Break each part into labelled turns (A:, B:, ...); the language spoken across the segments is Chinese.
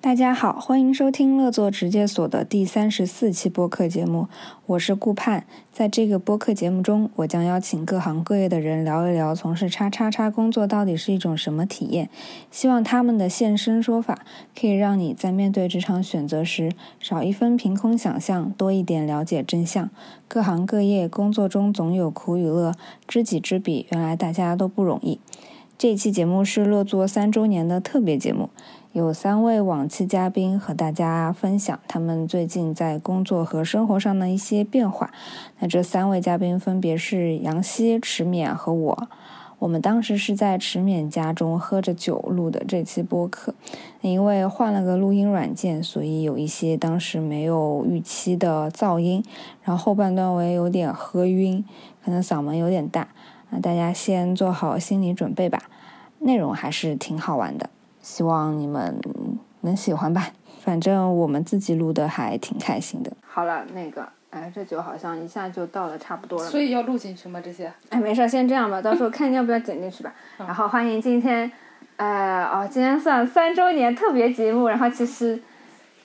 A: 大家好，欢迎收听乐作职业所的第三十四期播客节目，我是顾盼。在这个播客节目中，我将邀请各行各业的人聊一聊从事叉叉叉工作到底是一种什么体验，希望他们的现身说法可以让你在面对职场选择时少一分凭空想象，多一点了解真相。各行各业工作中总有苦与乐，知己知彼，原来大家都不容易。这期节目是乐作三周年的特别节目，有三位往期嘉宾和大家分享他们最近在工作和生活上的一些变化。那这三位嘉宾分别是杨希、池冕和我。我们当时是在池冕家中喝着酒录的这期播客，那因为换了个录音软件，所以有一些当时没有预期的噪音。然后后半段我也有点喝晕，可能嗓门有点大。那大家先做好心理准备吧，内容还是挺好玩的，希望你们能喜欢吧。反正我们自己录的还挺开心的。好了，那个，哎，这酒好像一下就倒的差不多了。
B: 所以要录进去吗？这些？
A: 哎，没事，先这样吧，到时候看要不要剪进去吧。
C: 嗯
A: 然后欢迎今天，呃，哦，今天算三周年特别节目，然后其实。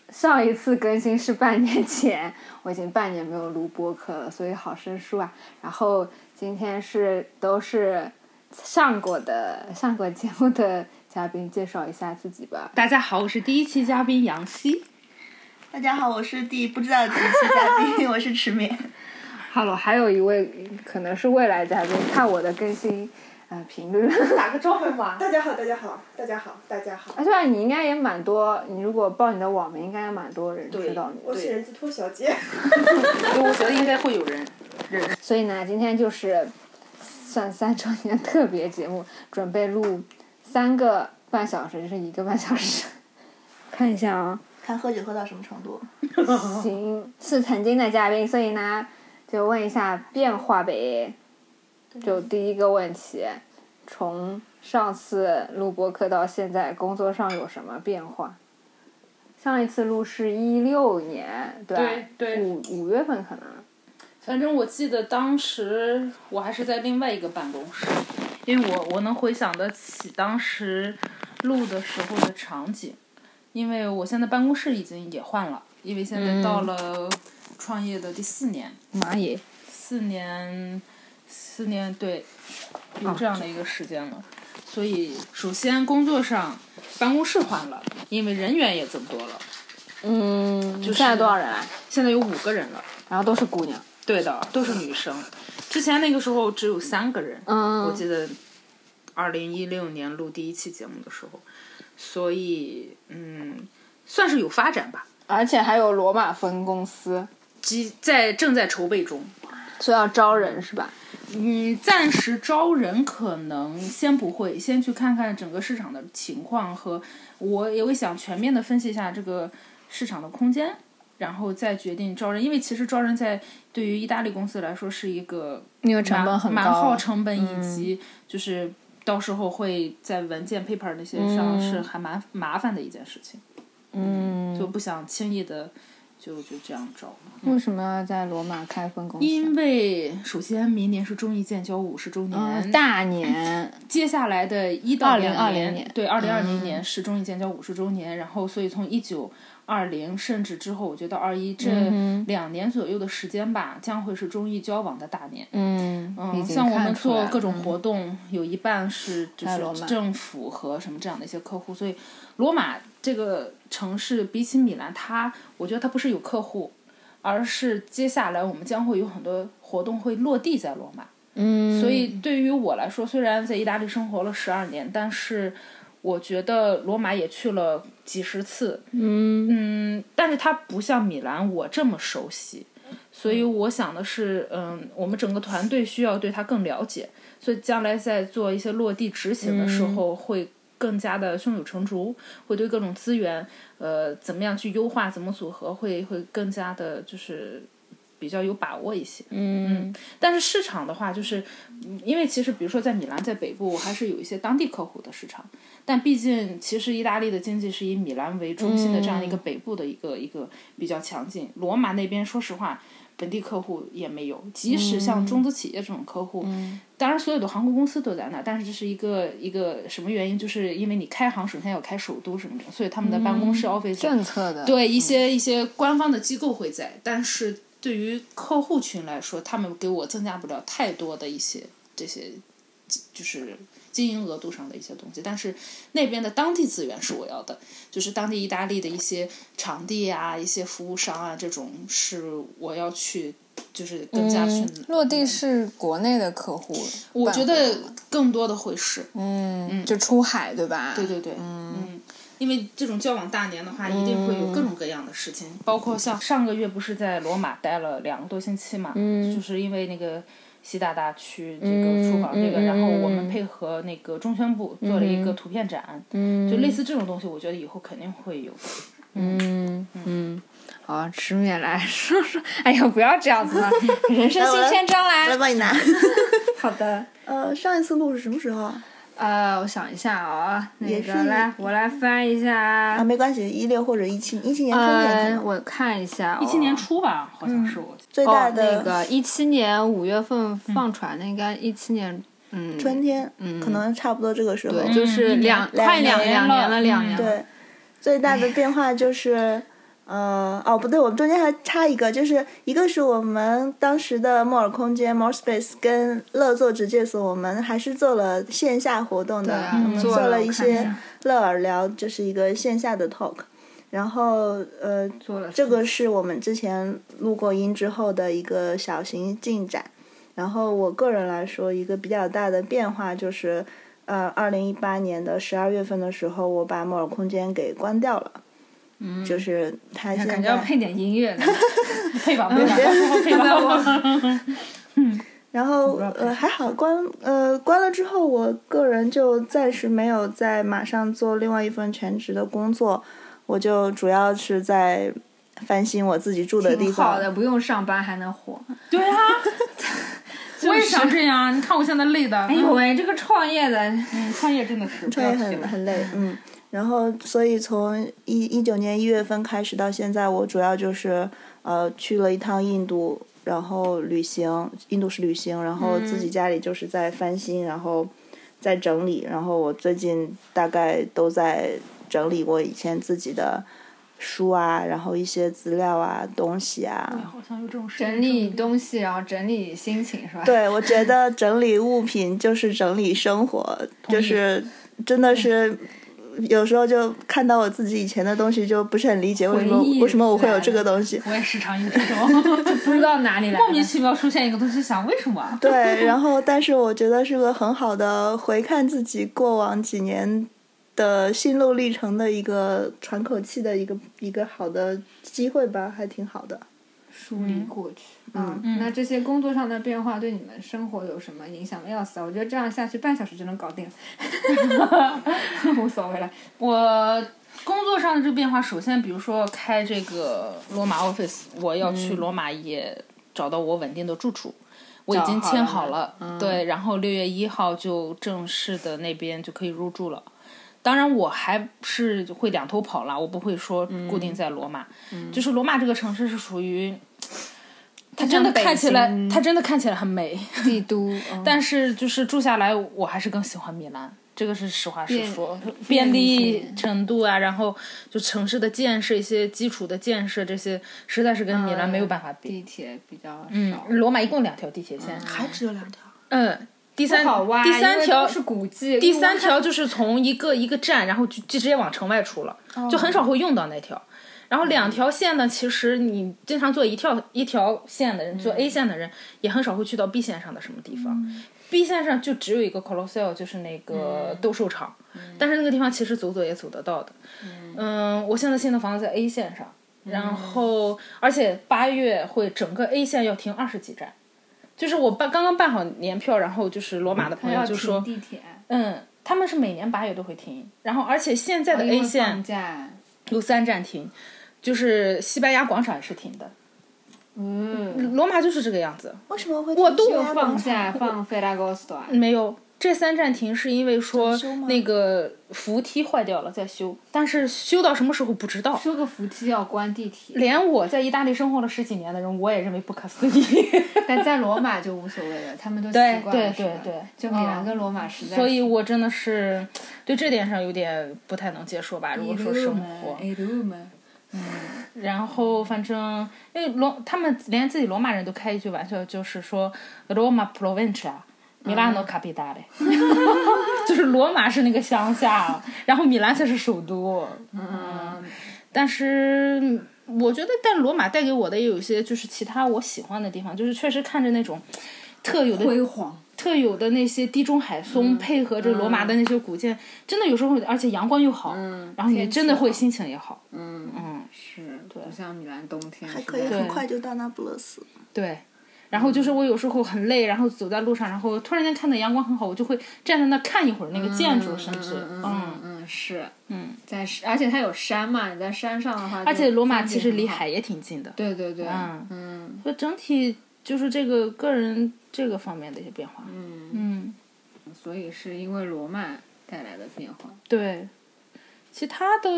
A: 上一次更新是半年前，我已经半年没有录播客了，所以好生疏啊。然后今天是都是上过的上过节目的嘉宾，介绍一下自己吧。
B: 大家好，我是第一期嘉宾杨希。
D: 大家好，我是第不知道几期嘉宾，我 是池冕。
A: 好了，还有一位可能是未来嘉宾，看我的更新呃频率。
B: 打个招呼嘛。
E: 大家好，大家好，大家好，大家好。
A: 啊，对啊，你应该也蛮多，你如果报你的网名，应该也蛮多人知道你。
E: 我是人字拖小姐。
B: 我觉得应该会有人认。
A: 所以呢，今天就是算三周年特别节目，准备录三个半小时，就是一个半小时。 看一下啊、
D: 看喝酒喝到什么程度？
A: 行，是曾经的嘉宾，所以呢，就问一下变化呗。就第一个问题，从上次录播课到现在，工作上有什么变化？上一次录是一六年，对吧？
B: 对对
A: 五五月份可能。
B: 反正我记得当时我还是在另外一个办公室，因为我我能回想得起当时录的时候的场景，因为我现在办公室已经也换了，因为现在到了创业的第四年，
A: 妈耶！
B: 四年，四年对，
A: 哦
B: 有这样的一个时间了。所以，首先工作上，办公室换了，因为人员也增多了，
A: 嗯，
B: 就是
A: 现在多少人啊？
B: 现在有五个人了。
A: 然后都是姑娘。
B: 对的，都是女生。之前那个时候只有三个人，
A: 嗯
B: 我记得，二零一六年录第一期节目的时候，所以嗯，算是有发展吧。
A: 而且还有罗马分公司，
B: 即在正在筹备中，
A: 所以要招人是吧？
B: 嗯，暂时招人可能先不会，先去看看整个市场的情况和我也会想全面的分析一下这个市场的空间，然后再决定招人。因为其实招人在对于意大利公司来说是一个
A: 因为
B: 蛮蛮耗成本以及就是到时候会在文件 paper 那些上是还蛮麻烦的一件事情，
A: 嗯，
B: 就不想轻易的就就这样招。
C: 嗯
A: 为什么要在罗马开分公司？
B: 因为首先明年是中意建交五十周年，
C: 啊
A: 嗯大年，
B: 接下来的一到两
A: 2020
B: 年，
A: 年嗯
B: 对，二零二零年是中意建交五十周年，然后所以从一九二零甚至之后，我觉得二一这
A: 嗯哼
B: 两年左右的时间吧，将会是中意交往的大年。
A: 嗯嗯
B: 嗯，像我们做各种活动，有一半是就
A: 在罗马
B: 是政府和什么这样的一些客户，所以罗马这个城市比起米兰，它我觉得它不是有客户，而是接下来我们将会有很多活动会落地在罗马。
A: 嗯，
B: 所以对于我来说，虽然在意大利生活了十二年，但是我觉得罗马也去了几十次，
A: 嗯
B: 嗯，但是它不像米兰我这么熟悉，所以我想的是，嗯，我们整个团队需要对它更了解，所以将来在做一些落地执行的
A: 嗯
B: 时候会。更加的胸有成竹，会对各种资源，呃，怎么样去优化，怎么组合，会会更加的，就是比较有把握一些。
A: 嗯
B: 但是市场的话，就是嗯因为其实比如说在米兰，在北部还是有一些当地客户的市场，但毕竟其实意大利的经济是以米兰为中心的这样一个北部的一个、一个比较强劲。罗马那边说实话，本地客户也没有。即使像中资企业这种客户，当然所有的航空公司都在那，但是这是一个一个什么原因？就是因为你开航首先要开首都什么的，所以他们的办公室 office
A: 政策的，
B: 对一些一些官方的机构会在，但是对于客户群来说，他们给我增加不了太多的一些这些，就是经营额度上的一些东西。但是那边的当地资源是我要的，就是当地意大利的一些场地啊、一些服务商啊这种是我要去，就是更加去。
A: 嗯，落地是国内的客户，
B: 我觉
A: 办
B: 得
A: 过吗
B: 更多的会是，
A: 嗯，就出海对吧？
B: 对对对，嗯，因为这种交往大年的话，
A: 嗯
B: 一定会有各种各样的事情，包括像上个月不是在罗马待了两个多星期嘛，
A: 嗯
B: 就是因为那个。习大大去这个出访这个，
A: 嗯嗯
B: 然后我们配合那个中宣部做了一个图片展，就类似这种东西，我觉得以后肯定会有的。
A: 嗯嗯，好，吃面来 说说，哎呀，不要这样 子嘛，人生新篇章
D: 我来
A: 来。
D: 帮你拿。
A: 好的，
D: 呃，上一次录是什么时候啊？
A: 呃，我想一下啊，那
D: 也
A: 个
D: 是
A: 来，我来翻一下
D: 啊，
A: 啊，
D: 没关系，一六或者一七，一七年春天可
A: 呃，
D: 能
A: 我看一下、哦，
B: 一七年初吧，好像是我。
D: 最大
A: 哦，
D: 的、
A: 那个一七年五月份放船的，应该一七年，嗯，
D: 春天，可能差不多这个时候。
A: 对，就是
B: 嗯
A: 两
D: 两
A: 快两
B: 年
A: 两
B: 了
A: 年了，两
B: 嗯
A: 年了，
D: 对，最大的变化就是，嗯、哦，不对，我们中间还差一个，就是一个是我们当时的墨尔空间 m o r e Space 跟乐作直介所，我们还是做了线下活动的，
A: 对啊
D: 我们
A: 做
D: 做
A: 了
D: 了
A: 我
D: 一
A: 看一
D: 些
A: 下
D: 乐尔聊，就是一个线下的 talk。然后，呃，
A: 做了
D: 这个是我们之前录过音之后的一个小型进展。然后我个人来说，一个比较大的变化就是，呃，二零一八年的十二月份的时候，我把摩尔空间给关掉了。嗯，就是它现
A: 感觉要
D: 在。
A: 配点音乐呢。
B: 配吧，配吧，配吧。
D: 然后
B: 道配
D: 呃还好关呃关了之后，我个人就暂时没有在马上做另外一份全职的工作，我就主要是在翻新我自己住 的地
A: 挺
D: 方。
A: 好的，不用上班还能活。
B: 对 啊，我也想这样。你看我现在累的，
A: 哎
B: 哎
A: 呦，喂，这个创业的，
B: 创业真的是不
D: 对，
B: 要提
D: 很
B: 了。
D: 很累，嗯。然后，所以从一一九年一月份开始到现在，我主要就是呃去了一趟印度，然后旅行，印度是旅行，然后自己家里就是在翻新，然后在整理，然后我最近大概都在整理我以前自己的书啊，然后一些资料啊、东西啊。
B: 哎好像有这种事情
A: 整理东西，然后整理心情是吧？，
D: 对，我觉得整理物品就是整理生活，
B: 意
D: 就是真的是有时候就看到我自己以前的东西，就不是很理解为什么
A: 回忆
D: 为什么我会有
A: 来
D: 这个
A: 了
D: 东西。
B: 我也时常有这种
A: 不知道哪里来的。
B: 莫名其妙出现一个东西，想为什么啊？
D: 对，然后但是我觉得是个很好的回看自己过往几年的心路历程的一个喘口气的一个一个好的机会吧，还挺好的。
A: 梳理过去。嗯，那这些工作上的变化对你们生活有什么影响吗？要死啊！我觉得这样下去半小时就能搞 定，无所谓了。
B: 我工作上的这变化，首先比如说开这个罗马 office，我要去罗马也找到我稳定的住处，我已经签好了，对，然后六月一号就正式的那边就可以入住了。当然，我还是会两头跑啦，我不会说固定在罗马，就是罗马这个城市是属于。它真的
A: 像北
B: 看起来
A: 京，
B: 它真的看起来很美，
A: 帝都，嗯但
B: 但是就是住下来，我还是更喜欢米兰，这个是实话实说，
A: 便
B: 便
A: 利
B: 利程度啊，然后就城市的建设，一些基础的建设，这些实在是跟米兰没有办法比。
A: 嗯地铁比较少。
B: 罗马一共两条地铁线，
D: 还只有两条。
B: 嗯，第三
A: 好挖，
B: 第三
A: 因为
B: 条
A: 都是古迹，
B: 第三条就是从一个一个站，然后就就直接往城外出了，就很少会用到那条。然后两条线呢，其实你经常坐一条一条线的人，坐 A 线的人也很少会去到 B 线上的什么地方。B 线上就只有一个 Colosseum，就是那个斗兽场，但是那个地方其实走走也走得到的。嗯，我现在新的房子在 A 线上，然后而且八月会整个 A 线要停二十几站。就是我办刚刚办好年票，然后就是罗马的朋友
A: 要
B: 就
A: 停
B: 说，
A: 地铁，
B: 嗯，他们是每年八月都会停，然后而且现在的
A: 因为
B: A
A: 嗯放
B: 线
A: 假，
B: 有三站停，就是西班牙广场也是停的，
A: 嗯，
B: 罗马就是这个样子，
D: 为什么会
B: 我都
D: 停西班牙
A: 放
D: 广场
A: 假放 f e d a g o s t o
B: 没有这三站停是因为说
D: 整修吗
B: 那个扶梯坏掉了在修，但是修到什么时候不知道。
C: 修个扶梯要关地铁，
B: 连我在意大利生活了十几年的人，我也认为不可思议。
C: 但在罗马就无所谓了，他们都习
B: 对
C: 惯了。
B: 对
C: 是吧
B: 对对
C: 就米兰
B: 嗯
C: 跟罗马实在是。
B: 所以我真的是对这点上有点不太能接受吧。如果说生活，嗯
C: 一路嘛，
B: 然后反正因为罗他们连自己罗马人都开一句玩笑，就是说罗马 provincia。米兰
C: 嗯
B: 诺卡比达嘞， 就是罗马是那个乡下，然后米兰才是首都。
C: 嗯，
B: 但是我觉得，但罗马带给我的也有一些就是其他我喜欢的地方，就是确实看着那种特有的
C: 辉煌。
B: 特有的那些地中海
C: 嗯
B: 松，配合着罗马的那些古建，真的有时候，而且阳光又好，
C: 嗯
B: 然后你
C: 天气
B: 真的会
C: 好
B: 心情也好。
C: 嗯
B: 嗯，
C: 是，不像米兰冬天
D: 还
C: 是
D: 可以
C: 吧
D: 很快就到那不勒斯。
B: 对。然后就是我有时候很累，然后走在路上，然后突然间看到阳光很好，我就会站在那看一会儿那个建筑，甚至
C: 嗯嗯
B: 嗯，
C: 嗯是，嗯，在山而且它有山嘛，你在山上的话就风景很好，
B: 而且罗马其实离海也挺近的。
C: 对对对，
B: 嗯
C: 嗯
B: 所以整体就是这个个人这个方面的一些变化。
C: 嗯，
B: 嗯，
C: 所以是因为罗马带来的变化，
B: 对。其他的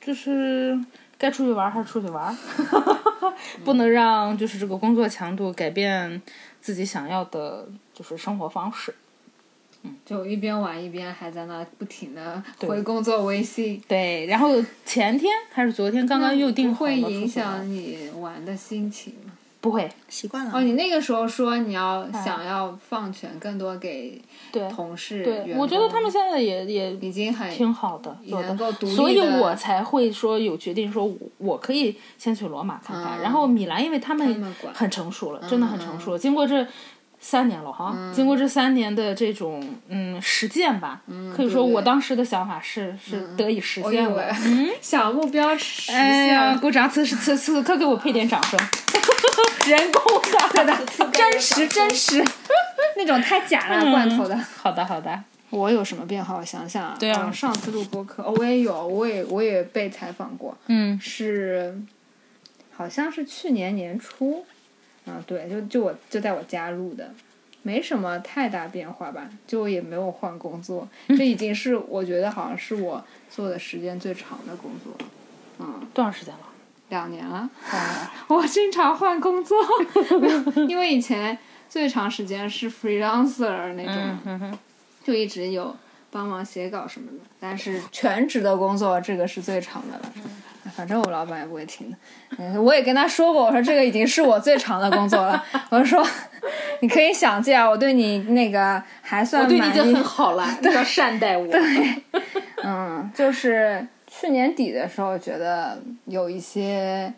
B: 就是该出去玩儿还是出去玩儿， 不能让就是这个工作强度改变自己想要的，就是生活方式。
C: 就一边玩一边还在那不停的
B: 对
C: 回工作微信，
B: 对，然后前天还是昨天刚刚又定
C: 不
B: 好了
C: 会
B: 出去
C: 影
B: 玩
C: 响你玩的心情吗？
B: 不会，
D: 习惯了。
C: 哦，你那个时候说你要想要放权更多给
B: 哎对
C: 同事，
B: 对，
C: 员
B: 我觉得
C: 工
B: 他们现在也也
C: 已经很
B: 挺好的，
C: 也
B: 做
C: 能够独
B: 的，
C: 立
B: 所以
C: 地
B: 我才会说有决定说我，我可以先去罗马看看，
C: 嗯
B: 然后米兰，因为他
C: 他们管嗯
B: 很成熟了，真的很成熟了。经过这三年了哈，经过这三年的这种嗯实践吧，可以说
C: 嗯对对嗯
B: 我当时的想法是是得以实
C: 我以
B: 现
C: 为 啊
B: 了。
C: 小目标实
B: 嗯
C: 现
B: 哎呀，
C: 了，
B: 鼓掌！此时此此刻给我配点掌 声，人工的， 真实真实。
C: 那种太假了，罐头的。
B: 好的好的，
C: 我有什么变化？我想想啊，
B: 对啊
C: 嗯上次录播客，哦我也有，我也我也被采访过，
B: 嗯
C: 是好像是去年年初，啊，对，就就我就在我家录的，没什么太大变化吧，就也没有换 工作，这已经是我觉得好像是我做的时间最长的工作了，嗯，
B: 多长时间了？
C: 两年了。 我经常换工作，因为以前最长时间是 freelancer 那种，就一直有帮忙写稿什么的。但是全职的工作，这个是最长的了。反正我老板也不会听的，嗯，我也跟他说过，我说这个已经是我最长的工作了。我说， 你可以想见，啊我对你那个还算满意，
B: 好 了，你要善待我。
C: 嗯，就是去年底的时候，觉得有一些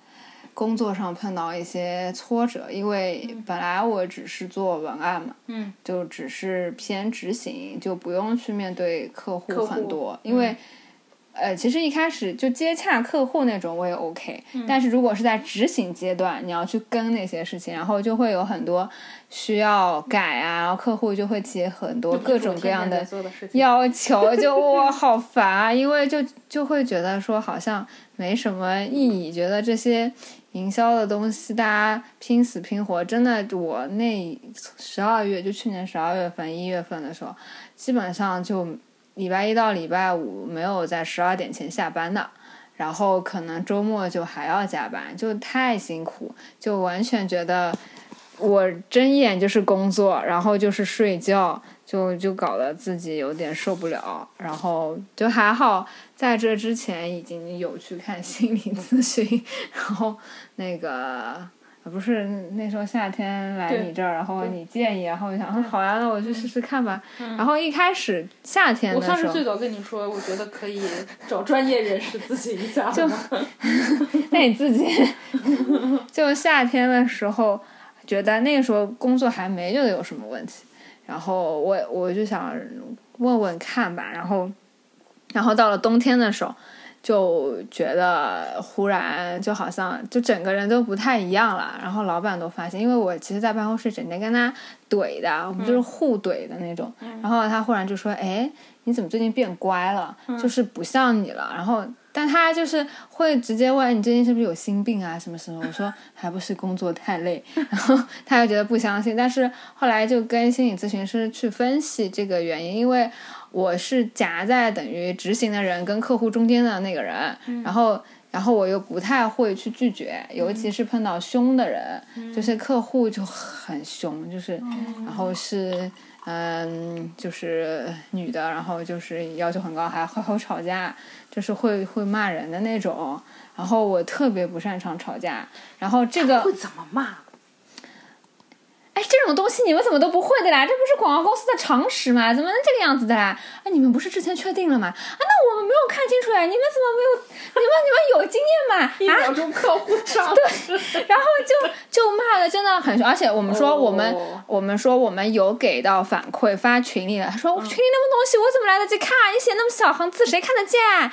C: 工作上碰到一些挫折，因为本来我只是做文案嘛，
B: 嗯，
C: 就只是偏执行，就不用去面对客户嗯
B: 户
C: 很多，因为。呃，其实一开始就接洽客户那种我也 OK，、但是如果是在执行阶段，你要去跟那些事情，然后就会有很多需要改啊，然后客户就会提很多各种各样的
B: 做的事情，
C: 要求，就哇好烦啊！因为就就会觉得说好像没什么意义，觉得这些营销的东西大家拼死拼活，真的我那十二月就去年十二月份一月份的时候，基本上就礼拜一到礼拜五没有在十二点前下班的。然后可能周末就还要加班，就太辛苦，就完全觉得我睁眼就是工作，然后就是睡觉，就就搞得自己有点受不了。然后就还好，在这之前已经有去看心理咨询， 然后那个。呃不是那时候夏天来
B: 对嗯
C: 你这儿，然后你建议，然后我想，嗯，好呀，那我去试试看吧。然后一开始夏天
B: 我
C: 的时候，
B: 算是最早跟你说，我觉得可以找专业人士咨询一下。就
C: 那你自己就夏天的时候，觉得那个时候工作还没觉得有什么问题，然后我我就想问问看吧，然后然后到了冬天的时候，就觉得忽然就好像就整个人都不太一样了，然后老板都发现，因为我其实，在办公室整天跟他怼的，我们就是互怼的那种，然后他忽然就说，哎。你怎么最近变乖了？就是不像你了。然后但他就是会直接问你最近是不是有心病啊什么什么，我说还不是工作太累，然后他又觉得不相信，但是后来就跟心理咨询师去分析这个原因，因为我是夹在等于执行的人跟客户中间的那个人，然后。然后我又不太会去拒绝，尤其是碰到凶的人，就是客户就很凶，就是，然后是嗯，就是女的，然后就是要求很高，还会和我吵架，就是会会骂人的那种。然后我特别不擅长吵架，然后这个
B: 会怎么骂？
C: 哎，这种东西你们怎么都不会的啦？这不是广告公司的常识吗？怎么能这个样子的啦？哎，你们不是之前确定了吗？啊，那我们没有看清楚呀，你们怎么没有？你们你们有经验吗？
B: 一
C: 啊，
B: 秒钟客户 上对，
C: 然后就就骂的真的很凶，而且我们说我们、
B: 哦
C: 我们说我们有给到反馈发群里了，他说
B: 嗯
C: 群里那么东西我怎么来得及看？啊你写那么小行字谁看得见？啊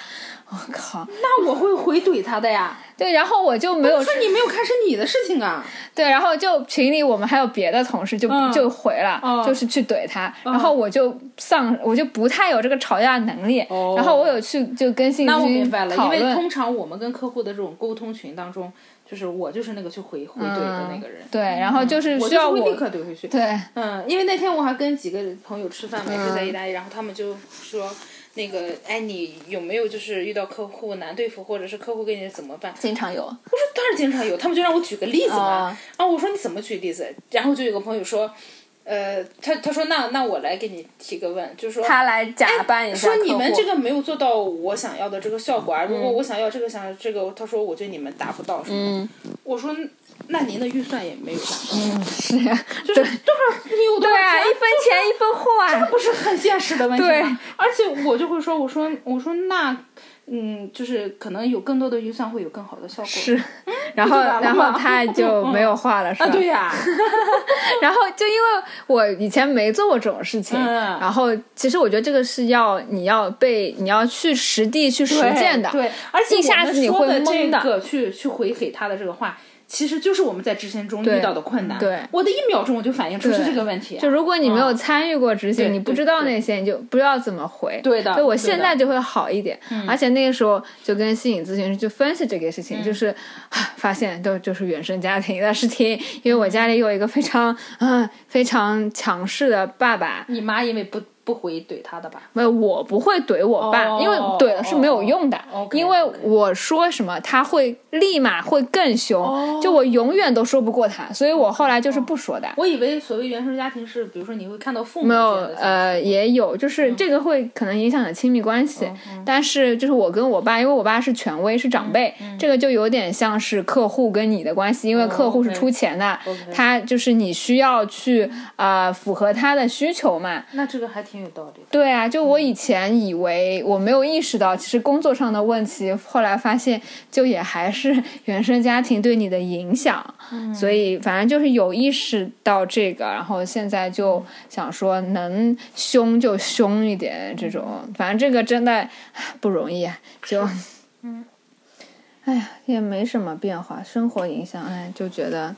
C: 我、靠！
B: 那我会回怼他的呀。
C: 对，然后我就没有
B: 说你没有看是你的事情啊。
C: 对，然后就群里我们还有别的同事就、
B: 嗯
C: 就回了，
B: 嗯
C: 就是去怼他，然后我就丧，我就不太有这个吵架能力，
B: 哦
C: 然后我有去就跟信
B: 那我
C: 息
B: 明白了，
C: 讨
B: 因为
C: 论。
B: 通常我们跟客户的这种沟通群当中，就是我就是那个去回回怼的那个人，
C: 嗯对，然后就是
B: 嗯我
C: 需
B: 就
C: 要
B: 是会
C: 我
B: 立刻怼回去。
C: 对，嗯
B: 嗯，因为那天我还跟几个朋友吃饭嘛，也是在意大利，然后他们就说。那个，哎，你有没有就是遇到客户难对付，或者是客户给你怎么办？
C: 经常有，
B: 我说当然经常有，他们就让我举个例子嘛。
C: 啊
B: 然后我说你怎么举例子？然后就有个朋友说，呃，他他说那那我来给你提个问，就是说
C: 他来假扮一下
B: 哎说你
C: 客
B: 们
C: 户嗯
B: 这个没有做到我想要的这个效果啊！如果我想要这个想要这个，他说我觉得你们达不到什么。
C: 嗯
B: 我说那您的预算也没有达到，
C: 是呀，
B: 就
C: 对
B: 是多少你有多
C: 对
B: 少
C: 啊，
B: 钱
C: 一分钱一分货啊，
B: 不是很现实的问题
C: 对
B: 吗？而且我就会说，我说我说那。嗯，就是可能有更多的预算会有更好的效果。
C: 是，然后
B: 就完了
C: 然后
B: 吗
C: 他就没有话了，是吧？
B: 啊，对呀、
C: 然后就因为我以前没做过这种事情，
B: 嗯
C: 然后其实我觉得这个是要你要被你要去实地去实践的，
B: 哎对，对而且
C: 一下子你会
B: 我们说
C: 懵的
B: 的这个去去回给他的这个话，其实就是我们在执行中
C: 对
B: 遇到的困难。
C: 对
B: 我的一秒钟我就反应出
C: 对
B: 是这个问题。
C: 就如果你没有
B: 嗯
C: 参与过执行，
B: 对
C: 你不知道那些，你就不知道怎么回。
B: 对的
C: 所以我
B: 对的嗯
C: 现在就会好一点。而且那个时候就跟心理咨询师去分析这个事情，就是啊发现都就是原生家庭的事情，因为
B: 嗯
C: 我家里有一个非常嗯、非常强势的爸爸，
B: 你妈因为不不回怼他的吧？
C: 没有，我不会怼我爸，
B: 哦
C: 因为怼了是没有用的，
B: 哦，OK，
C: 因为我说什么他会立马会更凶，
B: 哦
C: 就我永远都说不过他，所以我后来就是不说的。
B: 我以为所谓原生家庭是，比如说你会看到父母
C: 没有
B: 之间的，
C: 呃，也有，
B: 嗯
C: 就是这个会可能影响的亲密关系，但是就是我跟我爸，因为我爸是权威，是长辈，
B: 嗯
C: 这个就有点像是客户跟你的关系，因为客户是
B: 哦 OK
C: 出钱的，他就是你需要去呃符合他的需求嘛，
B: 那这个还挺有道理的。
C: 对啊，就我以前以为我没有意识到，其实工作上的问题，后来发现就也还是 原生家庭对你的影响。嗯、所以反正就是有意识到这个，然后现在就想说能凶就凶一点，这种反正这个真的唉不容易啊，就嗯，哎呀也没什么变化，生活影响，哎就觉得。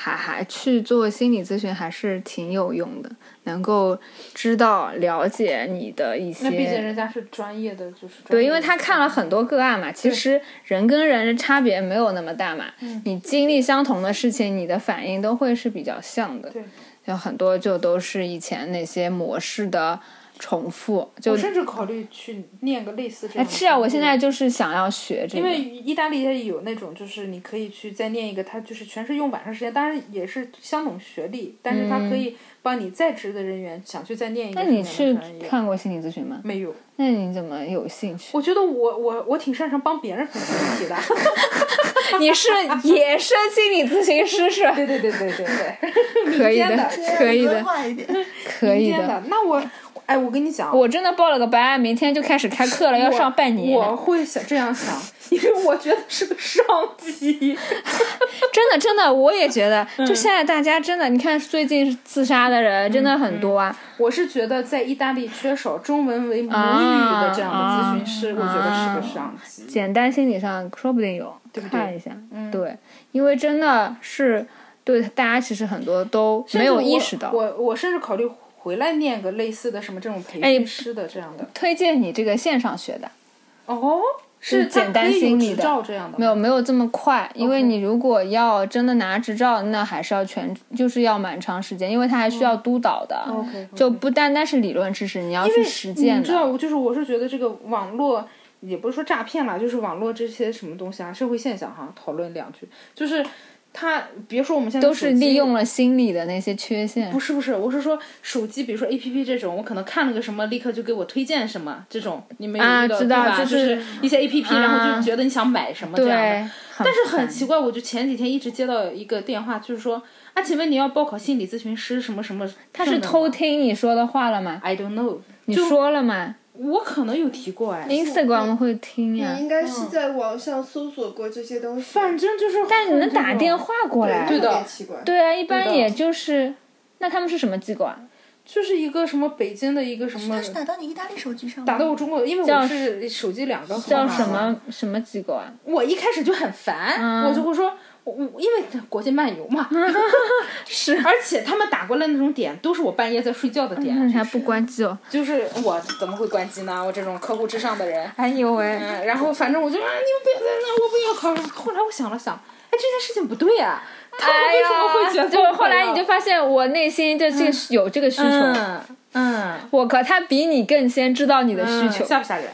C: 还还去做心理咨询还是挺有用的，能够知道了解你的一些。
B: 那毕竟人家是专业的，就是专
C: 对，
B: 业
C: 因为
B: 的
C: 他看了很多个案嘛，其实人跟人的差别没有那么大嘛。
B: 嗯
C: 你经历相同的事情，你的反应都会是比较像的。
B: 对，
C: 有很多就都是以前那些模式的重复。就
B: 我甚至考虑去念个类似这样
C: 哎，
B: 的。
C: 是啊，我现在就是想要学这
B: 因
C: 个。
B: 为意大利它有那种，就是你可以去再念一个，它就是全是用晚上时间，当然也是相同学历，但是它可以帮你在职的人员想去再念一个什么
C: 嗯那你
B: 样的
C: 去
B: 专业。嗯
C: 看过心理咨询吗？
B: 没有，
C: 那你怎么有 兴趣？
B: 我觉得我我我挺擅长帮别人分析问题的。
C: 你是野生心理咨询师是吧？
B: 对对对对对对。
C: 可以
B: 民间
C: 的
B: 的，
C: 可 以
D: 文
C: 的，
D: 化一点。
C: 可以
B: 天
C: 的。
B: 呐，那我，哎，我跟你讲，
C: 我真的报了个班，明天就开始开课了，要
B: 我
C: 上半年。
B: 我会想这样想，因为我觉得是个商 机。
C: 真的，真的，我也觉得，
B: 嗯
C: 就现在大家真的，你看最近自杀的人真的
B: 嗯
C: 很多啊。
B: 我是觉得在意大利缺少中文为母语的这样的咨询师，我觉得是个商机。
C: 啊简单心理上说不定有，
B: 对嗯不对
C: 看一下，嗯对，因为真的是对大家其实很多都没有意识到
B: 我。我我甚至考虑回来念个类似的什么这种培
C: 哎
B: 训师的这样的。
C: 推荐你这个线上学的，
B: 哦，是它
C: 嗯简单
B: 可以有
C: 心理
B: 执
C: 的
B: 照这样的吗，
C: 没有没有这么快，因为
B: OK
C: 你如果要真的拿执照，那还是要全就是要蛮长时间，因为它还需要督导的，
B: 嗯 OK，
C: 就不单单是理论知识，你要去实践
B: 你知道，
C: 的。
B: 我就是我是觉得这个网络也不是说诈骗啦，就是网络这些什么东西啊，社会现象哈，讨论两句，就是它别说我们现在
C: 都
B: 手
C: 是
B: 机
C: 利用了心理的那些缺陷
B: 不，是不是，我是说手机，比如说 A P P 这种，我可能看了个什么，立刻就给我推荐什么这种，你们有
C: 啊
B: 遇到、
C: 知
B: 对
C: 道
B: 吧？
C: 就
B: 就是一些 A P P，、然后
C: 啊
B: 就觉得你想买什么这
C: 对
B: 样的。，但是很
C: 烦
B: 奇怪，我就前几天一直接到一个电话，就是说啊，请问你要报考心理咨询师什么什么？他
C: 他是偷听你说的话了吗？
B: ？I don't know，
C: 你说了吗
B: 我可能有提过哎，
C: ？Instagram 会听呀
E: 你，应该是在网上搜索过这些东西，
B: 反正就是。
C: 但你能打电话过来？
E: 对
B: 对的
E: 有点奇怪。
C: 对啊，一般
B: 的
C: 也就是，那他们是什么机构啊？
B: 就是一个什么北京的一个什么
D: 他是打到你意大利手机上吗？
B: 打到我中国，因为
C: 叫
B: 我是手机两个号
C: 叫
B: 码
C: 什
B: 嘛
C: 么什么机构啊？
B: 我一开始就很烦，
C: 嗯
B: 我就会说，我我因为国际漫游 嘛，是，而且他们打过来那种点都是我半夜在睡觉的点，
C: 那你还不关机哦？
B: 就是我怎么会关机呢？我这种客户至上的人，
C: 哎呦喂！
B: 嗯，然后反正我就啊，你们不要在那，我不要考试。后来我想了想，哎，这件事情不对啊，他们为什么会觉得
C: 哎就
B: 我
C: 后来你就
B: 要
C: 发现我内心对这个是有这个需求，
B: 嗯嗯
C: 我靠，他比你更先知道你的需
B: 嗯
C: 求
B: 吓不吓人？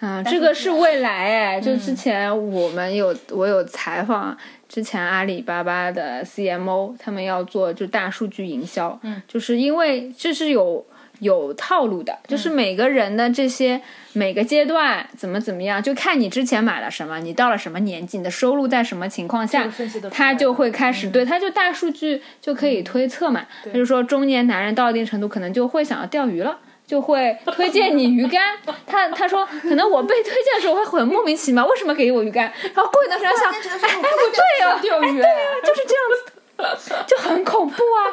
C: 啊！
B: 嗯
C: 这个是未来哎，就之前我们有我有采访。啊之前阿里巴巴的 CMO 他们要做就大数据营销，嗯，就是因为这是有有套路
B: 嗯
C: 的，就是每个人的这些每个阶段怎么怎么样，就看你之前买了什么，你到了什么年纪，你的收入在什么情况下，
B: 分析得出
C: 他
B: 来
C: 就
B: 的嗯
C: 会开始对，他就大数据就可以推测嘛。他就说中年男人到一定程度，可能就会想要钓鱼了。就会推荐你鱼竿，他他说可能我被推荐的时候会很莫名其妙，为什么给我鱼竿？然后过一段时间想，
D: 这个
C: 哎
D: 是
C: 哎
D: 我
C: 不对哦，
B: 钓鱼，
C: 就是这样子，就很恐怖啊！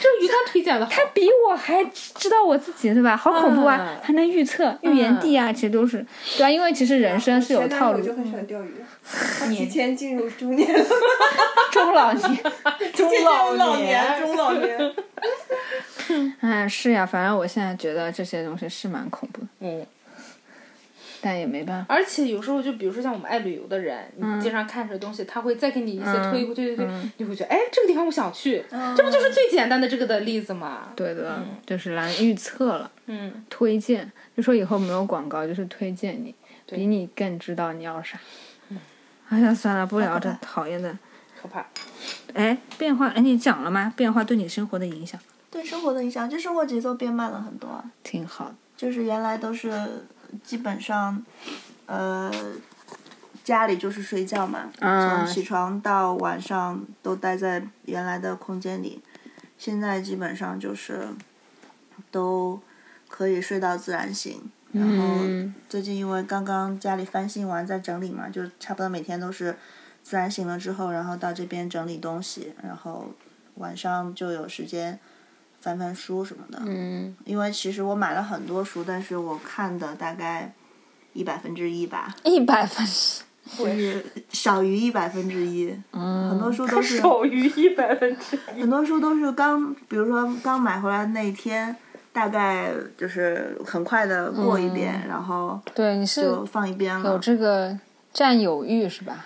B: 这鱼竿推荐的好，
C: 他比我还知道我自己，对吧？好恐怖啊！
B: 嗯
C: 还能预测、预言帝啊，其实都是对啊，因为其实人生是有
E: 前男
C: 套
E: 友
C: 路
E: 就
C: 的，
E: 很喜欢钓鱼，他提前进入中年了，
C: 中老年。
B: 中
E: 老
B: 老
E: 年， 中老年。
C: 哎，是呀，反正我现在觉得这些东西是蛮恐怖的，
B: 嗯。
C: 但也没办法。
B: 而且有时候就比如说像我们爱旅游的人，你经常看这东西，他会再给你一些推推推推，你会觉得哎，这个地方我想去，这不就是最简单的这个的例子吗？
C: 对的，就是来预测了，
B: 嗯，
C: 推荐，就说以后没有广告，就是推荐你，比你更知道你要啥。哎呀，算了，不聊这讨厌的。
B: 可怕。
C: 哎，变化，哎，你讲了吗？变化对你生活的影响
D: 对生活的影响，就生活节奏变慢了很多啊。
C: 挺好的。
D: 就是原来都是基本上，呃，家里就是睡觉嘛，
C: 嗯
D: 从起床到晚上都待在原来的空间里。现在基本上就是都可以睡到自然醒。然后
C: 嗯
D: 最近因为刚刚家里翻新完，在整理嘛，就差不多每天都是自然醒了之后，然后到这边整理东西，然后晚上就有时间翻翻书什么的。
C: 嗯，
D: 因为其实我买了很多书，但是我看的大概一百分之一吧，
C: 一百分之
D: 就是 少于一百分之一。很多书
B: 嗯
D: 都
B: 它
D: 是
B: 少于一百分之一，
D: 很多书都是刚，比如说刚买回来那一天，大概就是很快的过一遍，
B: 嗯
D: 然后
C: 对，你是
D: 就放一边
C: 有
D: 了。
C: 这个占有欲是吧？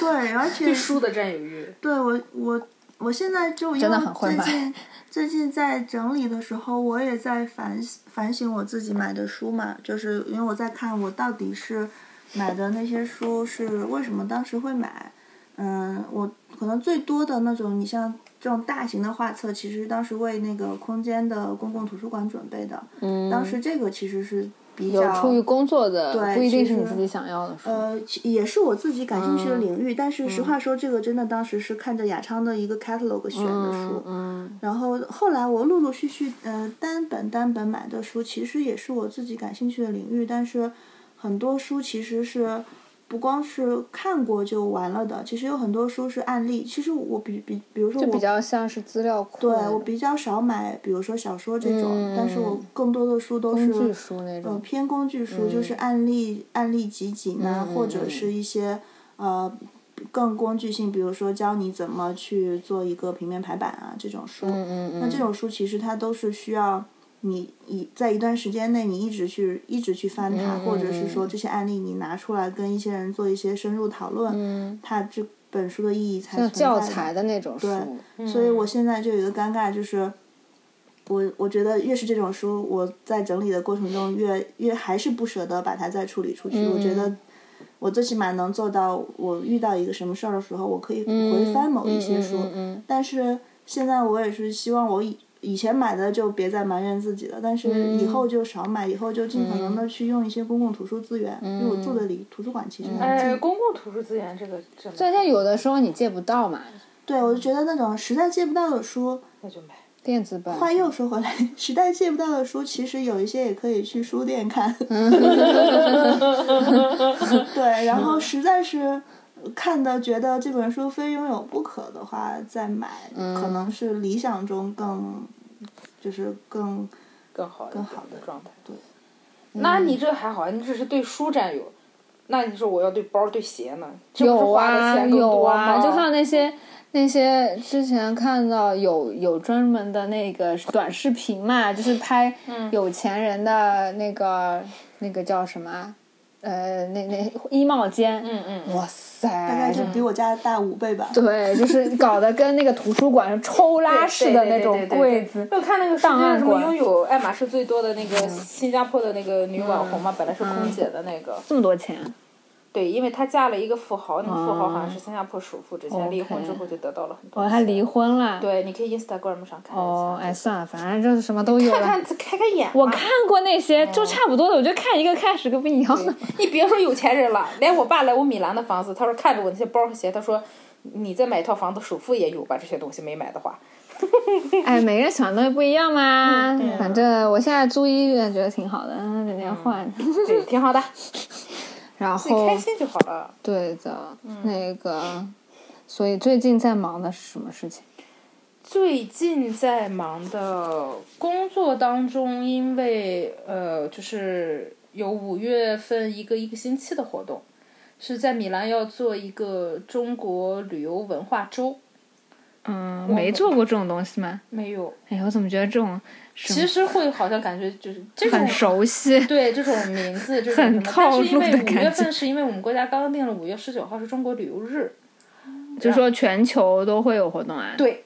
D: 对，而且
B: 对书的占有欲。
D: 对我我我现在就因
C: 真的
D: 为
C: 很会
D: 最
C: 买
D: 近最近在整理的时候，我也在反反省我自己买的书嘛，就是因为我在看我到底是买的那些书是为什么当时会买，嗯，我可能最多的那种，你像这种大型的画册，其实当时为那个空间的公共图书馆准备的，
C: 嗯，
D: 当时这个其实是比
C: 有
D: 较
C: 出于工作的，
D: 对
C: 不一定
D: 其
C: 是你
D: 实
C: 自己想要的书。
D: 呃，其也是我自己感兴趣
C: 嗯
D: 的领域，但是实话说，这个真的当时是看着雅昌的一个 catalog 选的书，
C: 嗯
D: 然后后来我陆陆续续呃单本单本买的书，其实也是我自己感兴趣的领域，但是很多书其实是不光是看过就完了的，其实有很多书是案例。其实我比比，比如说
C: 就
D: 我
C: 比较像是资料库啊那
D: 对
C: 种，
D: 我比较少买，比如说小说这种，但是我
C: 嗯
D: 更多的书都是
C: 工具书那
D: 呃
C: 种。
D: 偏工具书，
C: 嗯
D: 就是案例案例集锦呐、或者是一些呃更工具性，比如说教你怎么去做一个平面排版啊这种书。
C: 嗯嗯嗯，
D: 那这种书其实它都是需要你一在一段时间内你一直去一直去翻
C: 嗯
D: 它，或者是说这些案例你拿出来跟一些人做一些深入讨论，它这本书的意义才
C: 嗯像
D: 存在
C: 教
D: 的
C: 材的那种书，
D: 所以我现在就有一个尴尬，就是我我觉得越是这种书，我在整理的过程中越越还是不舍得把它再处理出去。我觉
C: 嗯
D: 得我最起码能做到，我遇到一个什么事儿的时候，我可以回翻某一些书。
C: 嗯嗯嗯嗯
D: 但是现在我也是希望我以以前买的就别再埋怨自己了，但
C: 嗯
D: 是以后就少买，以后就尽可能的去用一些公共图书资源，因为我
C: 嗯
D: 住的离图书馆其实很近。
B: 哎，公共图书资源这个真
C: 而
B: 的，
C: 且有的时候你借不到嘛，
D: 对，我就觉得那种实在借不到的书，
B: 那就买。
C: 电子版。
D: 话又说回来， 时代借不到的书，其实有一些也可以去书店看。
C: 嗯
D: 对，然后实在是看的觉得这本书非拥有不可的话，再买、
C: 嗯
D: 可能是理想中更就是更
B: 更好更
D: 好的
B: 状态。
D: 对，
B: 那你这还好，你只是对书占有。那你说我要对包对鞋呢？这不是
C: 有
B: 花
C: 啊
B: 的钱更
C: 有
B: 多
C: 啊，
B: 吗
C: 就看那些那些之前看到有有专门的那个短视频嘛，就是拍
B: 嗯
C: 有钱人的那个、那个叫什么啊，呃，那那衣帽间，
B: 嗯嗯，
C: 哇塞，
D: 大概就比我家大五倍吧。
C: 对，就是搞得跟那个图书馆抽拉式的那种柜子，
B: 又看那个
C: 档
B: 档
C: 案
B: 案什么
C: 馆嗯
B: 拥有爱马仕最多的那个新加坡的那个女网红嘛，本来是空姐的那个，
C: 这么多钱啊，
B: 对，因为她嫁了一个富豪，那个富豪好像是新加坡首富，之前离婚
C: 哦 OK
B: 之后就得到了很多。
C: 我还离。婚了，，
B: 对，你可以 Instagram 上看一下。
C: 哦，哎，算了，反正就是什么都有了。
B: 看哦看开开眼嘛。
C: 我看过那些，就差不多的，我就看一个看十个不一样的。
B: 你别说有钱人了，连我爸来我米兰的房子，他说看着我那些包和鞋，他说你再买一套房子，首付也有吧？这些东西没买的话，
C: 哎，每个人喜欢的东西不一样嘛。
B: 嗯
C: 反
B: 啊
C: 正我现在租医院觉得挺好的，嗯每天换。
B: 对，挺好的，
C: 哦然
B: 自己
C: 后
B: 开心嗯就好了。
C: 对的，那个，所以最近在忙的是什么事情？
B: 最近在忙的工作当中，因为呃，就是有五月份一个一个星期的活动，是在米兰要做一个中国旅游文化周，
C: 嗯，没做过这种东西吗？
B: 没有，
C: 哎，我怎么觉得这种什
B: 其实会好像感觉就是这
C: 么
B: 种
C: 很熟悉？
B: 哎对这种名字，这种
C: 很
B: 什么？
C: 套
B: 但是因为
C: 路的
B: 五
C: 感
B: 月
C: 觉
B: 份是因为我们国家刚刚定了五月十九号是中国旅游日，
C: 就说全球都会有活动啊，
B: 对，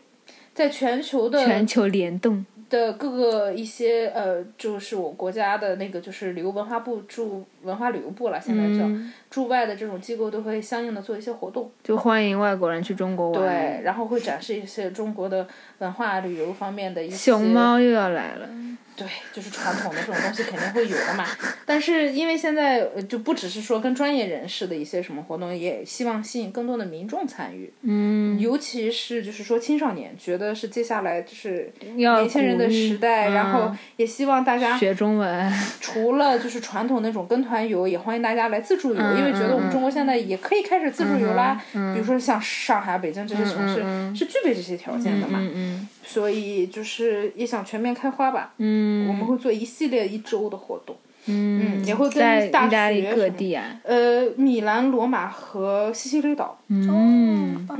B: 在全球的
C: 全球联动。
B: 的各个一些呃，就是我国家的那个就是旅游文化部驻文化旅游部了，现在叫
C: 嗯，
B: 驻外的这种机构都会相应的做一些活动，
C: 就欢迎外国人去中国玩。
B: 对，，然后会展示一些中国的文化旅游方面的一些
C: 熊猫又要来了。
B: 对，就是传统的这种东西肯定会有的嘛。但是因为现在呃就不只是说跟专业人士的一些什么活动，也希望吸引更多的民众参与，
C: 嗯，
B: 尤其是就是说青少年，觉得是接下来就是
C: 要
B: 年轻人的
C: 鼓励
B: 时代，然后
C: 嗯
B: 也希望大家
C: 学中文。
B: 除了就是传统那种跟团游，也欢迎大家来自助游，
C: 嗯
B: 因为觉得我们中国现在也可以开始自助游啦。比如说像上海、北京这些城市、是具备这些条件的嘛，
C: 嗯
B: 所以就是也想全面开花吧。
C: 嗯
B: 我们会做一系列一周的活动，
C: 嗯
B: 嗯也会跟
C: 在意
B: 大
C: 大利
B: 学
C: 各
B: 什么
C: 地啊。
B: 呃，米兰、罗马和西西里岛，
C: 嗯
D: 哦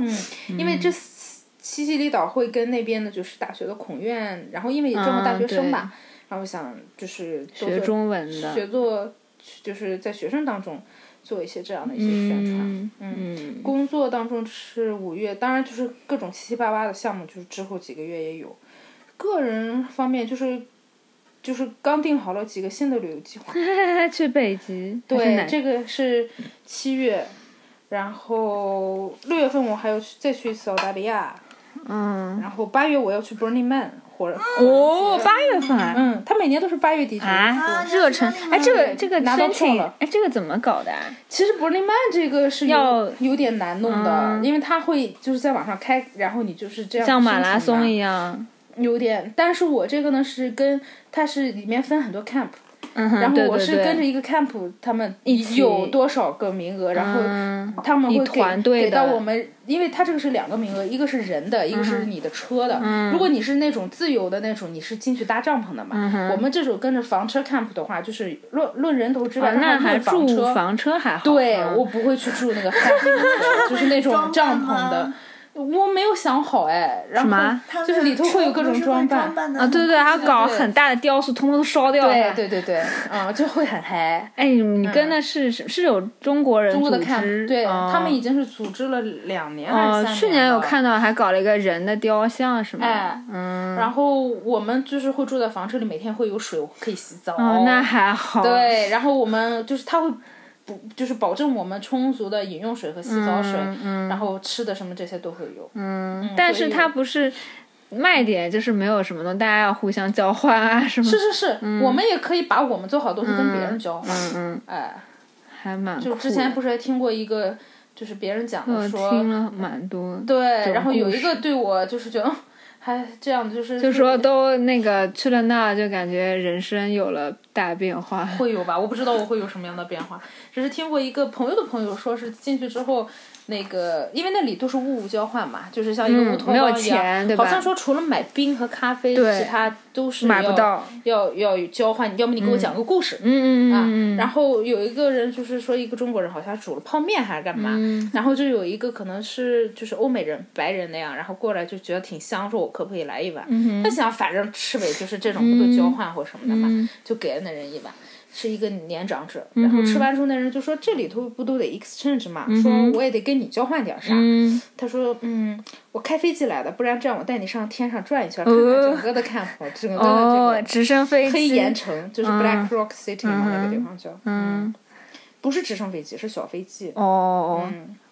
B: 因为这西西西里岛会跟那边的就是大学的孔院，然后因为也正好大学生嘛，
C: 啊
B: 然后想就是多
C: 学
B: 做
C: 中文的。
B: 学做就是在学生当中做一些这样的一些宣传。
C: 嗯嗯
B: 工作当中是五月，当然就是各种七七八八的项目，就是之后几个月也有。个人方面就是就是刚定好了几个新的旅游计 划，
C: 嗯，去北极。还是
B: 对，
C: 南
B: 这个是七月，然后六月份我还要去再去一次澳大利亚，
C: 嗯。
B: 然后八月我要去 Burning Man 火人
C: 哦，八月份啊。
B: 嗯，他每年都是八月底去。
C: 啊，热忱！哎，这个这个
B: 拿到
C: 申请
B: 票了，
C: 哎，这个怎么搞的啊？
B: 其实 Burning Man 这个是有
C: 要嗯
B: 有点难弄的，因为它会就是在网上开，然后你就是这样
C: 像马
B: 申请
C: 拉松
B: 嘛
C: 一样，
B: 有点，但是我这个呢是跟它是里面分很多 camp，、
C: 嗯哼，
B: 然后
C: 对
B: 我
C: 对
B: 是
C: 对
B: 跟着一个 camp，他们
C: 起
B: 有多少个名额，然后
C: 嗯
B: 他们
C: 以
B: 会给
C: 团队
B: 给到
C: 的
B: 我们，因为它这个是两个名额，一个是人的，一个
C: 嗯
B: 是你的车的。如果你是那种自由的那种，你是进去搭帐篷的嘛。
C: 嗯
B: 我们这种跟着房车 camp 的话，就是论论人头之外，它
C: 哦
B: 还
C: 那还
B: 论房
C: 住
B: 车。
C: 房车还好。
B: 对，
C: 嗯
B: 我不会去住那个 camp，就是那种帐篷
D: 装扮
B: 的
D: 吗。
B: 我没有想好哎，然后
C: 吗
D: 他们
B: 就是里头会有各种装
D: 装
B: 扮
D: 扮的
C: 啊，对对对，还要搞
B: 对
C: 很大的雕塑，通通都烧掉。
B: 对对对对，嗯，就会很嗨。
C: 哎，你跟的是、是有中国人
B: 中国的
C: 组
B: 看
C: 织，
B: 对、
C: 哦
B: 他们已经是组织了两年还是三
C: 哦，
B: 年、
C: 去年有。看到还搞了一个人的雕像什么的，
B: 哎
C: 嗯，
B: 然后我们就是会住在房车里，每天会有水可以洗澡。
C: 哦，那还好，，
B: 对，然后我们就是他会不就是保证我们充足的饮用水和洗澡水，
C: 嗯
B: 然后吃的什么这些都会有。嗯，
C: 但
B: 所
C: 是
B: 以
C: 它不是卖点，就是没有什么东西，大家要互相交换啊什么，
B: 是是是，我们也可以把我们做好的东西跟别人交换。嗯哎，
C: 还蛮
B: 就之前不是还听过一个，就是别人讲
C: 我
B: 的说，
C: 嗯听了蛮多，
B: 对，然后有
C: 故
B: 一个对我就是觉得，嗯还这样就是
C: 就说都那个去了那儿就感觉人生有了大变化，
B: 会有吧，我不知道我会有什么样的变化，只是听过一个朋友的朋友说是进去之后。那个，因为那里都是物物交换嘛，就是像一个
C: 嗯
B: 乌托
C: 没有
B: 邦一样，
C: 钱对吧
B: 好像说除了买冰和咖啡，
C: 对
B: 其他都是
C: 买
B: 要
C: 不到，
B: 要要交换。要么你给我讲个故事，
C: 嗯嗯嗯，
B: 啊然后有一个人就是说一个中国人好像煮了泡面还是干嘛，
C: 嗯
B: 然后就有一个可能是就是欧美人白人那样，然后过来就觉得挺香，说我可不可以来一碗？
C: 嗯
B: 他想反正吃呗，就是这种不都交换或什么的嘛，
C: 嗯
B: 就给了那人一碗。是一个年长者，然后吃完之后，那人就说：“这里头不都得 exchange 嘛？
C: 嗯
B: 说我也得跟你交换点啥。他说：“嗯，我开飞机来的，不然这样我带你上天上转一圈，看看整个的看法，整个的这
C: 呃哦
B: 个，
C: 直升飞机，
B: 黑岩城，就是
C: 嗯
B: Black Rock City 嘛，那个地方叫，嗯，不是直升飞机，是小飞机，
C: 哦，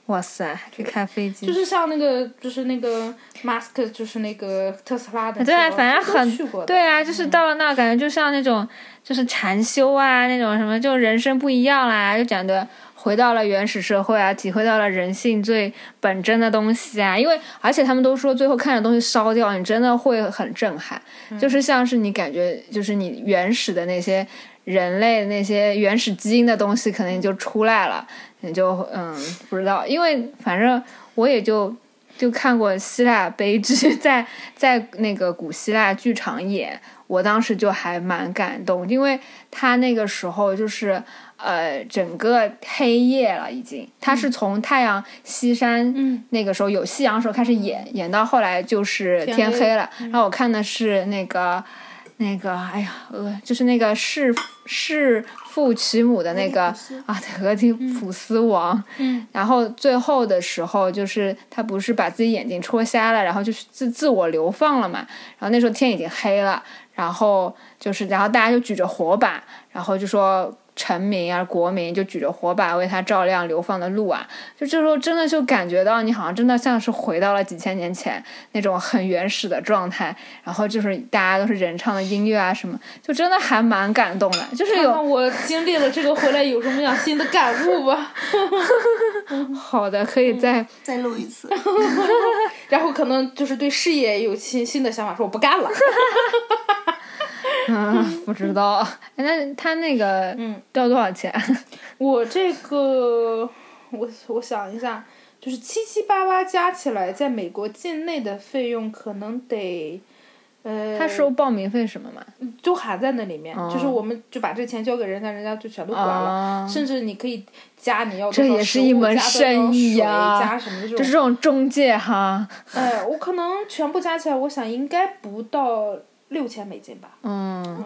C: 哇塞，去看飞
B: 嗯
C: 机，
B: 就是像那个，就是那个 Mask，就是那个特斯拉的车，
C: 对啊，反正
B: 都去过的
C: 很
B: 嗯
C: 对，啊，就是到了那儿，感觉就像那种就是禅修啊，那种什么，就人生不一样啦，就感觉回到了原始社会啊，体会到了人性最本真的东西啊。因为而且他们都说，最后看着东西烧掉，你真的会很震撼，
B: 嗯
C: 就是像是你感觉就是你原始的那些。人类那些原始基因的东西，可能就出来了，你就嗯不知道，因为反正我也就就看过希腊悲剧，在在那个古希腊剧场演，我当时就还蛮感动，因为他那个时候就是呃整个黑夜了，已经，他是从太阳西山、那个时候有夕阳的时候开始演，演到后来就是天
B: 黑
C: 黑了，然后我看的是那个。那个，哎呀，呃，就是那个弑弑父娶母的那个啊，俄狄浦斯王。嗯。然后最后的时候，就是他不是把自己眼睛戳瞎了，然后就是自自我流放了嘛。然后那时候天已经黑了，然后就是，然后大家就举着火把，然后就说。臣民啊，国民就举着火把为他照亮流放的路啊！就这时候真的就感觉到你好像真的像是回到了几千年前那种很原始的状态，然后就是大家都是人唱的音乐啊什么，就真的还蛮感动的。就是有
B: 看看我经历了这个回来有什么样新的感悟吧，
C: 好的，可以再
D: 再录一 次。
B: 然后可能就是对事业有新新的想法，说我不干了，
C: 嗯，不知道。哎那他那个嗯，要多少钱？
B: 我这个，我我想一下，就是七七八八加起来，在美国境内的费用可能得，呃，
C: 他收报名费什么吗？
B: 就含在那里面，
C: 哦
B: 就是我们就把这钱交给人家，人家就全都管了，
C: 啊
B: 甚至你可以加你要多
C: 这
B: 少
C: 也是
B: 食物
C: 一门
B: 加多少
C: 生意
B: 水
C: 呀
B: 加什么的这
C: 就
B: 种，
C: 是这种中介哈，
B: 哎，我可能全部加起来，我想应该不到六千美金吧，
C: 嗯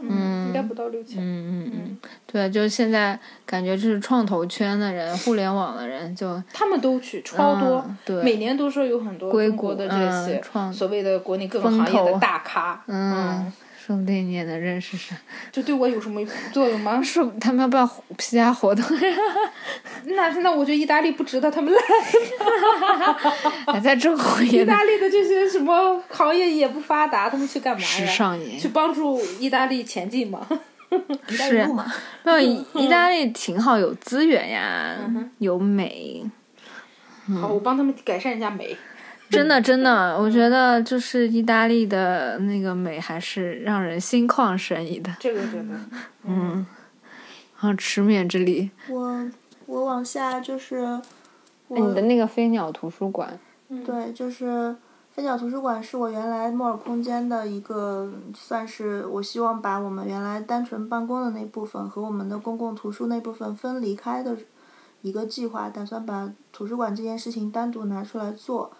B: 嗯，应该不到六千，
C: 嗯嗯嗯，对，就是现在感觉就是创投圈的人、互联网的人就
B: 他们都去超多，
C: 嗯对
B: 每年都说有很多
C: 硅
B: 中
C: 谷
B: 国的
C: 嗯
B: 这些、
C: 创
B: 所谓的国内各个
C: 风
B: 行业
C: 投
B: 的大咖，
C: 嗯，说不定你也能认识上。
B: 就对我有什么作用吗？
C: 说他们要不要皮加活动？
B: 那那我觉得意大利不值得他们来，
C: 还在中 国也
B: 意
C: 能
B: 大利的这些什么行业也不发达，他们去干嘛呀？
C: 时尚也
B: 去帮助意大利前进嘛？
C: 是啊， 没有意意大利挺好，有资源呀，
D: 嗯
C: 有美，
B: 好，我帮他们改善一下美。
C: 真的真的，我
D: 嗯
C: 觉得就是意大利的那个美还是让人心旷神怡的，
B: 这个真的，
C: 然后池缅之力。
D: 我我往下就是我
C: 哎你的那个飞鸟图书馆，
D: 对，就是飞鸟图书馆是我原来墨尔空间的一个，算是我希望把我们原来单纯办公的那部分和我们的公共图书那部分分离开的一个计划，打算把图书馆这件事情单独拿出来做。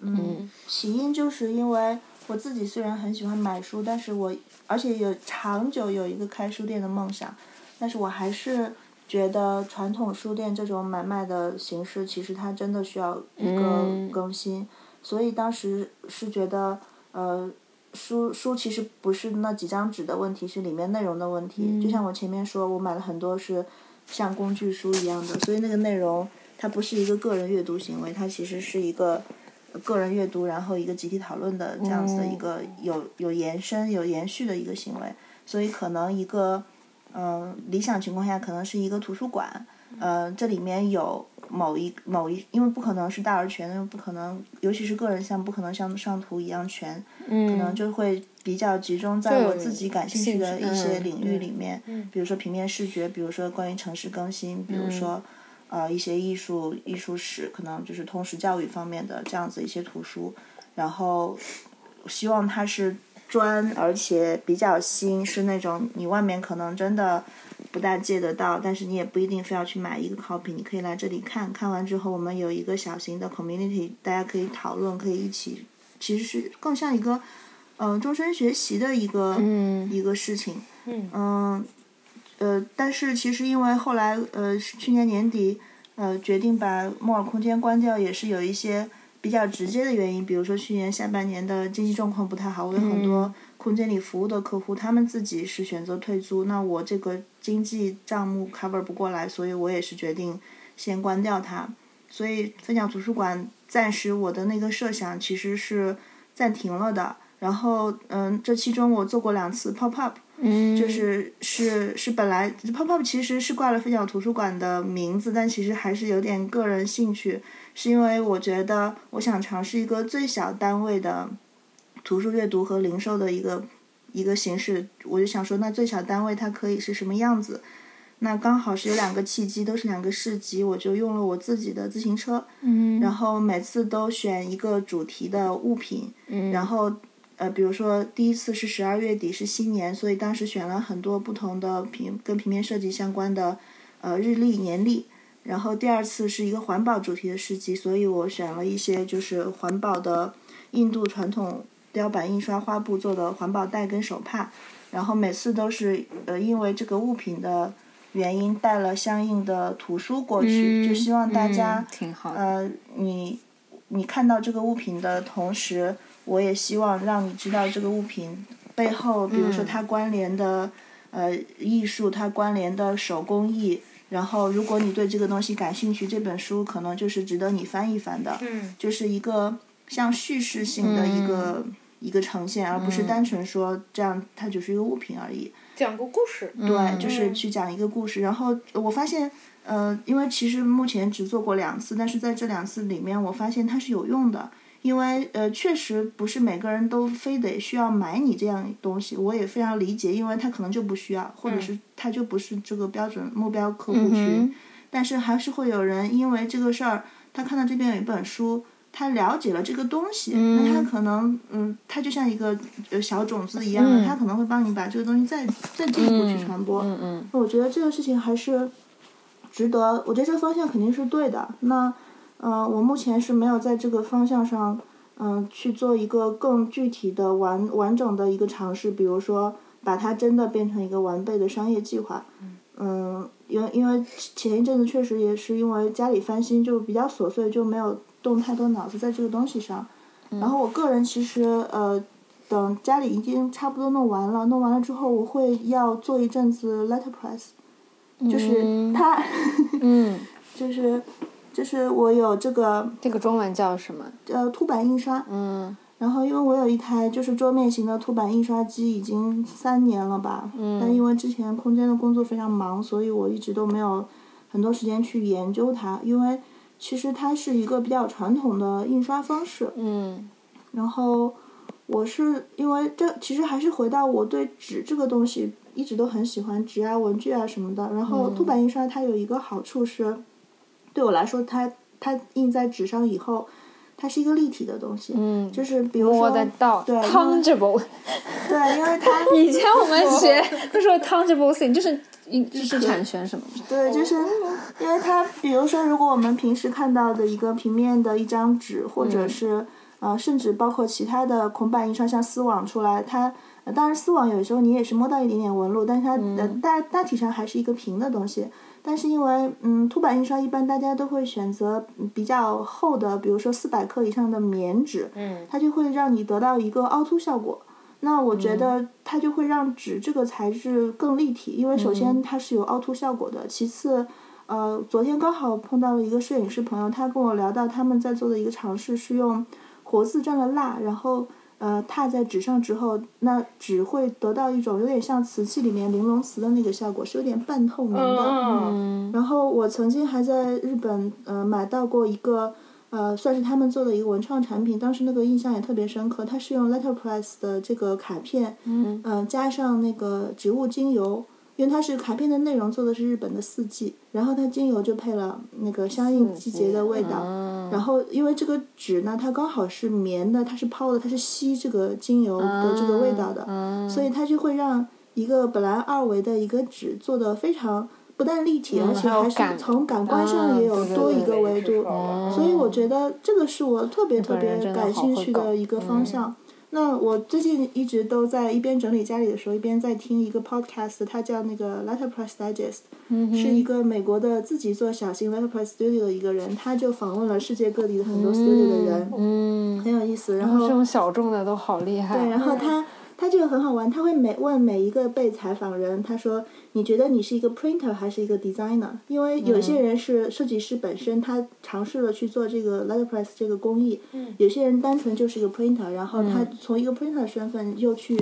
D: 嗯，起因就是因为我自己虽然很喜欢买书，但是我而且有长久有一个开书店的梦想，但是我还是觉得传统书店这种买卖的形式，其实它真的需要一个
C: 嗯
D: 更新，所以当时是觉得呃。书书其实不是那几张纸的问题，是里面内容的问题。就像我前面说，我买了很多是像工具书一样的，所以那个内容它不是一个个人阅读行为，它其实是一个个人阅读，然后一个集体讨论的这样子的一个有有延伸、有延续的一个行为。所以可能一个，嗯、理想情况下可能是一个图书馆，呃，这里面有某一某一，因为不可能是大而全，因为不可能，尤其是个人项目，不可能像上图一样全，可能就会比较集中在我自己感兴趣的一些领域里面，比如说平面视觉，比如说关于城市更新，比如说。呃，一些艺术、艺术史，可能就是通识教育方面的这样子一些图书，然后希望它是专，而且比较新，是那种你外面可能真的不大借得到，但是你也不一定非要去买一个 copy，你可以来这里看看完之后，我们有一个小型的 community，大家可以讨论，可以一起，其实是更像一个嗯、呃终身学习的一个、
C: 嗯
D: 一个事情，嗯呃，但是其实因为后来呃去年年底呃决定把墨尔空间关掉，也是有一些。比较直接的原因，比如说去年下半年的经济状况不太好，我有很多空间里服务的客户，他们自己是选择退租，那我这个经济账目 cover 不过来，所以我也是决定先关掉它。所以分享图书馆暂时我的那个设想其实是暂停了的。然后，嗯，这其中我做过两次 pop up，就是
C: 嗯
D: 是是本来 pop up 其实是挂了分享图书馆的名字，但其实还是有点个人兴趣，是因为我觉得我想尝试一个最小单位的图书阅读和零售的一个一个形式，我就想说，那最小单位它可以是什么样子？那刚好是有两个契机，都是两个市集，我就用了我自己的自行车，嗯，然后每次都选一个主题的物品，嗯，然后呃，比如说第一次是十二月底是新年，所以当时选了很多不同的平跟平面设计相关的呃日历、年历。然后第二次是一个环保主题的市集，所以我选了一些就是环保的印度传统雕版印刷花布做的环保袋跟手帕。然后每次都是呃因为这个物品的原因带了相应的图书过去，就希望大家、
C: 嗯挺好的，
D: 呃，你你看到这个物品的同时，我也希望让你知道这个物品背后，比如说它关联
C: 嗯
D: 的、呃艺术，它关联的手工艺。然后，如果你对这个东西感兴趣，这本书可能就是值得你翻一翻的，
B: 嗯
D: 就是一个像叙事性的一个、
C: 嗯
D: 一个呈现，而不是单纯说这样它只是一个物品而已。
E: 讲个故事，
D: 对，就是去讲一个故事。然后我发现，呃，因为其实目前只做过两次，但是在这两次里面，我发现它是有用的。因为呃，确实不是每个人都非得需要买你这样东西，我也非常理解，因为他可能就不需要，或者是他就不是这个标准目标客户群。但是还是会有人因为这个事儿，他看到这边有一本书，他了解了这个东西，那他可能嗯，他就像一个呃小种子一样的，他可能会帮你把这个东西再再进一步去传播。嗯嗯我觉得这个事情还是值得，我觉得这方向肯定是对的。那呃，我目前是没有在这个方向上。嗯，去做一个更具体的完完整的一个尝试，比如说把它真的变成一个完备的商业计划。嗯，因为因为前一阵子确实也是因为家里翻新，就比较琐碎，就没有动太多脑子在这个东西上。然后我个人其实呃，等家里已经差不多弄完了，弄完了之后，我会要做一阵子 letterpress，就是它，
C: 嗯，
D: 就是就是我有这个
C: 这个中文叫什么？
D: 呃凸版印刷，
C: 嗯
D: 然后因为我有一台就是桌面型的凸版印刷机，已经三年了吧。嗯。但因为之前空间的工作非常忙，所以我一直都没有很多时间去研究它。因为其实它是一个比较传统的印刷方式。
C: 嗯
D: 然后我是因为这其实还是回到我对纸这个东西一直都很喜欢纸啊、文具啊什么的。然后
C: 嗯
D: 凸版印刷它有一个好处是，对我来说它，它印在纸上以后，它是一个立体的东西。
C: 嗯，
D: 就是比如
C: 摸
D: 说，
C: 得到
D: 对因为
C: ，tangible。哦
D: 对，因 为它
C: 以前我们学 都说 tangible thing，就是就是产权什么的。
D: 对，就是因为它，比如说，如果我们平时看到的一个平面的一张纸，或者是、呃，甚至包括其他的孔板印刷，像丝网出来，它、呃当然丝网有时候你也是摸到一点点纹路，但是它、呃大大体上还是一个平的东西。但是因为嗯，凸版印刷一般大家都会选择嗯比较厚的，比如说四百克以上的棉纸，嗯，它就会让你得到一个凹凸效果。那我觉
B: 嗯
D: 得它就会让纸这个材质更立体，因为首先
B: 嗯
D: 它是有凹凸效果的，其次，呃，昨天刚好碰到了一个摄影师朋友，他跟我聊到他们在做的一个尝试是用活字蘸了蜡，然后呃踏在纸上之后，那纸会得到一种有点像瓷器里面玲珑瓷的那个效果，是有点半透明的。
B: 嗯
D: 然后我曾经还在日本呃买到过一个呃算是他们做的一个文创产品，当时那个印象也特别深刻。它是用 Letterpress 的这个卡片，嗯、加上那个植物精油，因为它是卡片的内容做的是日本的四季，然后它精油就配了那个相应季节的味道。
C: 嗯
D: 然后因为这个纸呢，它刚好是棉的，它是抛的，它是吸这个精油的这个味道的，
C: 啊嗯
D: 所以它就会让一个本来二维的一个纸做的非常不但立体，而且
C: 嗯还有
D: 还是
C: 感
D: 从感官上也有
C: 嗯对对
D: 多一
C: 对
D: 个维度。所以我觉得这个是我特别特
C: 哦本人
D: 别
C: 真的
D: 感
C: 好
D: 兴
C: 会
D: 趣
C: 搞嗯
D: 的一个方向。那我最近一直都在一边整理家里的时候，一边在听一个 podcast，它叫那个 Letterpress Digest，、是
C: 嗯
D: 一个美国的自己做小型 Letterpress Studio 的一个人，他就访问了世界各地的很多 studio 的人，
C: 嗯，
D: 很有意思。然
C: 这
D: 后
C: 种小众的都好厉害。
D: 对，然后他他这个很好玩，他会每问每一个被采访人，他说你觉得你是一个 printer 还是一个 designer？因为有些人是设计师本身，他尝试了去做这个 letterpress 这个工艺，
C: 嗯
D: 有些人单纯就是一个 printer，然后他从一个 printer 身份又去。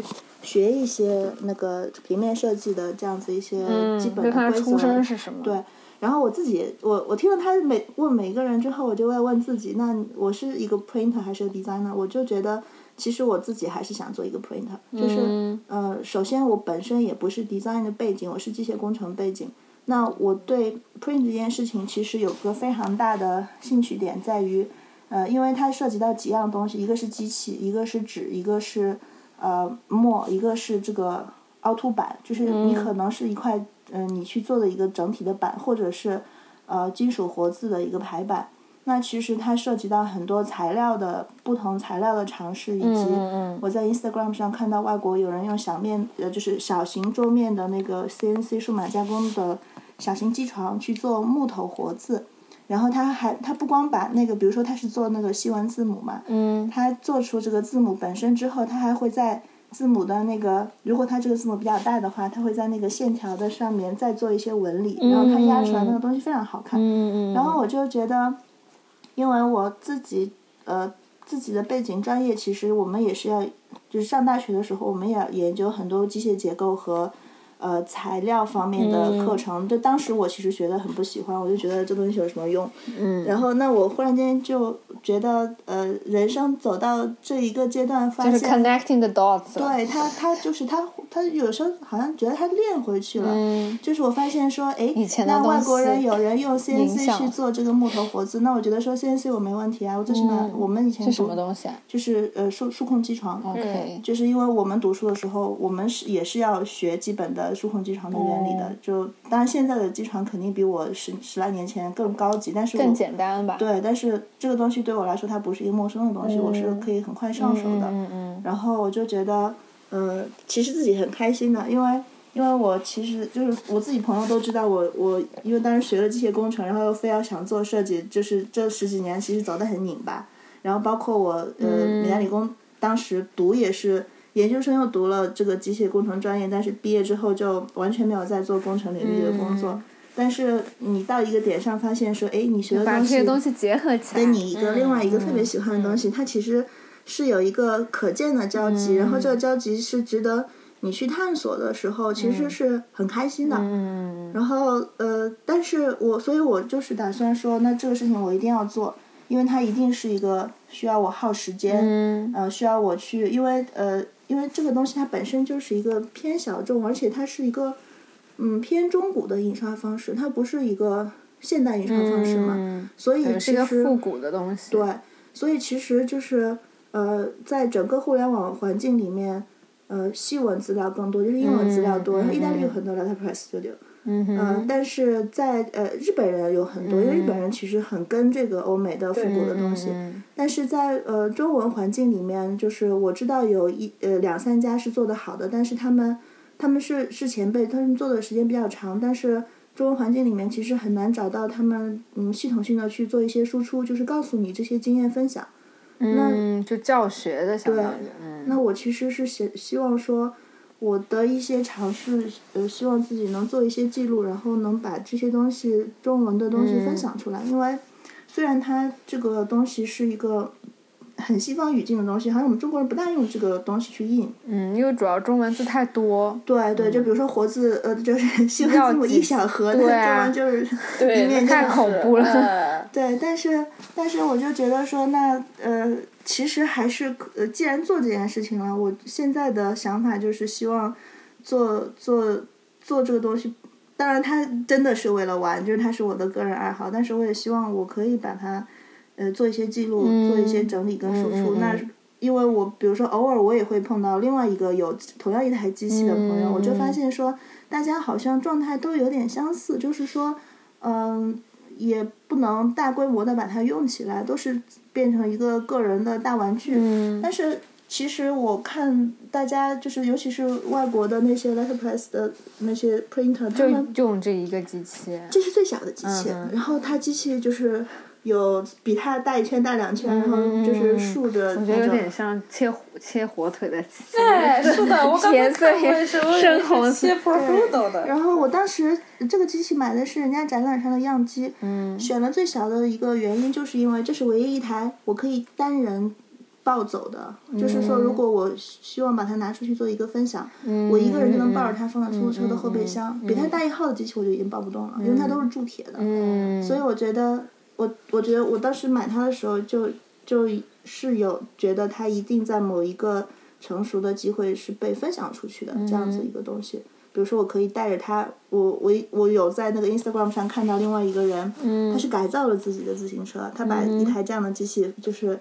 D: 学一些那个平面设计的这样子一些基本的规则，
C: 嗯
D: 啊
C: 就看他出身是什么。
D: 对，然后我自己，我我听了他每问每一个人之后，我就在问自己，那我是一个 printer 还是个 designer？我就觉得，其实我自己还是想做一个 printer，就是、
C: 嗯
D: 呃，首先我本身也不是 design 的背景，我是机械工程背景。那我对 print 这件事情其实有个非常大的兴趣点在于，呃，因为它涉及到几样东西，一个是机器，一个是纸，一个是呃墨，一个是这个凹凸板，就是你可能是一块嗯、呃你去做的一个整体的板，或者是呃金属活字的一个排版。那其实它涉及到很多材料的不同材料的尝试，以及
C: 嗯嗯
D: 我在 Instagram 上看到外国有人用小面呃就是小型桌面的那个 CNC 数码加工的小型机床去做木头活字。然后它还，它不光把那个，比如说它是做那个西文字母嘛，
C: 嗯
D: 它做出这个字母本身之后，它还会在字母的那个，如果它这个字母比较大的话，它会在那个线条的上面再做一些纹理，然后它压出来那个东西非常好看。
C: 嗯嗯嗯，
D: 然后我就觉得，因为我自己呃自己的背景专业，其实我们也是要，就是上大学的时候，我们也要研究很多机械结构和呃材料方面
C: 嗯
D: 的课程。就当时我其实觉得很不喜欢，我就觉得这东西有什么用？嗯。然后那我忽然间就觉得，呃，人生走到这一个阶段，发
C: 就
D: 现
C: 是 connecting the dots。
D: 嗯对他，他就是他，他有时候好像觉得他练回去了。
C: 嗯
D: 就是我发现说，哎
C: 以，前的
D: 那
C: 东
D: 外国人
C: 西
D: 有人用
C: 响
D: CNC 去做这个木头活字，那我觉得说 CNC 我没问题啊，我最起码我们以前
C: 嗯是
D: 读
C: 什么东西啊
D: 就是呃数数控机床。
C: ？OK，
D: 就是因为我们读书的时候，我们是也是要学基本的数控机床的原理的。
C: 哦
D: 就当然现在的机床肯定比我十十来年前更高级，但是我
C: 更简单吧？
D: 对，但是这个东西对我来说，它不是一个陌生的东西，我是可以很快上手的。
C: 嗯嗯
D: 然后我就觉得，嗯，其实自己很开心的，因为因为我其实就是我自己朋友都知道我我因为当时学了机械工程，然后又非要想做设计，就是这十几年其实走得很拧巴。然后包括我呃
C: 嗯
D: 米兰理工当时读也是研究生又读了这个机械工程专业，但是毕业之后就完全没有再做工程领域的工
C: 嗯
D: 作。但是你到一个点上，发现说，哎，你学的
C: 把
D: 东
C: 这
D: 西
C: 些东西结合起来。
D: 跟你一个另外一个特
C: 嗯
D: 别喜欢的东西，它其实是有一个可见的交集，然后
C: 嗯
D: 这个交集是值得你去探索的时候，其实是很开心的。
C: 嗯
D: 然后呃，但是我所以，我就是打算说，那这个事情我一定要做，因为它一定是一个需要我耗时间，
C: 嗯
D: 呃，需要我去，因为呃，因为这个东西它本身就是一个偏小众，而且它是一个嗯偏中古的印刷方式，它不是一个现代印刷方式嘛，
C: 嗯，
D: 所以
C: 是
D: 其
C: 一个
D: 实
C: 复古的东西。
D: 对，所以其实就是呃，在整个互联网环境里面，呃，西文资料更多，就是英文资料多，
C: 嗯
D: 然后意大
C: 嗯
D: 利有很多 Letterpress Studio，
C: 嗯哼
D: 嗯，但是在呃日本人有很多，因为日本人其实很跟这个欧美的复古的东西，
C: 嗯
D: 但是在呃中文环境里面，就是我知道有一呃两三家是做的好的，但是他们他们是是前辈，他们做的时间比较长，但是中文环境里面其实很难找到他们嗯系统性的去做一些输出，就是告诉你这些经验分享。
C: 嗯，就教学的相当于，
D: 啊
C: 嗯，
D: 那我其实是希希望说，我的一些尝试，呃，希望自己能做一些记录，然后能把这些东西中文的东西分享出来。因为虽然它这个东西是一个很西方语境的东西，好像我们中国人不大用这个东西去印。
C: 嗯，因为主要中文字太多，
D: 对对，就比如说活字，呃，就是 西
C: 要
D: 文字母
C: 记
D: 一小盒，
C: 对啊
D: 但 中文就是
F: 对，
D: 里面
C: 太
D: 就
C: 恐怖了
F: 嗯
D: 对，但是但是我就觉得说，那呃，其实还是可呃，既然做这件事情了，我现在的想法就是希望做做做这个东西。当然，它真的是为了玩，就是它是我的个人爱好，但是我也希望我可以把它呃做一些记录，做一些整理跟输出。
C: 嗯嗯
D: 那因为我比如说偶尔我也会碰到另外一个有同样一台机器的朋友，我就
C: 嗯
D: 发现说大家好像状态都有点相似，就是说，嗯，也不能大规模的把它用起来，都是变成一个个人的大玩具。
C: 嗯
D: 但是其实我看大家就是，尤其是外国的那些 letterpress 的那些 printer，他
C: 就嗯
D: 们
C: 用这一个机器，
D: 这是最小的机器，然后它机器就是有比它大一圈大两
C: 嗯
D: 圈，然后就是竖着
C: 我觉得
D: 那
C: 有
D: 种。
C: 点像切火切火腿的机器，
F: 对，是的，我刚才
C: 颜色
F: 看过
C: 也
F: 一首，我以为
C: 深
F: 是
C: 红色
F: 切 prosciutto 的，
D: 然后我当时这个机器买的是人家展览上的样机，
C: 嗯
D: 选了最小的一个原因，就是因为这是唯一一台我可以单人抱走的，
C: 嗯
D: 就是说如果我希望把它拿出去做一个分享，
C: 嗯
D: 我一个人就能抱着它放到出租车的后备箱，比它大一号的机器我就已经抱不动了，因为它都是铸铁的，
C: 嗯，
D: 所以我觉得我我觉得我当时买它的时候就就是有觉得它一定在某一个成熟的机会是被分享出去的这样子
C: 嗯
D: 一个东西。比如说，我可以带着它，我我我有在那个 Instagram 上看到另外一个人，
C: 嗯
D: 他是改造了自己的自行车，他把一台这样的机器就是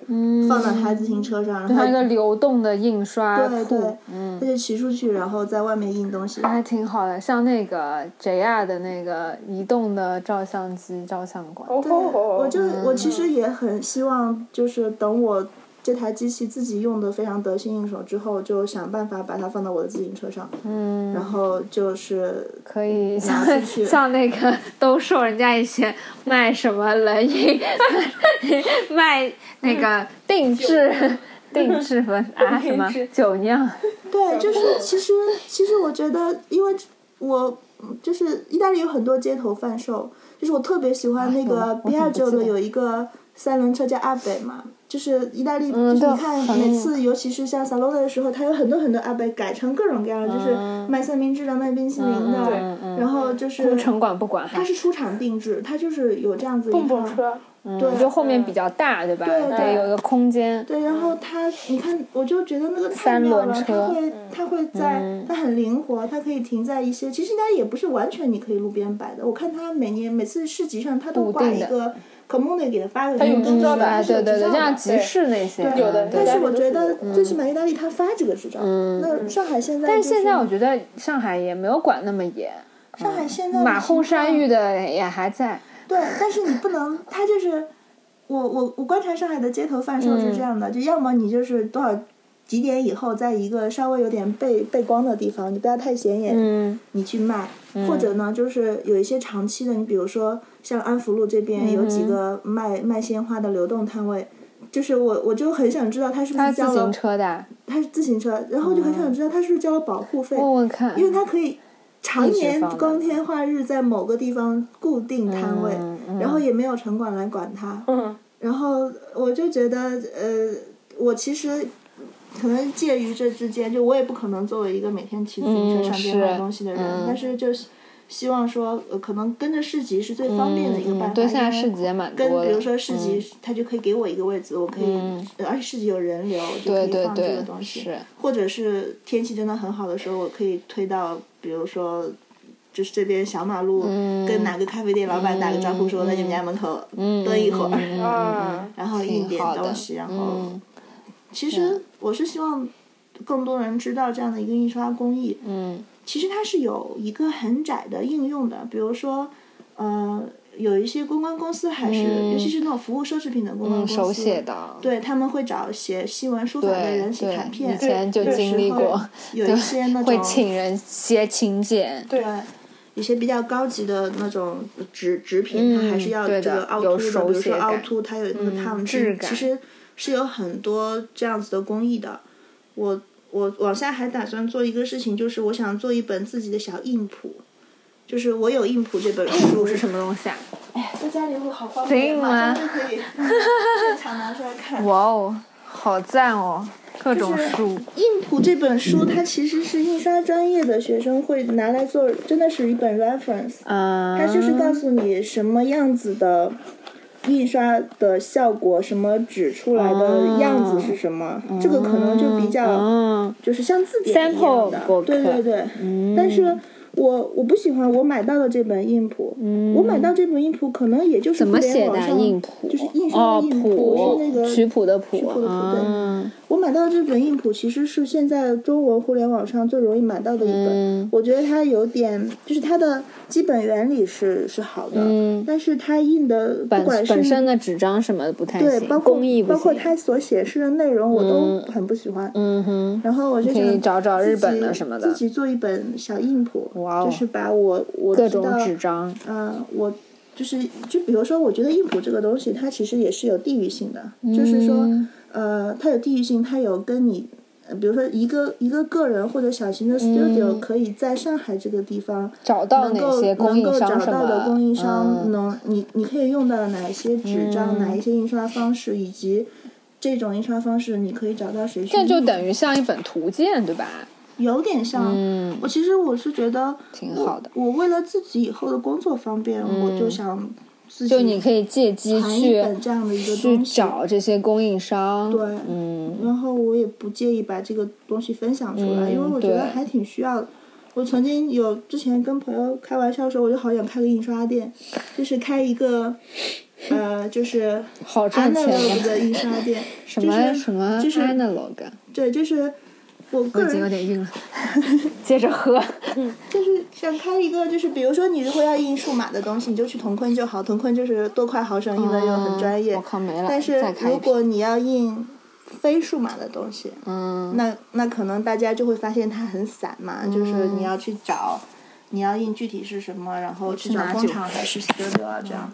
D: 放到他自行车上，然
C: 像嗯一个
D: 后
C: 流动的印刷
D: 对
C: 库嗯
D: 对，，他就骑出去，然后在外面印东西。
C: 还挺好的，像那个 JR 的那个移动的照相机照相馆，
F: 哦
D: 对，
F: 吼吼，
D: 我
C: 嗯
D: 就我其实也很希望，就是等我这台机器自己用的非常得心应手之后，就想办法把它放到我的自行车上，
C: 嗯，
D: 然后就是
C: 可以像
D: 拿出 去
C: 像那个兜售人家以前卖什么冷饮，卖那个定 制。 定制粉啊，什么酒酿，
D: 对，就是其实其实我觉得，因为我嗯就是意大利有很多街头贩售，就是我特别喜欢那
C: 哎
D: 个
C: 呦我
D: 比亚
C: 怎么不
D: 州
C: 记
D: 的
C: 得
D: 有一个三轮车叫阿北嘛。就是意大利，
C: 嗯
D: 就是
C: 对
D: 你看
C: 很
D: 每次，尤其是像萨洛的时候，它有很多很多阿北改成各种各样的，就是卖三明治的、卖冰淇淋的，
C: 嗯嗯
D: 然后就是
C: 城管不管
D: 它是出厂定制，它就是有这样子一
F: 蹦蹦
D: 套
F: 车，
D: 对，
C: 就后面比较大，对吧？得
D: 对
C: 有一个空间。
D: 对，然后它，你看，我就觉得那个太
C: 嗯三
D: 妙
C: 轮
D: 了，
C: 车嗯
D: 它会，它会在，它很灵活，它可以停在一些，其实应该也不是完全你可以路边摆的。我看它每年每次市集上，它都
C: 固
D: 挂
C: 定
D: 一
C: 的
D: 个 comune 给它发个，
F: 它有执照的
C: 哎，
F: 还是有
C: 对
F: 执
C: 对对，
F: 照的
C: 像集市那些，啊
D: 对，
F: 有的
C: 对
D: 嗯
C: 嗯
D: 但
F: 大家
D: 是我
F: 都
D: 觉
F: 是
D: 得
F: 有
D: 最起码意大利它发这个执照，那上海现在就，
C: 但现在我觉得上海也没有管那么严，
D: 上海现在的
C: 马后
D: 情
C: 山
D: 况
C: 芋的也还在。
D: 对，但是你不能，他就是我我我观察上海的街头贩售是
C: 嗯
D: 这样的，就要么你就是多少几点以后，在一个稍微有点背背光的地方，你不要太显眼，
C: 嗯
D: 你去卖，或者呢，就是有一些长期的，你比如说像安福路这
C: 嗯
D: 边有几个卖、卖鲜花的流动摊位。就是我，我就很想知道他是不
C: 他
D: 是
C: 自
D: 交了
C: 行，车嗯的，
D: 他是自行车，然后就很想知道他是不是交了保护费，
C: 问问看。
D: 因为它可以常
C: 一直
D: 年
C: 放的
D: 光天化日在某个地方固定摊位，
C: 嗯嗯
D: 然后也没有城管来管它。
F: 嗯
D: 然后我就觉得，呃，我其实可能介于这之间，就我也不可能作为一个每天骑自行车
C: 嗯
D: 上街
C: 是
D: 卖东西的人，
C: 嗯
D: 但是就是希望说、呃可能跟着市集是最方便的一个办
C: 嗯
D: 法。
C: 对，现在
D: 因为
C: 市集也嗯蛮
D: 跟
C: 多的。嗯
D: 比如说市集，它就可以给我一个位置，我可以，呃而且市集有人流，我就
C: 对
D: 可以
C: 对
D: 放这个
C: 对
D: 东，西。
C: 是，
D: 或者是天气真的很好的时候，我可以推到，比如说，就是这边小马路，
C: 嗯
D: 跟哪个咖啡店老板打个招呼，说我在你们家门口
C: 嗯
D: 蹲一会儿，
F: 啊，
D: 然后
C: 挺
D: 印点
C: 嗯好的
D: 东西，然后
C: 嗯，
D: 其实我是希望更多人知道这样的一个印刷工艺，
C: 嗯，
D: 其实它是有一个很窄的应用的，比如说，呃，有一些公关公司还是，
C: 嗯
D: 尤其是那种服务奢侈品的公关公司，
C: 手写的，
D: 对他们会找写新闻书法的
C: 对
D: 人写
C: 对
D: 卡，片，
C: 以前就
D: 有时
C: 经历
D: 候
C: 过，
D: 有一 些那种
C: 会请人写请柬，
D: 对，一些比较高级的那种纸纸品，它还是要
C: 嗯对
D: 这
C: 的
D: 个凹凸
C: 有
D: 的，
C: 手
D: 比如说
C: 写
D: 凹
C: 感嗯
D: 凸，它有一个烫
C: 质
D: 金，
C: 感
D: 其实是有很多这样子的工艺的。我我往下还打算做一个事情，就是我想做一本自己的小印谱。就是我有印谱这本 书
C: 是什么东西啊？
E: 在家里会好方便，
C: 行
E: 马
C: 吗
E: 上就可以现场拿出来 看。
C: 哇哦，好赞哦！各种
D: 就是
C: 书，
D: 印谱这本书，它其实是印刷专业的学生会拿来做，真的是一本 reference。
C: 嗯，
D: 它就是告诉你什么样子的印刷的效果，什么纸出来的样子是什么，这个可能就比较
C: 嗯，
D: 就是像字典一样
C: Sample 嗯
D: 的，对
C: book
D: 对对。但是我我不喜欢我买到的这本印谱，我买到这本印谱可能也就
C: 嗯
D: 是
C: 怎么
D: 互联
C: 写的
D: 网
C: 啊
D: 上
C: 印谱？
D: 就是印刷
C: 哦
D: 的，印谱是那个
C: 曲谱的谱，
D: 曲谱的谱对
C: 嗯
D: 我买到的这本印谱其实是现在中文互联网上最容易买到的一本，
C: 嗯
D: 我觉得它有点，就是它的基本原理是是好的，
C: 嗯
D: 但是它印的不
C: 本
D: 管是
C: 本身的纸张什么的不太
D: 对，
C: 行
D: 包，括
C: 工艺不
D: 包括
C: 行。
D: 它所显示的内容我
C: 嗯
D: 都很不喜欢，
C: 嗯哼，
D: 然后我就
C: 可
D: 想
C: 以找找日
D: 自
C: 本
D: 己
C: 的什么的
D: 自己做一本小印谱，
C: 哇哦
D: 就是把我我
C: 各
D: 知
C: 种
D: 道
C: 纸张，
D: 嗯，我就是就比如说，我觉得印谱这个东西，它其实也是有地域性的，
C: 嗯
D: 就是说，呃，它有地域性，它有跟你，呃比如说一个一个个人或者小型的 studio 可以在上海这个地方
C: 找嗯到
D: 能
C: 哪
D: 够
C: 些供
D: 能
C: 应
D: 够
C: 商
D: 找
C: 什么
D: 到的供应商，
C: 嗯
D: 能你你可以用到哪一些纸张，哪一些印刷方式，以及这种印刷方式你可以找到谁去
C: 这
D: 用。
C: 就等于像一本图鉴，对吧？
D: 有点像，
C: 嗯
D: 我其实我是觉得
C: 挺
D: 我
C: 好的嗯
D: 我为了自己以后的工作方便，我就想自己
C: 就你可以借机
D: 盘一
C: 去
D: 本这样的一个
C: 去
D: 东西，
C: 找这些供应商。
D: 对
C: 嗯，
D: 然后我也不介意把这个东西分享出来，
C: 嗯
D: 因为我觉得
C: 对
D: 还挺需要的。我曾经有之前跟朋友开玩笑说，我就好想开个印刷店，就是开一个，呃，就是
C: 好赚钱
D: analog
C: 的。
D: 的印刷店，
C: 什么
D: 就是
C: 什么
D: 就是
C: analog，
D: 对，就是我
C: 我
D: 个
C: 已经
D: 人
C: 有点晕了。接着喝。
D: 就是想开一个，就是比如说你如果要印数码的东西，你就去同坤就好，同坤就是多块毫升印的又很专业。
C: 嗯我靠，没了。
D: 但是
C: 再开一
D: 如
C: 瓶
D: 果你要印非数码的东西，
C: 嗯，
D: 那那可能大家就会发现它很散嘛，就是
C: 嗯
D: 你要去找，你要印具体是什么，然后去找
C: 哪
D: 工
C: 酒
D: 厂还是 studio 啊这样。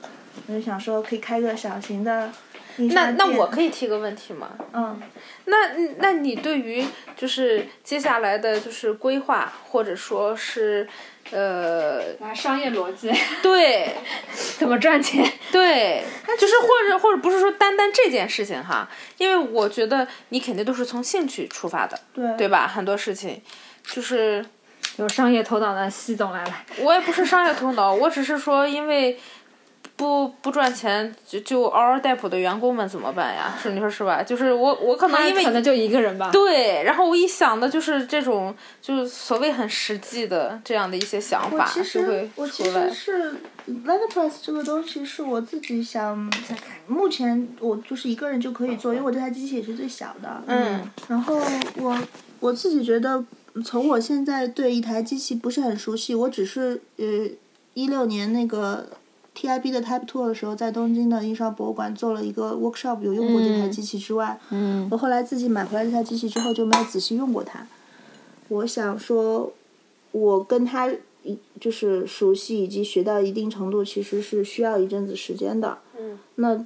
D: 我就想说可以开个小型的印刷
B: 那
D: 店。
B: 那我可以提个问题吗？
D: 嗯，
B: 那那你对于就是接下来的就是规划，或者说是呃，
C: 拿商业逻辑
B: 对
C: 怎么赚钱？
B: 对，就是或者或者不是说单单这件事情哈，因为我觉得你肯定都是从兴趣出发的，
D: 对
B: 对吧？很多事情就是
C: 有商业头脑的西总来了，
B: 我也不是商业头脑，我只是说因为。不不赚钱就就嗷嗷待哺的员工们怎么办呀？是你说是吧？就是我我可能因为
C: 啊可能就一个人吧。
B: 对，然后我一想的就是这种，就是所谓很实际的这样的一些想
D: 我
B: 法
D: 其
B: 就
D: 实
B: 会
D: 我其
B: 出来
D: 实。是 letterpress 这个东西是我自己想，目前我就是一个人就可以做，因为我这台机器也是最小的。
B: 嗯
D: 然后我我自己觉得，从我现在对一台机器不是很熟悉，我只是呃一六年那个 TIB 的 Type Two 的时候，在东京的印刷博物馆做了一个 workshop，有用过这台机器之外，
C: 嗯，
D: 我后来自己买回来这台机器之后就没有仔细用过它。我想说，我跟它一就是熟悉以及学到一定程度，其实是需要一阵子时间的。
E: 嗯，
D: 那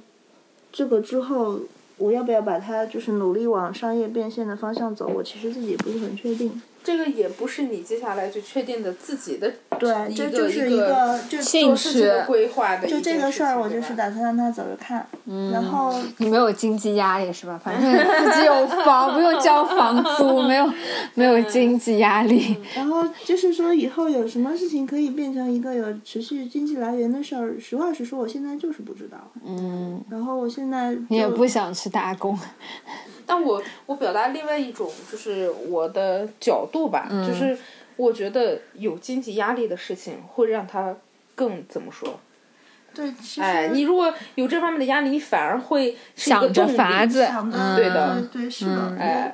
D: 这个之后，我要不要把它就是努力往商业变现的方向走？我其实自己也不是很确定。
B: 这个也不是你接下来就确定的自己的
D: 对，这
B: 一
D: 就
B: 个
D: 是
B: 一个
D: 个就
C: 兴
B: 自己
C: 趣，
B: 的规划的一件情。
D: 就这个事儿，我就是
B: 对吧嗯
D: 打算让它走着看。然后
C: 你没有经济压力是吧？反 正自己有房，不用交房 租，没有没有经济压力。
D: 然后就是说，以后有什么事情可以变成一个有持续经济来源的事儿？实话实说，我现在就是不知道。
C: 嗯，
D: 然后我现在你
C: 你也不想去打 工。
B: 但我我表达另外一种就是我的角度吧，
D: 嗯
B: 就是我觉得有经济压力的事情会让他更怎么说？
D: 对，其实
B: 哎，你如果有这方面的压力，你反而会是一个
C: 想着
B: 动力
C: 法子
D: 想，的
C: 嗯，
B: 对的
D: 对，是的。
B: 哎，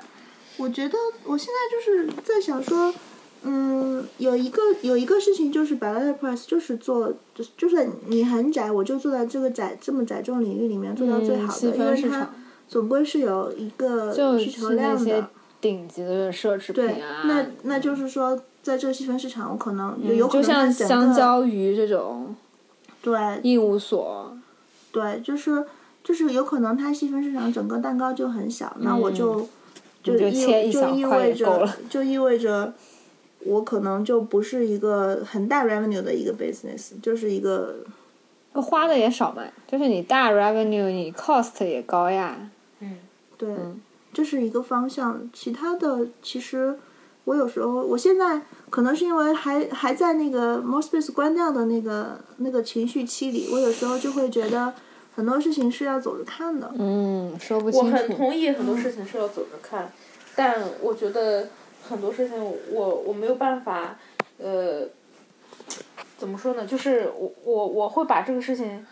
D: 我觉得我现在就是在想说，嗯，有一个有一个事情就是 b a l l e Press 就是做就是就是你很窄，我就做到这个窄这么窄这种领域里面做到最好的，
C: 嗯细
D: 因
C: 分
D: 为
C: 市
D: 它
C: 场
D: 总归是有一个
C: 就
D: 需求
C: 是嗯那
D: 量
C: 些
D: 的。
C: 顶级的奢侈
D: 对
C: 品啊，，嗯
D: 那那就是说，在这个细分市场，我可能有有可
C: 就
D: 能
C: 像
D: 它整
C: 香
D: 个
C: 蕉鱼这种
D: 对
C: 一无所，
D: 对，就是就是有可能它细分市场整个蛋糕就很小，那
C: 嗯
D: 我就就
C: 就
D: 意
C: 切一小
D: 就意
C: 块
D: 味
C: 也够
D: 着
C: 了
D: 就意味着我可能就不是一个很大 revenue 的一个 business，就是一个
C: 花的也少嘛。就是你大 revenue，你 cost 也高呀。
D: 对，
C: 嗯
D: 这是一个方向。其他的其实我有时候，我现在可能是因为还还在那个 m o s p a c e 关掉的那个那个情绪期里，我有时候就会觉得很多事情是要走着看的。
C: 嗯，说不
B: 我
C: 清
B: 很
C: 楚。
B: 同意很多事情是要走着看，但我觉得很多事情我我没有办法，呃，怎么说呢？就是我我我会把这个事情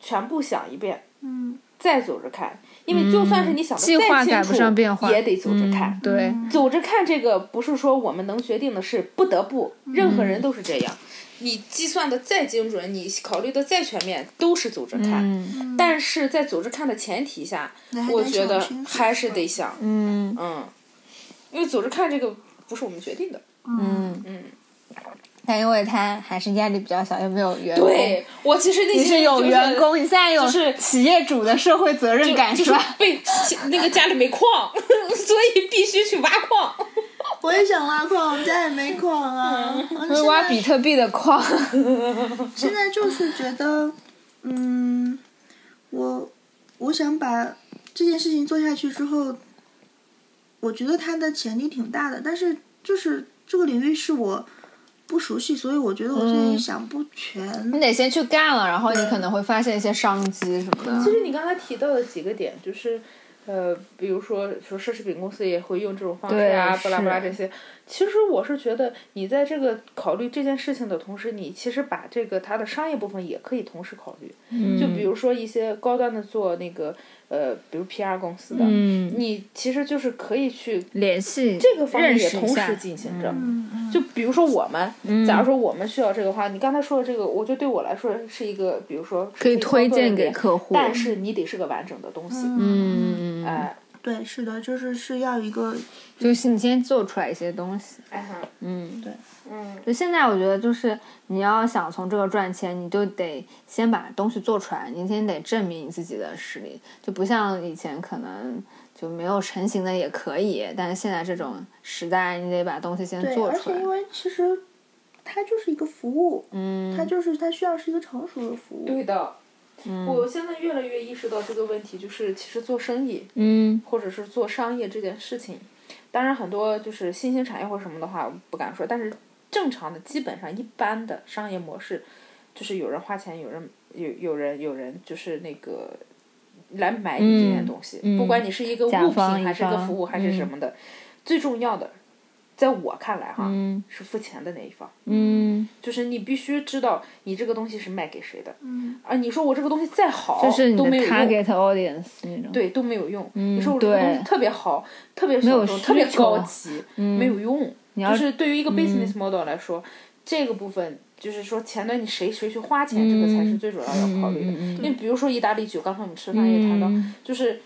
B: 全部想一遍，
D: 嗯，
B: 再走着看，因为就算是你想的
C: 嗯计划
B: 再
C: 赶
B: 清
C: 不
B: 楚，
C: 上变化，
B: 也得走着看。
C: 嗯对，
B: 走着看这个不是说我们能决定的事，不得不，
C: 嗯
B: 任何人都是这样。你计算的再精准，你考虑的再全面，都是走着看。
C: 嗯
B: 但是在走着看的前提下，我觉得还是得想，
C: 嗯
B: 嗯，因为走着看这个不是我们决定的，
C: 嗯。
B: 嗯。
C: 但因为他还是压力比较小，又没有员工，
B: 对哦我其实内
C: 你
B: 心
C: 是有
B: 就是
C: 员工，你现在有
B: 就是
C: 企业主的社会责任感
B: 就是是
C: 吧？
B: 被 那个家里没矿， 所以必须去挖矿。
D: 我也想挖矿，我们家也没矿 啊。
C: 因为挖比特币的 矿，
D: 现在就是觉得，嗯，我我想把这件事情做下去之后，我觉得它的潜力挺大的，但是就是这个领域是我不熟悉，所以我觉得我自
C: 嗯
D: 己想不全。
C: 你得先去干了，然后你可能会发现一些商机什么的
B: 其。实你刚才提到的几个点，就是呃，比如说说奢侈品公司也会用这种方式啊，
C: 对
B: 巴拉巴拉
C: 是
B: 这些。其实我是觉得，你在这个考虑这件事情的同时，你其实把这个它的商业部分也可以同时考虑。就
C: 嗯
B: 比如说一些高端的做那个呃，比如 PR 公司的，
C: 嗯，
B: 你其实就是可以去
C: 联系
B: 这个方面
C: 认
B: 也
C: 识一
B: 同
C: 下
B: 时进行着。
D: 嗯嗯
B: 就比如说我们，
C: 嗯
B: 假如说我们需要这个话，你刚才说的这个，我觉得对我来说是一个，比如说可
C: 可以推荐给客户。
B: 但是你得是个完整的东西。
C: 嗯，
B: 哎，
D: 对，是的，就是是要一个
C: 就是你先做出来一些东西。
B: 哎哈，
C: 嗯，对，
B: 嗯，
C: 就现在我觉得就是你要想从这个赚钱，你就得先把东西做出来，你先得证明你自己的实力，就不像以前可能就没有成型的也可以，但是现在这种时代，你得把东西先
D: 对，
C: 做
D: 而
C: 出
D: 且
C: 来
D: 因。为其实它就是一个服务，
C: 嗯，
D: 它就是它需要是一个成熟的服务。
B: 对的。
C: 嗯
B: 我现在越来越意识到这个问题，就是其实做生意
C: 嗯
B: 或者是做商业这件事情，当然很多就是新兴产业或者什么的话，我不敢说，但是正常的、基本上一般的商业模式，就是有人花钱，有人有有人有人就是那个来买你这件东西，
C: 嗯
B: 不管你是一个物
C: 甲
B: 品
C: 方乙
B: 还是一个
C: 方嗯
B: 服务还是什么的，最重要的，在我看来哈，
C: 嗯
B: 是付钱的那一方。
C: 嗯，
B: 就是你必须知道你这个东西是卖给谁的
D: 嗯，
B: 啊！你说我这个东西再好，
C: 就是你
B: 都
C: 的
B: 没有用，
C: target audience 那种。，
B: 对，都没有用。
C: 嗯
B: 你说我这个东
C: 对
B: 西特别好，特别
C: 有
B: 小众，
C: 需
B: 特别
C: 求嗯
B: 高级，没有用。
C: 要嗯
B: 就是对于一个 business model 来说，这个部分就是说前端你谁谁去花钱，这个才是最主要要考虑的。
C: 嗯嗯嗯嗯
B: 因为比如说意大利酒，刚才我们吃饭也谈到，就是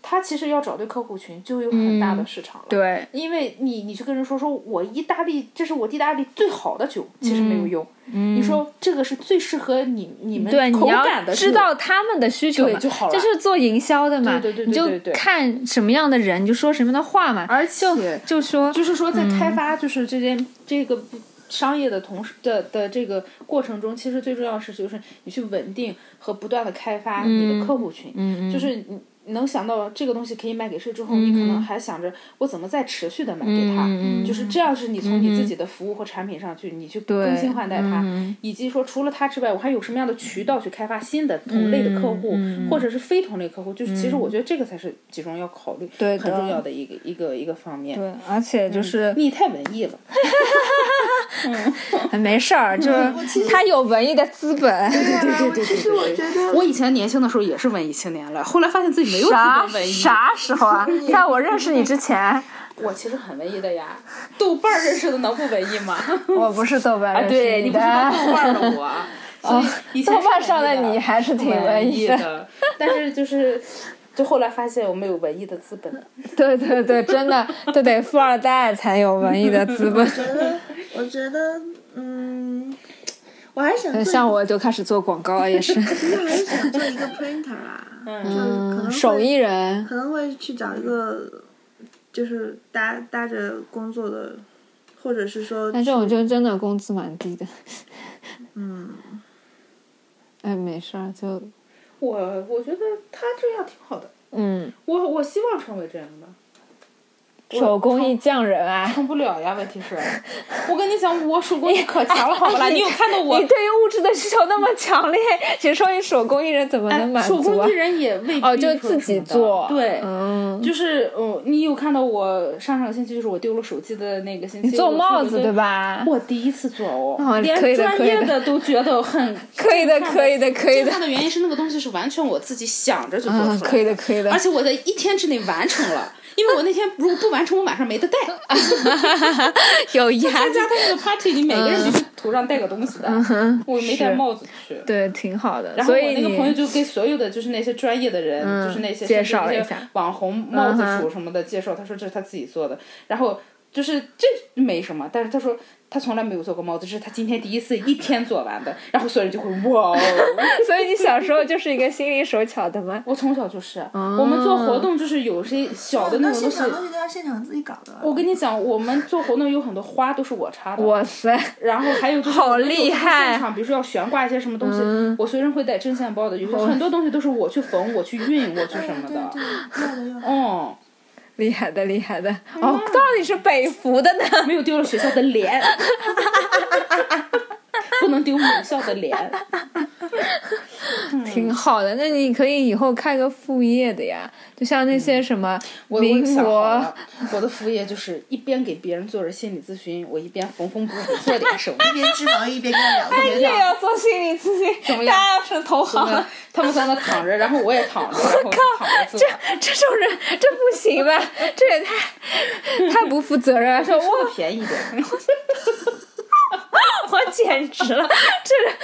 B: 它其实要找对客户群，就有很大的市场了。
C: 嗯对，
B: 因为你你去跟人说说我意大利，这是我意大利最好的酒，其实没
C: 嗯
B: 有用。你说这个是最适合你你们
C: 对，
B: 口
C: 你要
B: 感的酒，
C: 知道他们的需求
B: 对
C: 嘛，
B: 就好了
C: 是做营销的嘛，
B: 对对对
C: 你
B: 对对
C: 就
B: 对
C: 看什么样的人，你就说什么样的话嘛，
B: 而且
C: 就说
B: 就是说嗯在开发就是这件、这个商业的同时的的这个过程中，其实最重要的是就是你去稳定和不断的开发你的客户群，就是你。能想到这个东西可以卖给谁之后，你可能还想着我怎么再持续的卖给他，就是这样是你从你自己的服务和产品上去，你去更新换代它，
C: 嗯
B: 以及说除了它之外，我还有什么样的渠道去开发新的同类
C: 嗯
B: 的客户，或者是非同类客户，就是其实我觉得这个才是其中要考虑
C: 对的嗯
B: 很重要的一个一个一个方面。
C: 对，而且就是
B: 你太文艺了，
C: 没事儿，就是他有文艺的资本。
B: 对对对对对对。
E: 觉得
B: 我以前年轻的时候也是文艺青年来，后来发现自己没有
C: 啥
B: 特别文艺，
C: 啥时候啊？在我认识你之前，
B: 我其实很文艺的呀。豆瓣儿认识的能不文艺吗？
C: 我不是豆瓣
B: 啊，
C: 认识
B: 对你不知道
C: 的。
B: 豆瓣儿的 我。哦，以前
C: 豆
B: 是
C: 瓣上
B: 文
C: 的
B: 艺
C: 你还是挺文
B: 文
C: 艺
B: 艺
C: 的，
B: 的，但是就是。就后来发现我们有文艺的资本，
C: 对对对，真的就得富二代才有文艺的资本。
D: 我觉得，嗯，我还想做，
C: 像我就开始做广告，也是，
D: 其实我还是想做一个 printer 啊，就是可能
C: 嗯，
D: 会
C: 手艺人，
D: 可能会去找一个，就是搭搭着工作的，或者是说，
C: 但这种就真的工资蛮低的。
D: 嗯，
C: 哎，没事儿，就
B: 我我觉得他这样挺好的，
C: 嗯，
B: 我我希望成为这样的，
C: 手工艺匠人啊。
B: 成不了呀。问题是， 我跟你讲，我手
C: 哎
B: 工艺可强了，好不啦？你有看到我
C: 你对于物质的需求那么强烈，你说你手工艺人怎么能满
B: 手
C: 足
B: 工
C: 啊
B: 艺？人也未必
C: 哦，就
B: 说
C: 自
B: 什
C: 己
B: 么的
C: 做，
B: 对，
C: 嗯，
B: 就是嗯，你有看到我上上个星期就是我丢了手机的那个星期，
C: 你做
B: 我
C: 帽
B: 的
C: 子
B: 对
C: 对？吧？
B: 我第一次做哦，
C: 哦
B: 连
C: 可以的
B: 专
C: 可以
B: 业
C: 的
B: 的都觉得很
C: 可以的，可以的，可以
B: 震
C: 的，
B: 撼的原因是那个东西是完全我自己想着就做出来、
C: 嗯，可以的，，可以的
B: 而。且我在一天之内完成了，因为我那天如果不完成，我晚上没得 带。
C: 有 压嗯
B: 参加他那个 party 里，每个人必须头上带个东西的，我没带
C: 是
B: 帽子去。
C: 对，挺好的。
B: 然后
C: 所
B: 我
C: 以
B: 那个朋友
C: 你
B: 就给所有的就是那些专业的人，
C: 嗯
B: 就是那些
C: 介
B: 甚至
C: 绍
B: 那
C: 了一
B: 些
C: 下
B: 网红帽子
C: 嗯
B: 鼠什么的介绍，他说这是他自己做的，然后就是这没什么，但是他说他从来没有做过帽子，这是他今天第一次一天做完的，然后所有人就会哇哦，
C: 所以你小时候就是一个心灵手巧的吗？
B: 我从小就是，啊
C: 哦
B: 我们做活动就是有些小的那
D: 那
B: 种东
D: 现
B: 西
D: 场。东西都要现场自己搞的了。
B: 我跟你讲，我们做活动有很多花都是我插的，
C: 哇塞，
B: 然后还有就是
C: 好
B: 我们有
C: 厉
B: 时候
C: 害
B: 现场比如说要悬挂一些什么东西，我随身会带针线包的，有些很多东西都是我去缝、我去熨、我去什么
D: 对
B: 的。
D: 对，要的要的。
B: 嗯，
C: 厉害的，厉害的。哦，到底是北服的呢？
B: 没有丢了学校的脸， 不能丢母校的脸。
C: 挺好的。那你可以以后开个副业的呀，就像那些什么
B: 我
C: 民
B: 我想好
C: 国
B: 了，我的副业就是一边给别人做着心理咨询，我一边缝缝补补做点什 么。
D: 一边织毛衣一边干两个
C: 也要做心理咨
B: 怎么样
C: 询，大家要成同行了。
B: 他们在那躺着，然后我也躺着，然后躺着做
C: 这。这种人，这不行吧？这也太太 不负责任了！说我
B: 这个便宜点，
C: 我简直了，这人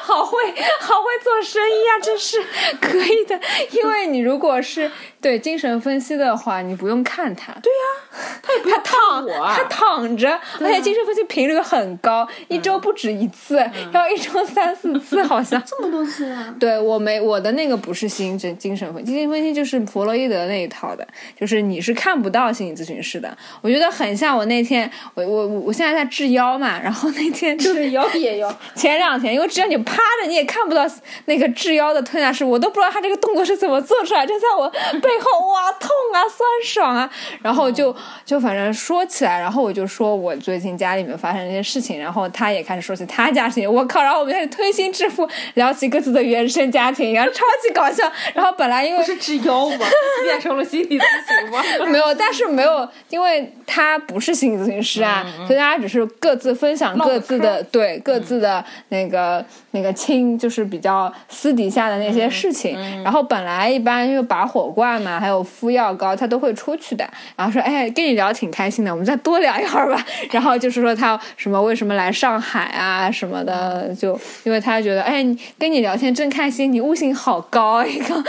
C: 好会好会做生意啊，这是可以的。因为你如果是对精神分析的话，你不用看他，对 呀、他
B: 看
C: 躺
B: 我啊
C: 他躺着，而且精神分析频率很高，一周不止一次，要一周三四次好像。
D: 这么多次啊！
C: 对我没我的那个不是心神精神分精神分析就是弗洛伊德那一套的，就是你是看不到心理咨询师的。我觉得很像我那天我我我我现在在治腰嘛，然后那天就
B: 对， 摇也摇。
C: 前两天，因为只要你趴着，你也看不到那个制腰的推拿师，我都不知道他这个动作是怎么做出来，就在我背后哇痛啊酸爽啊，然后就就反正说起来，然后我就说我最近家里面发生一些事情，然后他也开始说起他家事情，我靠，然后我们开始推心置腹聊起各自的原生家庭，然后超级搞笑，然后本来因为
B: 是治腰 吗？变成了心理咨询吗？
C: 没有，但是没有，因为他不是心理咨询师啊，所以大家只是各自分享各自的对各自的那个、那个亲，就是比较私底下的那些事情。然后本来一般就拔火罐嘛，还有敷药膏，他都会出去的。然后说，哎，跟你聊挺开心的，我们再多聊一会儿吧。然后就是说他什么为什么来上海啊什么的，就因为他觉得，哎，你跟你聊天真开心，你悟性好高哎一个。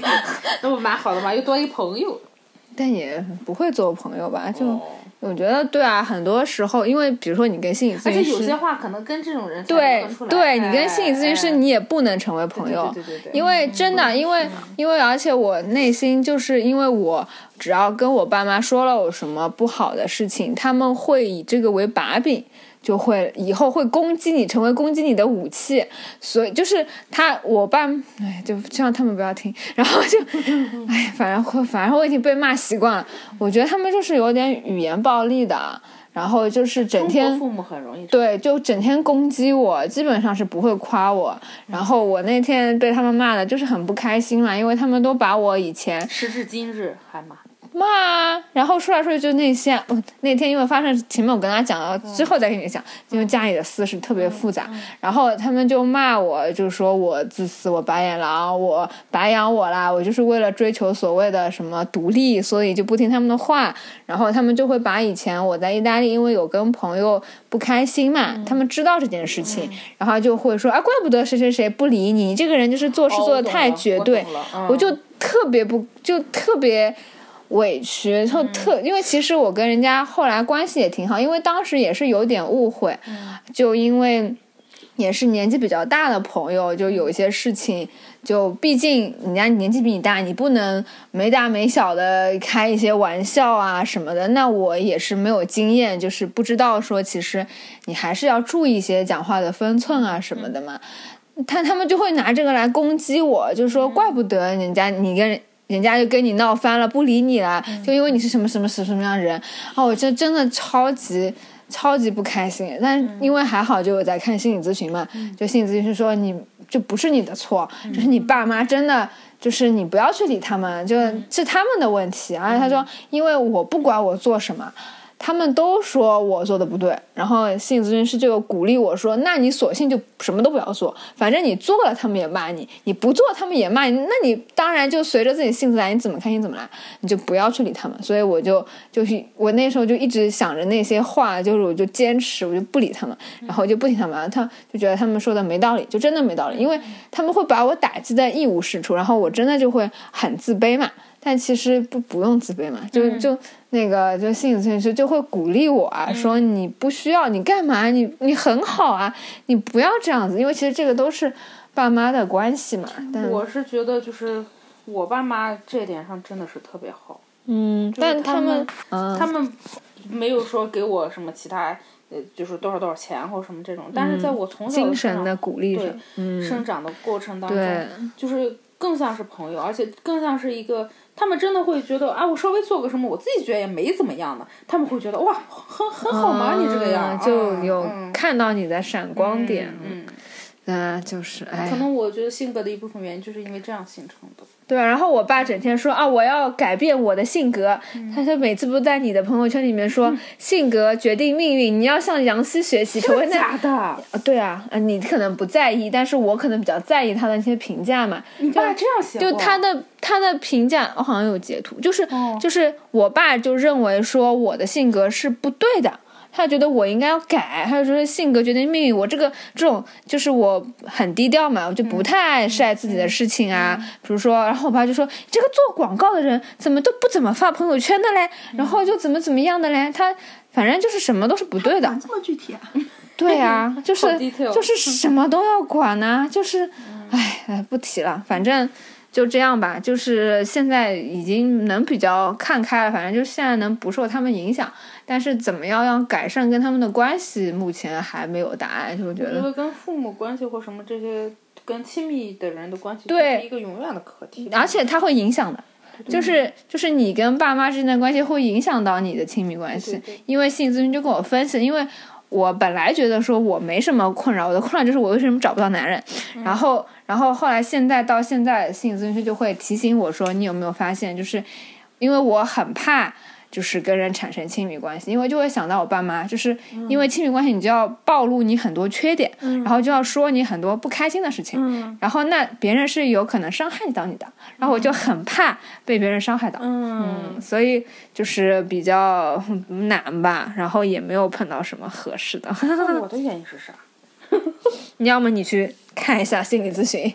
B: 那不蛮好的嘛，又多一朋友。
C: 但也不会做朋友吧？就、
B: 哦
C: 我觉得对啊，很多时候，因为比如说你跟心理咨
B: 而且
C: 询
B: 有些
C: 师，
B: 话可能跟这种人才
C: 对
B: 聊得出来
C: 对，你跟心理咨询师，
B: 哎
C: 你也不能成为朋友，
B: 对对对对对
C: 因为真的，因为因为而且我内心就是因为我只要跟我爸妈说了我什么不好的事情，他们会以这个为把柄。就会以后会攻击你，成为攻击你的武器，所以就是他，我爸，哎，就希望他们不要听， 然后就，哎，反正会，反正我已经被骂习惯了，我觉得他们就是有点语言暴力的，然后就是整
B: 中
C: 天
B: 国父母很容易
C: 对，就整天攻击我，基本上是不会夸我。然后我那天被他们骂的，就是很不开心嘛，因为他们都把我以前
B: 时至今日还骂，
C: 骂啊，然后说来说去就那些。我那天因为发生前面我跟他讲了，
B: 嗯
C: 之后再跟你讲，因为家里的私事特别复杂。然后他们就骂我，就说我自私，我白眼狼，我白养我啦，我就是为了追求所谓的什么独立，所以就不听他们的话。然后他们就会把以前我在意大利，因为有跟朋友不开心嘛，
B: 嗯
C: 他们知道这件事情，然后就会说啊，怪不得谁谁谁不理你，你这个人就是做事
B: 哦
C: 做
B: 我
C: 的
B: 懂
C: 太
B: 了
C: 绝
B: 我
C: 对
B: 懂。了嗯
C: 我就特别不就特别委屈，特特，因为其实我跟人家后来关系也挺好，因为当时也是有点误会，就因为也是年纪比较大的朋友，就有一些事情。就毕竟人家年纪比你大，你不能没大没小的开一些玩笑啊什么的。那我也是没有经验，就是不知道说，其实你还是要注意一些讲话的分寸啊什么的嘛。他他们就会拿这个来攻击我，就说怪不得人家你跟人。人家就跟你闹翻了，不理你了，就因为你是什么什么什么什么样的人啊！我这真的超级超级不开心。但是因为还好，就我在看心理咨询嘛，就心理咨询师说你这不是你的错，这是你爸妈真的。就是你不要去理他们，就是他们的问题。而且他说，因为我不管我做什么，他们都说我做的不对，然后心理咨询师就鼓励我说：“那你索性就什么都不要做，反正你做了他们也骂你，你不做他们也骂你，那你当然就随着自己性子来，你怎么开心怎么来，你就不要去理他们。”所以我就就是我那时候就一直想着那些话，就是我就坚持，我就不理他们，
B: 嗯
C: 然后我就不听他们，他就觉得他们说的没道理，就真的没道理，
B: 嗯
C: 因为他们会把我打击的一无是处，然后我真的就会很自卑嘛。但其实不不用自卑嘛，就
B: 嗯
C: 就那个就心理咨询师就会鼓励我啊，说你不需要，你干嘛？你你很好啊，你不要这样子，因为其实这个都是爸妈的关系嘛。但
B: 我是觉得就是我爸妈这点上真的是特别好，
C: 嗯，但
B: 他
C: 们
B: 们
C: 嗯
B: 他们没有说给我什么其他呃，就是多少多少钱或者什么这种，但是在我从小
C: 嗯精
B: 生
C: 神
B: 长
C: 的鼓励
B: 对
C: 着，嗯，
B: 生长的过程当
C: 对
B: 中，就是更像是朋友，而且更像是一个，他们真的会觉得啊，我稍微做个什么，我自己觉得也没怎么样呢，他们会觉得哇，很很好嘛，哦你这个样
C: 啊就有
B: 嗯
C: 看到你的闪光点，
B: 嗯，嗯
C: 那就是哎呀，
B: 可能我觉得性格的一部分原因就是因为这样形成 的。
C: 对啊，然后我爸整天说啊，我要改变我的性格。
B: 嗯
C: 他说每次不在你的朋友圈里面说，性格决定命运，你要向杨希学习，成为那
B: 假嗯的，
C: 啊对啊，呃你可能不在意，但是我可能比较在意他的那些评价嘛。
B: 你爸这样写
C: 就
B: 过
C: 他的他的评价，我好像有截图，就是、
B: 哦
C: 就是我爸就认为说我的性格是不对的。他觉得我应该要改，他就说性格决定命运。我这个这种就是我很低调嘛，我就
B: 嗯
C: 不太晒自己的事情啊。比如说，然后我爸就说：“这个做广告的人怎么都不怎么发朋友圈的嘞？然后就怎么怎么样的嘞？他反正就是什么都是不对的。”
E: 这么具体啊？
C: 对啊，就是
B: 好 detail
C: 就是什么都要管呐、就是，哎哎，不提了，反正就这样吧。就是现在已经能比较看开了，反正就现在能不受他们影响，但是怎么样要改善跟他们的关系，目前还没有答案。就我觉
B: 我觉
C: 得，
B: 得跟父母关系或什么这些跟亲密的人的关系，
C: 对
B: 是一个永远的课题。
C: 而且它会影响的。就是就是你跟爸妈之间的关系会影响到你的亲密关系，
B: 对对对
C: 因为心理咨询就跟我分析，因为我本来觉得说我没什么困扰，我的困扰就是我为什么找不到男人，
B: 嗯
C: 然后然后后来现在到现在，心理咨询师就会提醒我说，你有没有发现，就是因为我很怕。就是跟人产生亲密关系，因为就会想到我爸妈，就是
B: 嗯
C: 因为亲密关系，你就要暴露你很多缺点，然后就要说你很多不开心的事情，
B: 嗯
C: 然后那别人是有可能伤害到你的，然后我就很怕被别人伤害到，嗯，所以就是比较嗯难吧，然后也没有碰到什么合适的。
B: 那我的原因是啥？
C: 要么你去看一下心理咨询。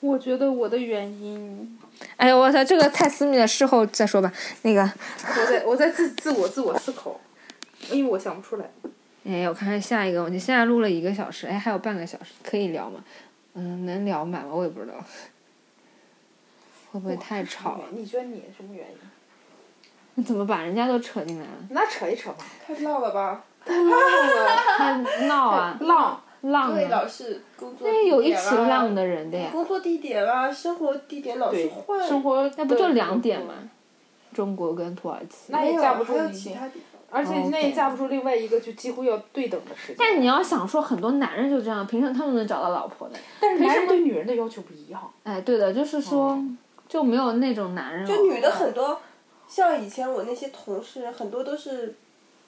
B: 我觉得我的原因，
C: 哎呦我操，这个太私密了，事后再说吧。那个，
B: 我在我在自自我自我思考，因为我想不出来。
C: 哎，我看看下一个问题，现在录了一个小时，哎，还有半个小时可以聊吗？嗯，能聊满吗？我也不知道，会不会太吵了？
B: 哦你觉得你什么原因？
C: 你怎么把人家都扯进来了？
B: 那扯一扯吧。
E: 太闹了吧？
C: 还闹啊，
B: 浪，
C: 浪
E: 对，
C: 啊，
E: 老是工作地点啊。
C: 那有一起浪的人的呀。
E: 工作地点啊，生活地点老是
B: 对
E: 换，，
B: 生活那
C: 那不就两点吗？中国跟土耳其。
B: 那
E: 没
B: 也
E: 有
B: 架不
E: 还
B: 住
E: 有
B: 你
E: 其，他地方。
B: 而且那也架不住另外一个就几乎要对等的事情。
C: 但你要想说，很多男人就这样，凭什么他们能找到老婆的？
B: 但是男人对女人的要求不一样。
C: 哦哎，对的，就是说，就没有那种男人了。
E: 就女的很多像以前我那些同事，很多都是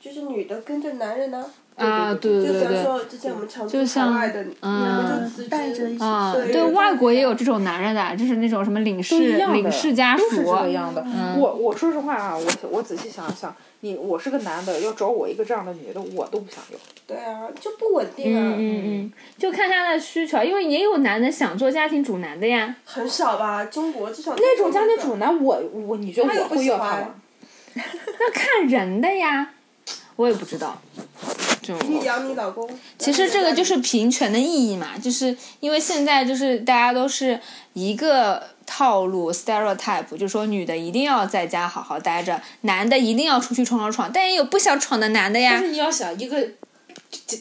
E: 就是女的跟着男人呢、
C: 啊，对
E: 就
C: 对
E: 比如
C: 对
E: 说之前我们常
C: 就
E: 驻海
C: 像
E: 外的，要么就
C: 嗯
E: 辞职，
D: 带着一起
C: 啊，
E: 对
C: 对
E: 对
C: 外国也有这种男人的，就是那种什么领
B: 都一
C: 事
B: 样的
C: 领事家
B: 都是
C: 属
B: 这，个样的。
C: 嗯
B: 我我说实话啊，我我仔细想一想，你我是个男的，要找我一个这样的女的，我都不想要。
E: 对啊，就不稳定啊，
C: 嗯嗯，就看他的需求，因为也有男的想做家庭主男的呀。
E: 很少吧？中国至少
B: 那种家庭主男，我我你觉得
E: 他又
B: 我
E: 不
B: 会
E: 喜
B: 要他
E: 欢
B: 吗？
C: 那看人的呀，我也不知道。就
E: 你养你老公，
C: 其实这个就是平权的意义嘛，就是因为现在就是大家都是一个套路 stereotype，就说女的一定要在家好好待着，男的一定要出去闯闯闯，但也有不想闯的男的呀
B: 但。是你要想一个，这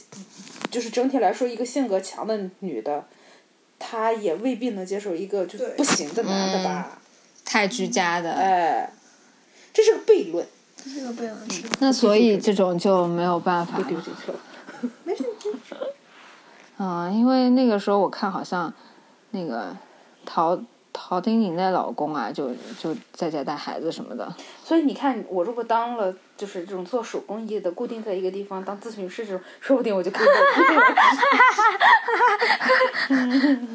B: 就是整体来说一个性格强的女的，她也未必能接受一个就是
E: 对
B: 不行的男的吧？
C: 太居家的，
B: 哎，这是个悖论。
D: 这个被老师
B: 呃
C: 那所以这种就没有办法了。
B: 丢进去了。
C: 嗯，因为那个时候我看好像那个陶陶晶莹的老公啊，就就在家带孩子什么的。
B: 所以你看，我如果当了就是这种做手工艺的，固定在一个地方当咨询师这种，说不定我就可以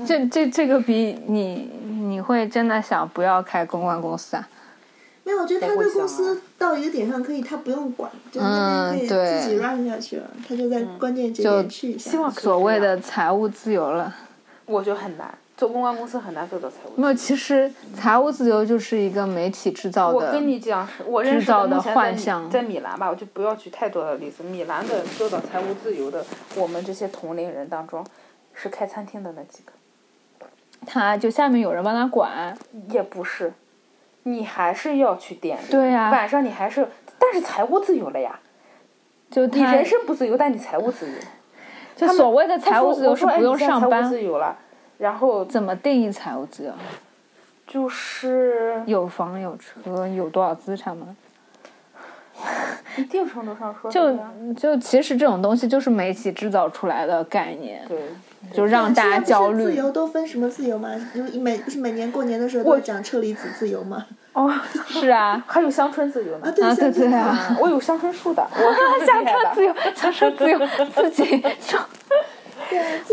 B: 做
C: 这这这个比你你会真的想不要开公关公司啊？
D: 没有，我觉得他
B: 我
D: 对
B: 想啊
D: 公司到一个点上可以，他不用管，就那
C: 嗯
D: 边可以
C: 对嗯
D: 自己 run 下去了，他就在关键节
C: 就
D: 点去一下。
B: 希望可以啊
C: 所谓
B: 这样
C: 的财务自由了，
B: 我觉得很难。做公关公司很难做到财务自
C: 没
B: 由。
C: 有，其实财务自由就是一个媒体制造
B: 我
C: 的。
B: 跟你讲，我认识
C: 制造的
B: 目前在
C: 幻
B: 米
C: 象
B: 在米兰吧，我就不要举太多的例子。米兰的做到财务自由的，我们这些同龄人当中，是开餐厅的那几个，
C: 他就下面有人帮他管，
B: 也不是，你还是要去店里。
C: 对呀、
B: 晚上你还是，但是财务自由了呀。
C: 就
B: 你
C: 他
B: 人生不自由，但你财务自由。
C: 就所谓的财务
B: 我
C: 自由
B: 我
C: 是
B: 说哎
C: 不
B: 你
C: 用
B: 现在
C: 上
B: 财务
C: 班，
B: 自由了，然后
C: 怎么定义财务自由？
B: 就是
C: 有房有车有多少资产吗？
B: 一定程度上说
C: 就
B: 这样
C: 就其实这种东西就是媒体制造出来的概念，
B: 对，
C: 就让大家焦
D: 现在不是自
C: 虑。
D: 由都分什么自由吗？就是每不是每年过年的时候都会讲车厘子自由吗？
B: 哦，
C: 是啊，
B: 还有乡村自由
D: 啊，
B: 呢。
D: 对
C: 啊对对啊，
B: 我有乡村树的，我 是
C: 想车自
B: 由。
C: 由，想车自由，自己创。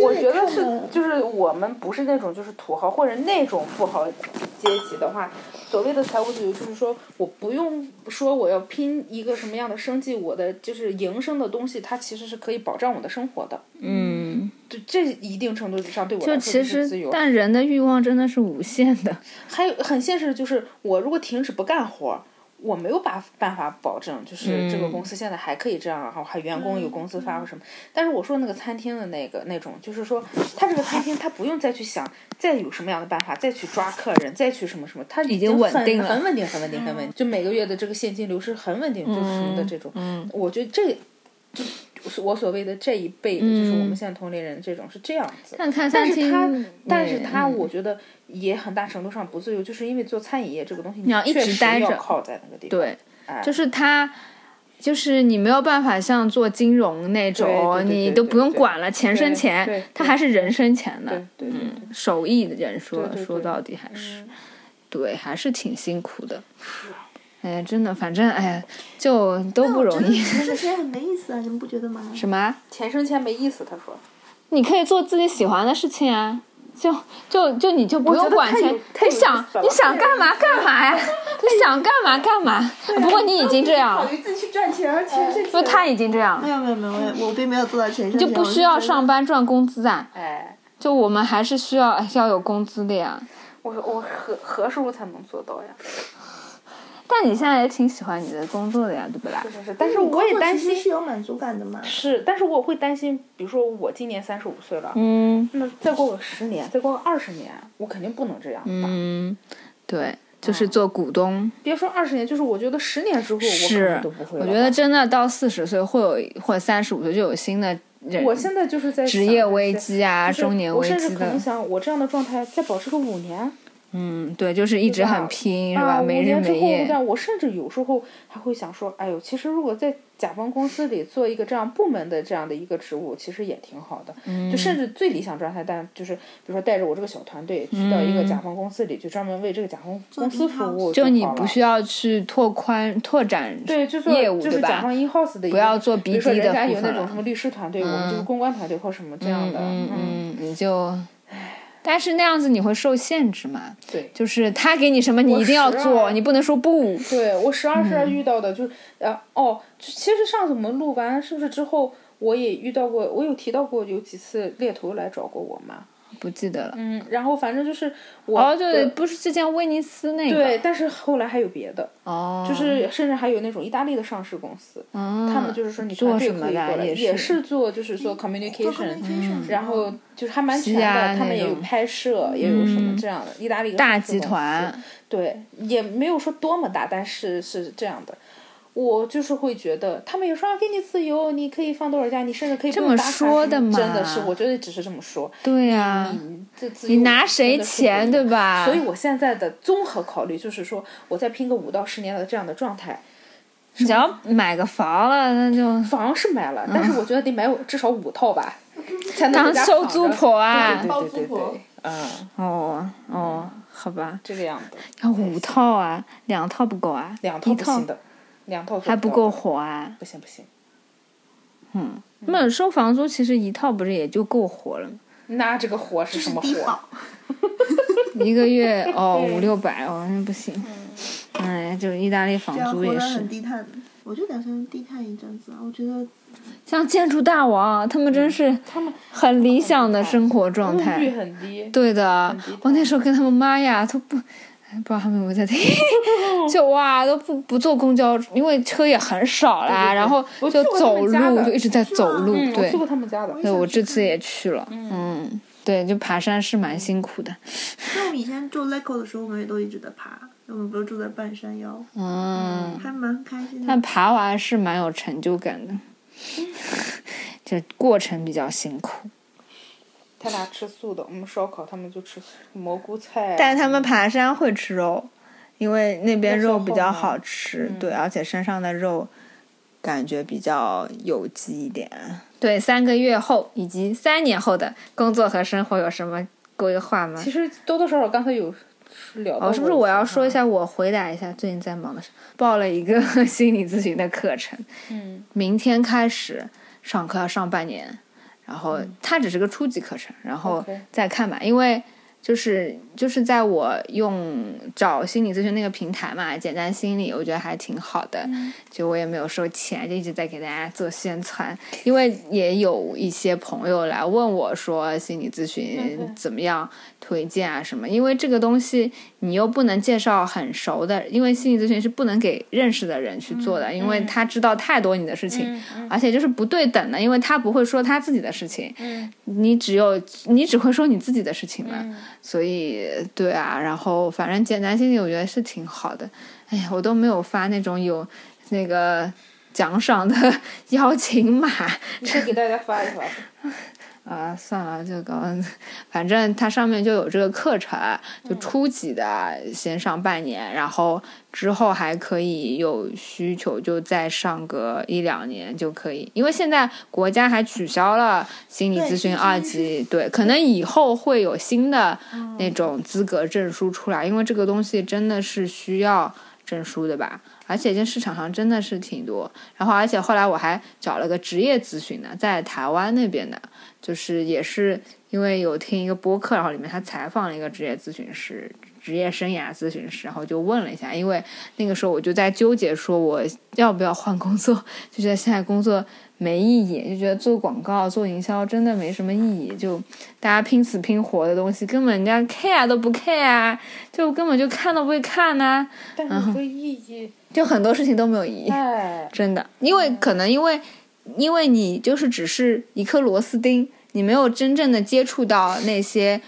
B: 我觉得是，
D: 是
B: 就是我们不是那种就是土豪或者那种富豪阶级的话，所谓的财务自由就是说，我不用说我要拼一个什么样的生计，我的就是营生的东西，它其实是可以保障我的生活的。
C: 嗯，
B: 对，这一定程度上对我来
C: 就
B: 说
C: 其
B: 是自
C: 实
B: 由，。
C: 但人的欲望真的是无限的。
B: 还有很现实的就是，我如果停止不干活儿，我没有办办法保证，就是
C: 嗯
B: 这个公司现在还可以这样，然后还员工有工资发或什么。但是我说那个餐厅的那个那种，就是说他这个餐厅他不用再去想再有什么样的办法，再去抓客人，再去什么什么，他已
C: 经
B: 很
C: 稳定了
B: 很稳定，很稳定，很稳定，就每个月的这个现金流是很稳定，就是什么的这种。
C: 嗯
B: 我觉得这。就我所谓的这一辈的，就是我们
C: 嗯
B: 现在同龄人这种是这样子，
C: 但看
B: 但
C: 餐
B: 是
C: 厅，
B: 他，但是他，
C: 嗯
B: 我觉得也很大程度上不自由，就是因为做餐饮业这个东西，
C: 你要一直
B: 确实
C: 待
B: 要
C: 着
B: 靠在那个地方。
C: 对
B: 哎，
C: 就是他。就是你没有办法像做金融那
B: 对对
C: 种，
B: 对
C: 你
B: 对
C: 都
B: 对
C: 不用
B: 对
C: 管了，钱生
B: 对对
C: 钱
B: 对，
C: 他还是人生钱的。
B: 对对对，
C: 手艺的人说
B: 对对对嗯
C: 说到底还是，对，还是挺辛苦的。哎，真的，反正哎，就都不容易。
D: 这些很没意思啊，你们不觉得吗？
C: 什么？啊
B: 钱生钱没意思，他说。
C: 你可以做自己喜欢的事情啊，就就就你就不
B: 觉
C: 用
B: 得
C: 管
B: 太有
C: 钱，
B: 太有
C: 你
B: 意
C: 想
B: 思了
C: 你想干嘛干 嘛呀，你想干嘛干嘛。不过你已经这样
E: 考
C: 了，
E: 虑自己去赚钱，而钱是
C: 不，他已经这样
D: 没
B: 哎
C: 了，
D: 有没有没有，我也我并没有做到钱上
C: 就
D: 钱
C: 不需要。
D: 我
C: 上班赚工资啊。
B: 哎，
C: 就我们还是需要哎要有工资的呀。
B: 我说我何何时候才能做到呀？
C: 但你现在也挺喜欢你的工作的呀，对不啦
B: 是？是是，但是
D: 是觉得
B: 我也
D: 工作
B: 担
D: 其实
B: 心
D: 是有满足感的嘛。
B: 是，但是我会担心，比如说我今年三十五岁了，
C: 嗯
B: 那再过个十年，再过个二十年，我肯定不能这样吧？
C: 嗯，对，就是做股东。
B: 别说二十年，就是我觉得十年之后，我可
C: 是
B: 能都不会，
C: 我
B: 了
C: 觉
B: 吧
C: 得真的到四十岁会有或者三十五岁就有新的人
B: 我现在就是在
C: 职
B: 想
C: 业
B: 那
C: 危
B: 些
C: 机啊、
B: 就是
C: 中年
B: 我
C: 危
B: 甚至
C: 机
B: 可能
C: 的。
B: 想，我这样的状态再保持个五年，
C: 嗯，对，就是一直很拼，是吧？
B: 啊，
C: 没
B: 五
C: 日
B: 年之
C: 没
B: 后
C: 夜。
B: 但我甚至有时候还会想说，哎呦，其实如果在甲方公司里做一个这样部门的这样的一个职务，其实也挺好的。
C: 嗯
B: 就甚至最理想状态，但就是比如说带着我这个小团队去到一个甲方公司里去，专门为这个甲方公司服务
C: 嗯就你
B: 好
C: 不
B: 了
C: 需要去拓宽、拓展
B: 对，就做
C: 业务，
B: 就
C: 对
B: 是甲
C: 吧
B: 方？in house 的一个，
C: 不要做
B: 比如说
C: BD
B: 人
C: 的
B: 家
C: 部
B: 有那
C: 分
B: 种
C: 了
B: 什么律师团队，我们就是公关团队或什么这样的，
C: 嗯嗯，你就，但是那样子你会受限制嘛？
B: 对
C: 就是他给你什么，你一定要
B: 十
C: 做，
B: 二
C: 你不能说不。
B: 对我十二十
C: 嗯
B: 二遇到的就是，呃，哦，就其实上次我们录完是不是之后，我也遇到过，我有提到过有几次猎头来找过我嘛，
C: 不记得了。
B: 嗯，然后反正就是我，
C: 哦，对，
B: 呃
C: 不是之前威尼斯那个。
B: 对，但是后来还有别的，
C: 哦，
B: 就是甚至还有那种意大利的上市公司，他
C: 他
B: 们就是说你
C: 做
B: 团队
C: 什么
B: 可以
C: 的
B: 过来，
C: 也
B: 也
C: 是
B: 是做就是哎做 communication，
C: 嗯
B: 然后就是还蛮
C: 西
B: 全的，
C: 亚
B: 他
C: 那
B: 们也有
C: 种
B: 拍摄，也有什么
C: 嗯
B: 这样的，意大利一个
C: 大
B: 上市
C: 集
B: 公司
C: 团，
B: 对，也没有说多么大，但是是这样的。我就是会觉得，他们有说啊，给你自由，你可以放多少假，你甚至可以
C: 这
B: 不用
C: 么
B: 打卡
C: 说
B: 什
C: 的
B: 么
C: 嘛
B: 真的是，我觉得只是这么说。
C: 对呀，
B: 这自
C: 你
B: 由
C: 拿
B: 真
C: 谁
B: 的嗯是不
C: 钱
B: 一样
C: 对吧？
B: 所以我现在的综合考虑就是说，我再拼个五到十年的这样的状态，
C: 只要买个房了，那就
B: 房是买了，但是我觉得得买至少五套 吧，才能
C: 嗯当
B: 在家
C: 收
B: 躺
C: 租
B: 着
C: 婆啊
B: 对
E: 包
B: 对对对
E: 租
B: 对
E: 婆
B: 对，嗯，
C: 哦哦，好吧，
B: 这个样子，
C: 要五套啊，两套不够啊，
B: 两套
C: 一
B: 不
C: 套
B: 行的，两套做
C: 还
B: 不
C: 不
B: 到
C: 够
B: 的，
C: 活啊。
B: 不行不行，
C: 那收房租其实一套不是也就够 活了吗？
B: 那这个活是什么活？
C: 一个月哦五六百哦，那不行。
B: 嗯
C: 哎，就是意大利
D: 这
C: 房
D: 样
C: 租
D: 活
C: 也
D: 得
C: 是
D: 很，低碳。我就打算低碳一阵子啊，我觉得
C: 像建筑大王啊他们真是他们很理想的生活状态，
B: 物欲嗯很低，
C: 对的
B: 低碳，
C: 我那时候跟他们妈呀，都不。哎不知道他们有没有 在听，就哇都不不坐公交，因为车也很少啦，然后
B: 我
C: 就
B: 去过他
C: 走
B: 们家
C: 路，
B: 的
C: 就一直在走路。
B: 嗯，我
C: 对
B: 去，过他们家的，
C: 对我这次也去了，嗯，对，就爬山是蛮辛苦的，
D: 像我们以前住 LEGO 的时候，我们也都一直在爬，我们不是住在半山腰，
C: 嗯，
D: 还蛮开心的
C: 但。爬完是蛮有成就感的，这过程比较辛苦。
B: 他俩吃素的，我们烧烤他们就吃蘑菇菜啊、
C: 但是他们爬山会吃肉，因为那边肉比较好吃，
B: 嗯
C: 对，而且山上的肉感觉比较有机一点。对，三个月后以及三年后的工作和生活有什么规划吗
B: 其？实多多少少刚才有聊到、
C: 哦，是不是
B: 嗯
C: 我要说一？下？我回答一下，最近在忙的事，报了一个 心理咨询的课程，
B: 嗯，
C: 明天开始上课要上半年，然后它只是个初级课程，然后
B: OK
C: 再看吧，因为就是就是在我用找心理咨询那个平台嘛，简单心理，我觉得还挺好的，
B: 嗯
C: 就我也没有收钱，就一直在给大家做宣传，因为也有一些朋友来问我说心理咨询怎么样推荐啊什么，因为这个东西你又不能介绍很熟的，因为心理咨询是不能给认识的人去做的，因为他知道太多你的事情，而且就是不对等的，因为他不会说他自己的事情，你只有你只会说你自己的事情嘛，所以对啊，然后反正简单心理我觉得是挺好的。哎呀，我都没有发那种有那个奖赏的 邀请码
B: 你可以给大家发一发。
C: 啊，算了，就搞，反正它上面就有这个课程，就初级的先上半年，然后之后还可以有需求就再上个一两年就可以，因为现在国家还取消了心理
D: 对
C: 咨询
D: 已经
C: 二级，对，可能以后会有新的那种资格证书出来，因为这个东西真的是需要证书的吧。而且这市场上真的是挺多，然后而且后来我还找了个职业咨询的，在台湾那边的，就是也是因为有听一个播客，然后里面他采访了一个职业咨询师、职业生涯咨询师，然后就问了一下，因为那个时候我就在纠结说我要不要换工作，就觉得现在工作没意义，就觉得做广告、做营销真的没什么意义，就大家拼死拼活的东西，根本人家 care 都不 care，啊就根本就看都不会看呐、
B: 但是这个意义，
C: 就很多事情都没有意义。
B: 哎，
C: 真的，因为可能因为因为你就是只是一颗螺丝钉，你没有真正的接触到那些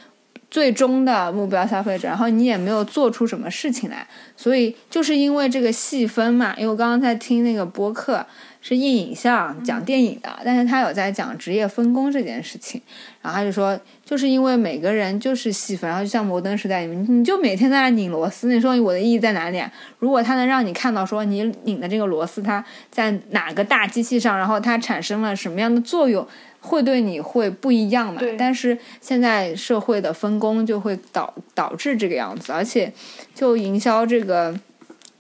C: 最终的目标消费者，然后你也没有做出什么事情来，所以就是因为这个细分嘛，因为我刚刚在听那个播客是硬影像讲电影的，但是他有在讲职业分工这件事情，然后他就说，就是因为每个人就是细分，然后就像摩登时代里面，你就每天在那拧螺丝，你说我的意义在哪里、啊？如果它能让你看到说你拧的这个螺丝它在哪个大机器上，然后它产生了什么样的作用，会对你会不一样嘛
B: 对？
C: 但是现在社会的分工就会导导致这个样子，而且就营销这个。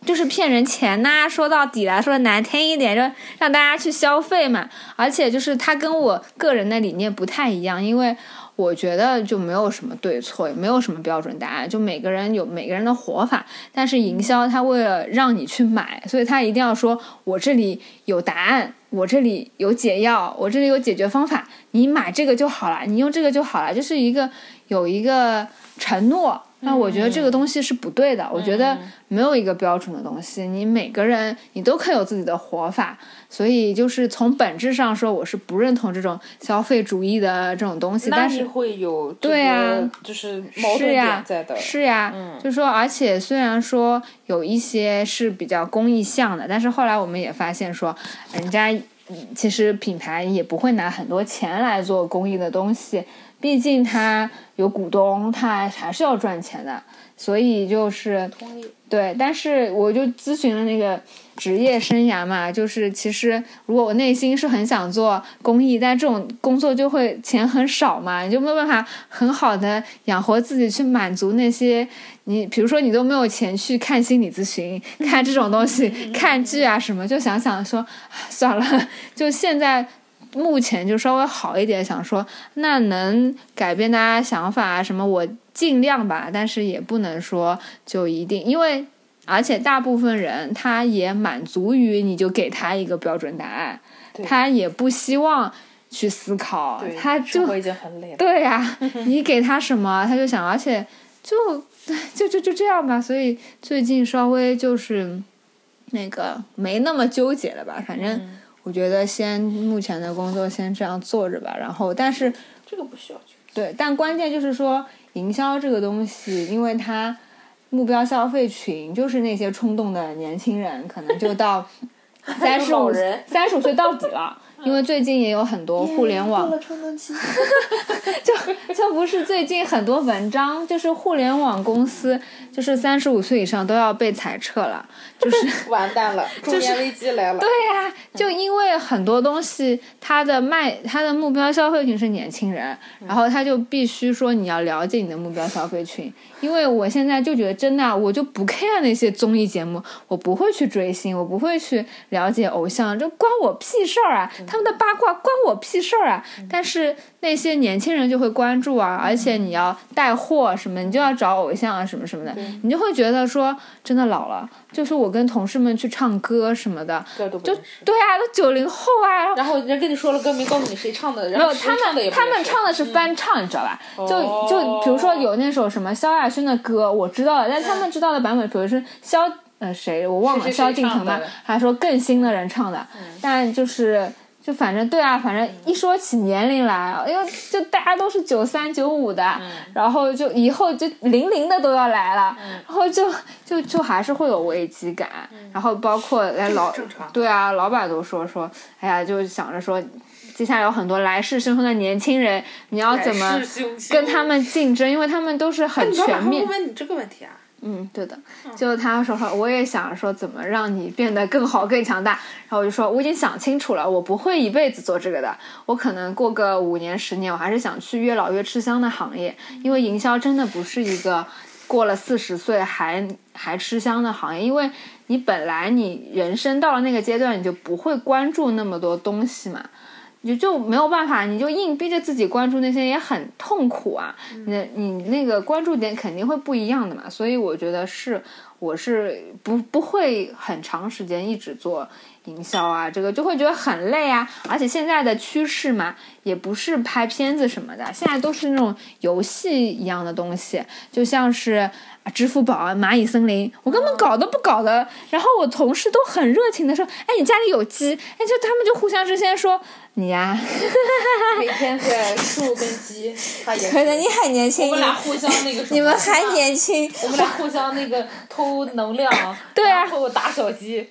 C: 就是骗人钱呐、说到底来说的难听一点，就让大家去消费嘛。而且就是它跟我个人的理念不太一样，因为我觉得就没有什么对错，也没有什么标准答案，就每个人有每个人的活法。但是营销它为了让你去买，所以它一定要说我这里有答案，我这里有解药，我这里有解决方法，你买这个就好了，你用这个就好了，就是一个有一个承诺。那
G: 嗯
C: 我觉得这个东西是不对的，我觉得没有一个标准的东西，你每个人你都可以有自己的活法，所以就是从本质上说，我是不认同这种消费主义的这种东西，
G: 那
C: 但是
G: 你会有
C: 对啊
G: 呀，就是矛盾
C: 是呀
G: 点在的，嗯
C: 是呀，就说，而且虽然说有一些是比较公益向的，但是后来我们也发现说，人家嗯其实品牌也不会拿很多钱来做公益的东西，毕竟它有股东，它还是要赚钱的，所以就是对，但是我就咨询了那个职业生涯嘛，就是其实如果我内心是很想做公益，但这种工作就会钱很少嘛，你就没有办法很好的养活自己，去满足那些你，比如说你都没有钱去看心理咨询、看这种东西、看剧啊什么，就想想说啊算了，就现在。目前就稍微好一点，想说那能改变大家想法啊什么，我尽量吧，但是也不能说就一定，因为而且大部分人他也满足于你就给他一个标准答案，他也不希望去思考
G: 对，
C: 他就
G: 生活已经很累了。
C: 对呀、 你给他什么他就想，而且就就就就这样吧。所以最近稍微就是那个没那么纠结了吧，反正
E: 嗯
C: 我觉得先目前的工作先这样做着吧。然后，但是
E: 这个不需要去。
C: 对，但关键就是说营销这个东西，因为它目标消费群就是那些冲动的年轻人，可能就到 三十五三十五岁到底了。因为最近也有很多互联网
E: 嗯过了冲动期，
C: 这不是最近很多文章，就是互联网公司，就是三十五岁以上都要被裁撤了，就是
G: 完蛋了，中年危机来了。
C: 对呀、就因为很多东西它的卖它的目标消费群是年轻人，然后他就必须说你要了解你的目标消费群，因为我现在就觉得真的啊，我就不 care 那些综艺节目，我不会去追星，我不会去了解偶像，这关我屁事儿啊！他们的八卦关我屁事儿啊！但是那些年轻人就会关注啊，而且你要带货什么，你就要找偶像啊什么什么的，你就会觉得说真的老了。就是我跟同事们去唱歌什么
B: 嗯
C: 的，
G: 这都不
C: 就
G: 认识
C: 对啊，都九零后啊，然后
G: 然后人跟你说了歌名，告诉你谁唱的，
C: 没
G: 然
C: 有
G: 后谁
C: 他
G: 唱的也
C: 们
G: 不
C: 他
G: 认
C: 们
G: 识嗯
C: 唱的是翻唱，你知道吧？就
G: 哦
C: 就比如说有那首什么萧亚轩的歌，我知道了，但他们知道的版本，比如是萧呃谁我忘了，
G: 谁谁
C: 萧敬腾吧
G: 唱的，嗯
C: 还说更新的人唱的，但就是。就反正对啊，反正一说起年龄来，因为就大家都是九三九五的，
G: 嗯
C: 然后就以后就零零的都要来了，
G: 嗯
C: 然后就就就还是会有危机感，然后包括哎老
G: 正常
C: 对啊，老板都说说，哎呀，就想着说接下来有很多来势汹汹的年轻人，你要怎么跟他们竞争？因为他们都是很全面。
F: 问你这个问题 啊？
C: 嗯，对的。就他说说，我也想说怎么让你变得更好、更强大。然后我就说，我已经想清楚了，我不会一辈子做这个的。我可能过个五年、十年，我还是想去越老越吃香的行业，因为营销真的不是一个过了四十岁还还吃香的行业，因为你本来你人生到了那个阶段，你就不会关注那么多东西嘛。你就没有办法，你就硬逼着自己关注那些也很痛苦啊。你的你那个关注点肯定会不一样的嘛，所以我觉得是我是不不会很长时间一直做营销啊，这个就会觉得很累啊。而且现在的趋势嘛，也不是拍片子什么的，现在都是那种游戏一样的东西，就像是啊支付宝啊、蚂蚁森林，我根本搞都不搞的。然后我同事都很热情的说：“哎，你家里有鸡？”哎，就他们就互相之间说：“你呀、
G: 每天对树跟 鸡，他也
A: 可能
G: 是
A: 你很年轻，
G: 我们俩互相那个什么，
A: 你们还年 轻，
G: 我们俩互相那个偷能量，
C: 对啊
G: 然后打小 鸡。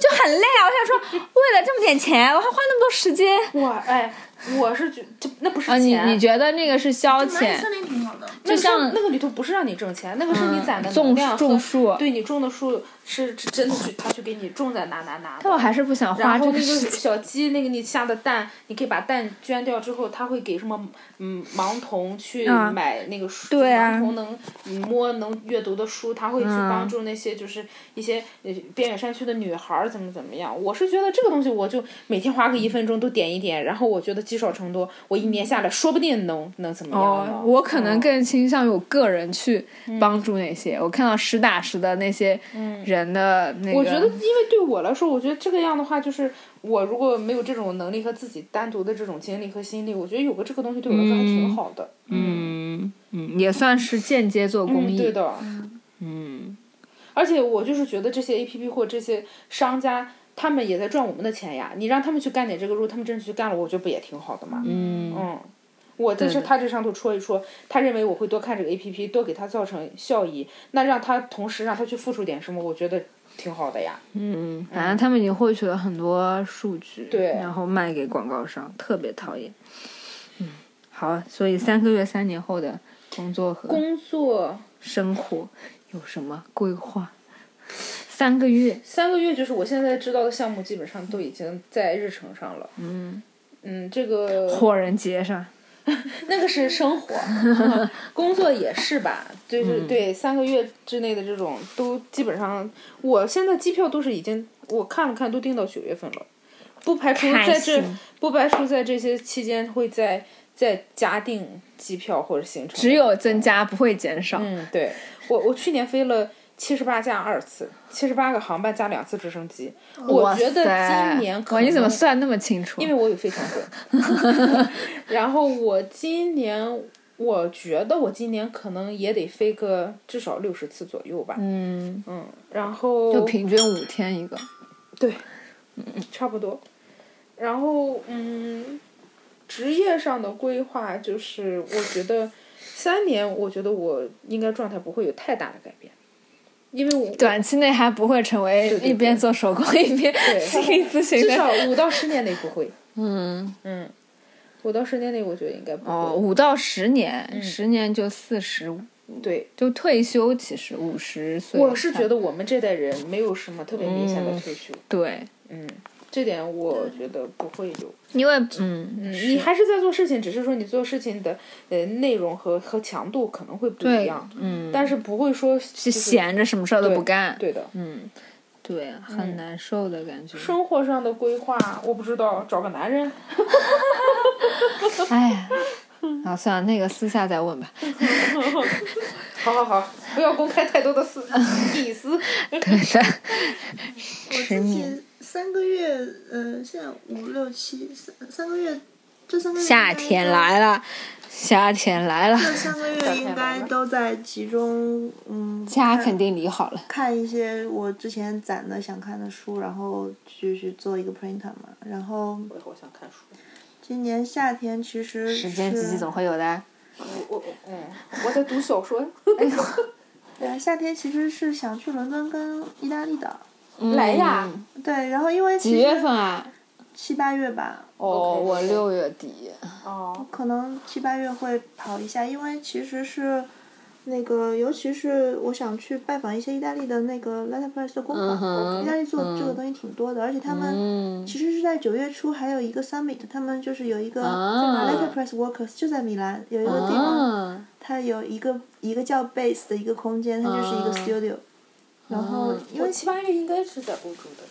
C: 就很累啊！我想说，为了这么点钱，我还花那么多时间
B: 我哎，我是觉就那不是
C: 啊！你
B: 钱，
C: 你觉得那个是消
F: 蚂蚁
C: 遣？
F: 森林挺好的，
B: 那
C: 就
B: 个
C: 像嗯
B: 是那个里头不是让你挣钱，那个是你攒的能
C: 种
B: 量和
C: 种树
B: 对你种的树是是真的去他去给你种在哪哪哪的。
C: 但我还是不想花
B: 然
C: 这
B: 后那
C: 个
B: 个
C: 时间。
B: 小鸡，那个你下的蛋，你可以把蛋捐掉之后，它会给什么嗯盲童去
C: 啊
B: 买那个书，
C: 对啊嗯
B: 盲童能嗯摸能阅读的书，他会去帮助那些就是一些呃边远山区的女孩儿怎么怎么样。我是觉得这个东西，我就每天花个一分钟都点一点，然后我觉得积少成多，我一年下来说不定能能怎么样呢
C: 哦，我可能
B: 嗯
C: 更倾向于我个人去帮助那些，我看到实打实的那些人的那个，
B: 我觉得，因为对我来说，我觉得这个样的话，就是我如果没有这种能力和自己单独的这种精力和心力，我觉得有个这个东西对我来说还挺好的。嗯，
C: 嗯嗯，也算是间接做公益，
B: 对的。嗯，而且我就是觉得这些 A P P 或这些商家，他们也在赚我们的钱呀。你让他们去干点这个，如果他们真的去干了，我觉得不也挺好的嘛。嗯我在这
C: 对的
B: 他这上头戳一戳，他认为我会多看这个 A P P，多给他造成效益，那让他同时让他去付出点什么，我觉得挺好的呀。
C: 嗯，反正他们已经获取了很多数据，
B: 对
C: 然后卖给广告商，特别讨厌。嗯，好，所以三个月、三年后的工作和
B: 工作
C: 生活有什么规划？三个月，
B: 三个月，就是我现在知道的项目，基本上都已经在日程上了。嗯这个
C: 火人节上，
B: 那个是生活， 嗯工作也是吧？就是
C: 嗯
B: 对三个月之内的这种，都基本上，我现在机票都是已经我看了看，都订到九月份了，不排除
C: 开
B: 在这
C: 心
B: 不排除在这些期间会再再加订机票或者行程。
C: 只有增加不会减少。
B: 嗯，对我我去年飞了七十八架二次，七十八个航班加两次直升机。我
C: 哇
B: 觉得
C: 塞
B: 今年可
C: 哇，你怎么
B: 能
C: 算那么清楚？
B: 因为我有非常准。 然后我今年，我觉得我今年可能也得飞个至少六十次左右吧。
C: 嗯，
B: 嗯，然后
C: 就平均五天一个。
B: 对，差不多。然后嗯，职业上的规划就是，我觉得三年，我觉得我应该状态不会有太大的改 变，因为我
C: 短期内还不会成为
B: 对对
C: 一边做手工一边心理咨询
B: 至
C: 的
B: 少五到十年内不会。
C: 嗯，
B: 嗯，五到十年内我觉得应该不会。
C: 哦，五到十年，十年就四十五，
B: 对，
C: 就退休。其实五十岁以上，
B: 我是觉得我们这代人没有什么特别明显的退休，
C: 对，
B: 这点我觉得不会有。
C: 因为嗯，
B: 你还是在做事情，只是说你做事情的呃内容和和强度可能会不一
C: 对
B: 样，嗯，但是不会说是
C: 闲着什么事儿都不干，
B: 对的，
C: 嗯，对，很难受的感觉。
B: 生活上的规划我不知道，找个男人，
C: 哎呀，啊，算了，那个私下再问吧。
B: 好好好，不要公开太多的 私隐私。
D: 我自己三个月，呃，现在五六七三三个月，这三个月
C: 夏天来了，夏天来了，
D: 这三个月应该都在集中，嗯，
C: 家
D: 看
C: 肯定理好了。
D: 看一些我之前攒的想看的书，然后就是做一个 print 嘛。然后
B: 我好想看书，
D: 今年夏天其实
C: 时间挤
D: 是
C: 挤总会有的。
B: 我我嗯，我在读小说，
C: 哎
D: 对啊，夏天其实是想去伦敦跟意大利的。
B: 来呀，
C: 嗯
D: 对，然后因为其
C: 几
D: 实
C: 月份啊？
D: 七八月吧，
C: 哦，
B: OK，OK
C: 我六月底。
B: 哦，
D: 可能七八月会跑一下，因为其实是那个，尤其是我想去拜访一些意大利的那个 letterpress 的工坊，
C: 嗯哼
D: 意大利做这个东西挺多的，而且他们
C: 嗯
D: 其实是在九月初还有一个 summit，他们就是有一个
C: 啊
D: letterpress workers 就在米兰有一个地方，
C: 啊，
D: 它有一个一个叫 base 的一个空间，它就是一个
C: 啊
D: studio，然后因为
B: 七八月应该是在欧洲的，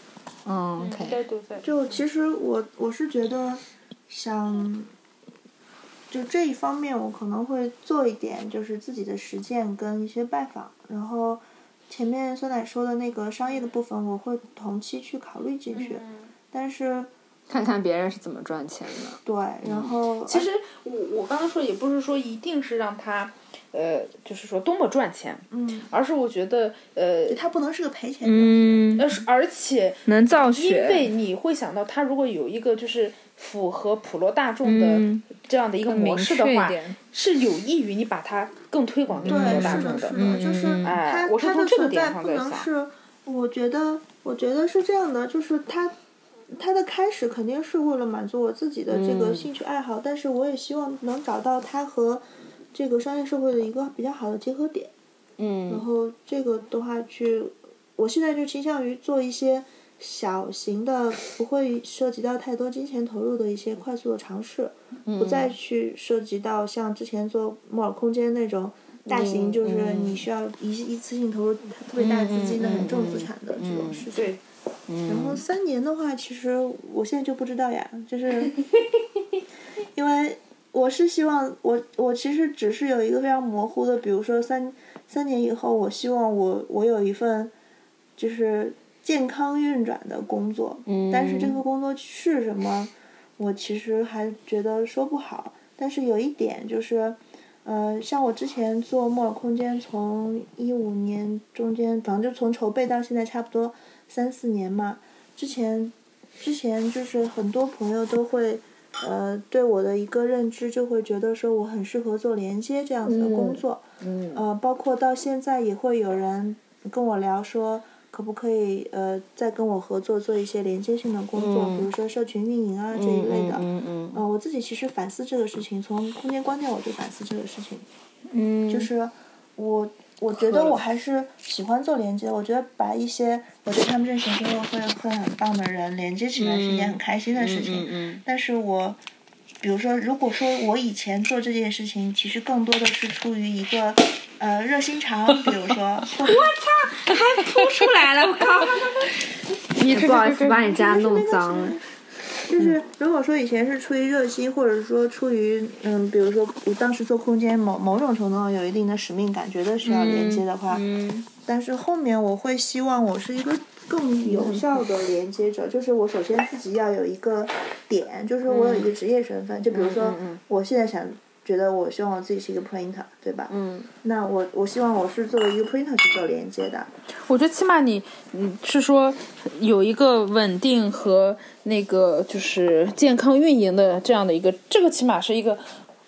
C: 嗯
B: 应该
C: ，OK，
B: 都在。
D: 就其实我我是觉得想，就这一方面我可能会做一点，就是自己的实践跟一些拜访，然后前面酸奶说的那个商业的部分，我会同期去考虑进去。
B: 嗯
D: 但是
C: 看看别人是怎么赚钱的。
D: 对，然后
B: 其实我我刚刚说也不是说一定是让他，呃，就是说多么赚钱，
D: 嗯，
B: 而是我觉得呃，
D: 它不能是个赔钱的。
C: 嗯，
B: 呃，是而且
C: 能
B: 因
C: 造
B: 为
C: 血，
B: 你会想到，他如果有一个就是符合普罗大众的
C: 嗯
B: 这样的一个模
C: 明
B: 式
C: 确
B: 的
C: 一
B: 话，
C: 点。
B: 是有益于你把它更推广给普
D: 对，
B: 罗
D: 是
B: 大
D: 的，
B: 众
D: 是
C: 嗯
D: 的，就是
C: 嗯嗯
B: 哎
D: 它
B: 我是
D: 它
B: 从
D: 的
B: 这个
D: 存
B: 点
D: 在
B: 上
D: 不
B: 在
D: 能
B: 想
D: 是，我觉得，我觉得是这样的，就是它。它的开始肯定是为了满足我自己的这
B: 嗯
D: 个兴趣爱好，但是我也希望能找到它和这个商业社会的一个比较好的结合点。然
C: 嗯，
D: 后这个的话去，我现在就倾向于做一些小型的，不会涉及到太多金钱投入的一些快速的尝试，不
B: 嗯
D: 再去涉及到像之前做摩尔空间那种大型，就是你需要一一次性投入特别大的资金的很重资产的这种事情。
B: 对，
D: 然后三年的话，其实我现在就不知道呀，就是因为我是希望我我其实只是有一个非常模糊的，比如说三三年以后，我希望我我有一份就是健康运转的工作，但是这个工作是什么，我其实还觉得说不好。但是有一点就是，呃，像我之前做摩尔空间，从一五年中间，反正就从筹备到现在差不多三四年嘛。之前，之前就是很多朋友都会，呃，对我的一个认知就会觉得说我很适合做连接这样子的工作，嗯，呃，包括到现在也会有人跟我聊说。可不可以呃再跟我合作做一些连接性的工作，比如说社群运营啊这一类的，
C: 嗯
D: 呃，我自己其实反思这个事情，从空间观念我就反思这个事情，
C: 嗯，
D: 就是我我觉得我还是喜欢做连接，我觉得把一些我对他们认识之后会会很棒的人连接起来是一件很开心的事情，
C: 嗯
D: 但是我。比如说，如果说我以前做这件事情，其实更多的是出于一个呃热心肠，比如说， 或者
C: 出来了，我靠！你不好意思把你家弄脏 了。
D: 就是如果说以前是出于热心，或者说出于嗯，比如说我当时做空间某某种程度上有一定的使命感，觉得需要连接的话，
C: 嗯
D: 但是后面我会希望我是一个更有效的连接者，就是我首先自己要有一个点，就是我有一个职业身份，就比如说
C: 嗯
D: 我现在想觉得我希望我自己是一个 printer，对吧？
C: 嗯，
D: 那我我希望我是作为一个 printer 去做连接的，
B: 我觉得起码你，嗯，是说有一个稳定和那个就是健康运营的这样的一个，这个起码是一个，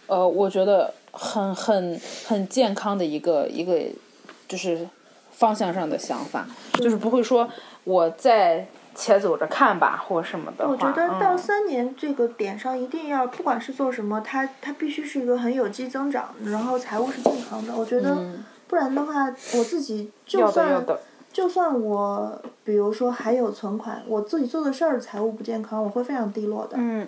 B: 呃，我觉得很很很健康的一个一个就是方向上的想法，就是不会说我再且走着看吧或什么的话。
D: 我觉得到
B: 嗯
D: 三年这个点上，一定要不管是做什么，它它必须是一个很有机增长，然后财务是健康的。我觉得，不然的话，我自己就
B: 嗯要的
D: 算
B: 要的，
D: 就算我比如说还有存款，我自己做的事儿财务不健康，我会非常低落的。
B: 嗯，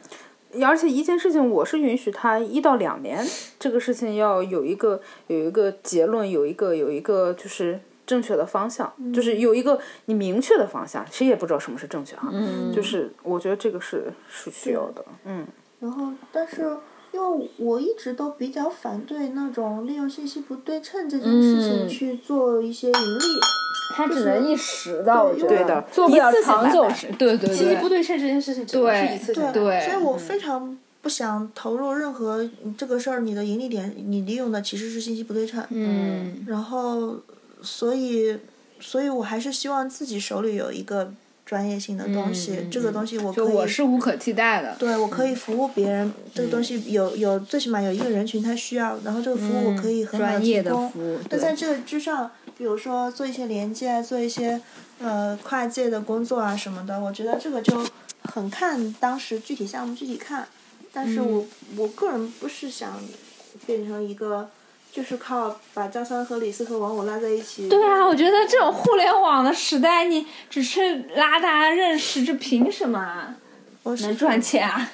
B: 而且一件事情，我是允许他一到两年，这个事情要有一个有一个结论，有一个有一个就是正确的方向，就是有一个你明确的方向，谁也不知道什么是正确哈、
C: 嗯
B: 就是我觉得这个是是需要的，嗯，
D: 然后，但是因为我一直都比较反对那种利用信息不对称这件事情
C: 嗯
D: 去做一些盈利。
C: 他只能一时的，我觉得
D: 对
B: 的
C: 做不了
B: 一次性
C: 长久
B: 买
C: 之，对对
G: 信息不
C: 对，
G: 对称这件事情只能是一次性的。
C: 对嗯
D: 所以我非常不想投入任何嗯这个事儿，你的盈利点你利用的其实是信息不对称，
C: 嗯
D: 然后所以所以我还是希望自己手里有一个专业性的东西，这个东西嗯我
C: 嗯
D: 可
C: 就
D: 以
C: 我嗯是无可替代的。
D: 对，我可以服务别人，这个东
C: 嗯
D: 西有有最起码有一个人群他需要，然后这个服务我可以很好地
C: 专业的
D: 提供
C: 服务
D: 那
C: 对
D: 在这个之上，比如说做一些连接啊，做一些呃跨界的工作啊什么的，我觉得这个就很看当时具体项目具体看。但是我、我个人不是想变成一个，就是靠把张三和李四和王五拉在一起。
C: 对啊，我觉得这种互联网的时代，你只是拉大家认识，这凭什么啊
D: 我是
C: 能赚钱啊？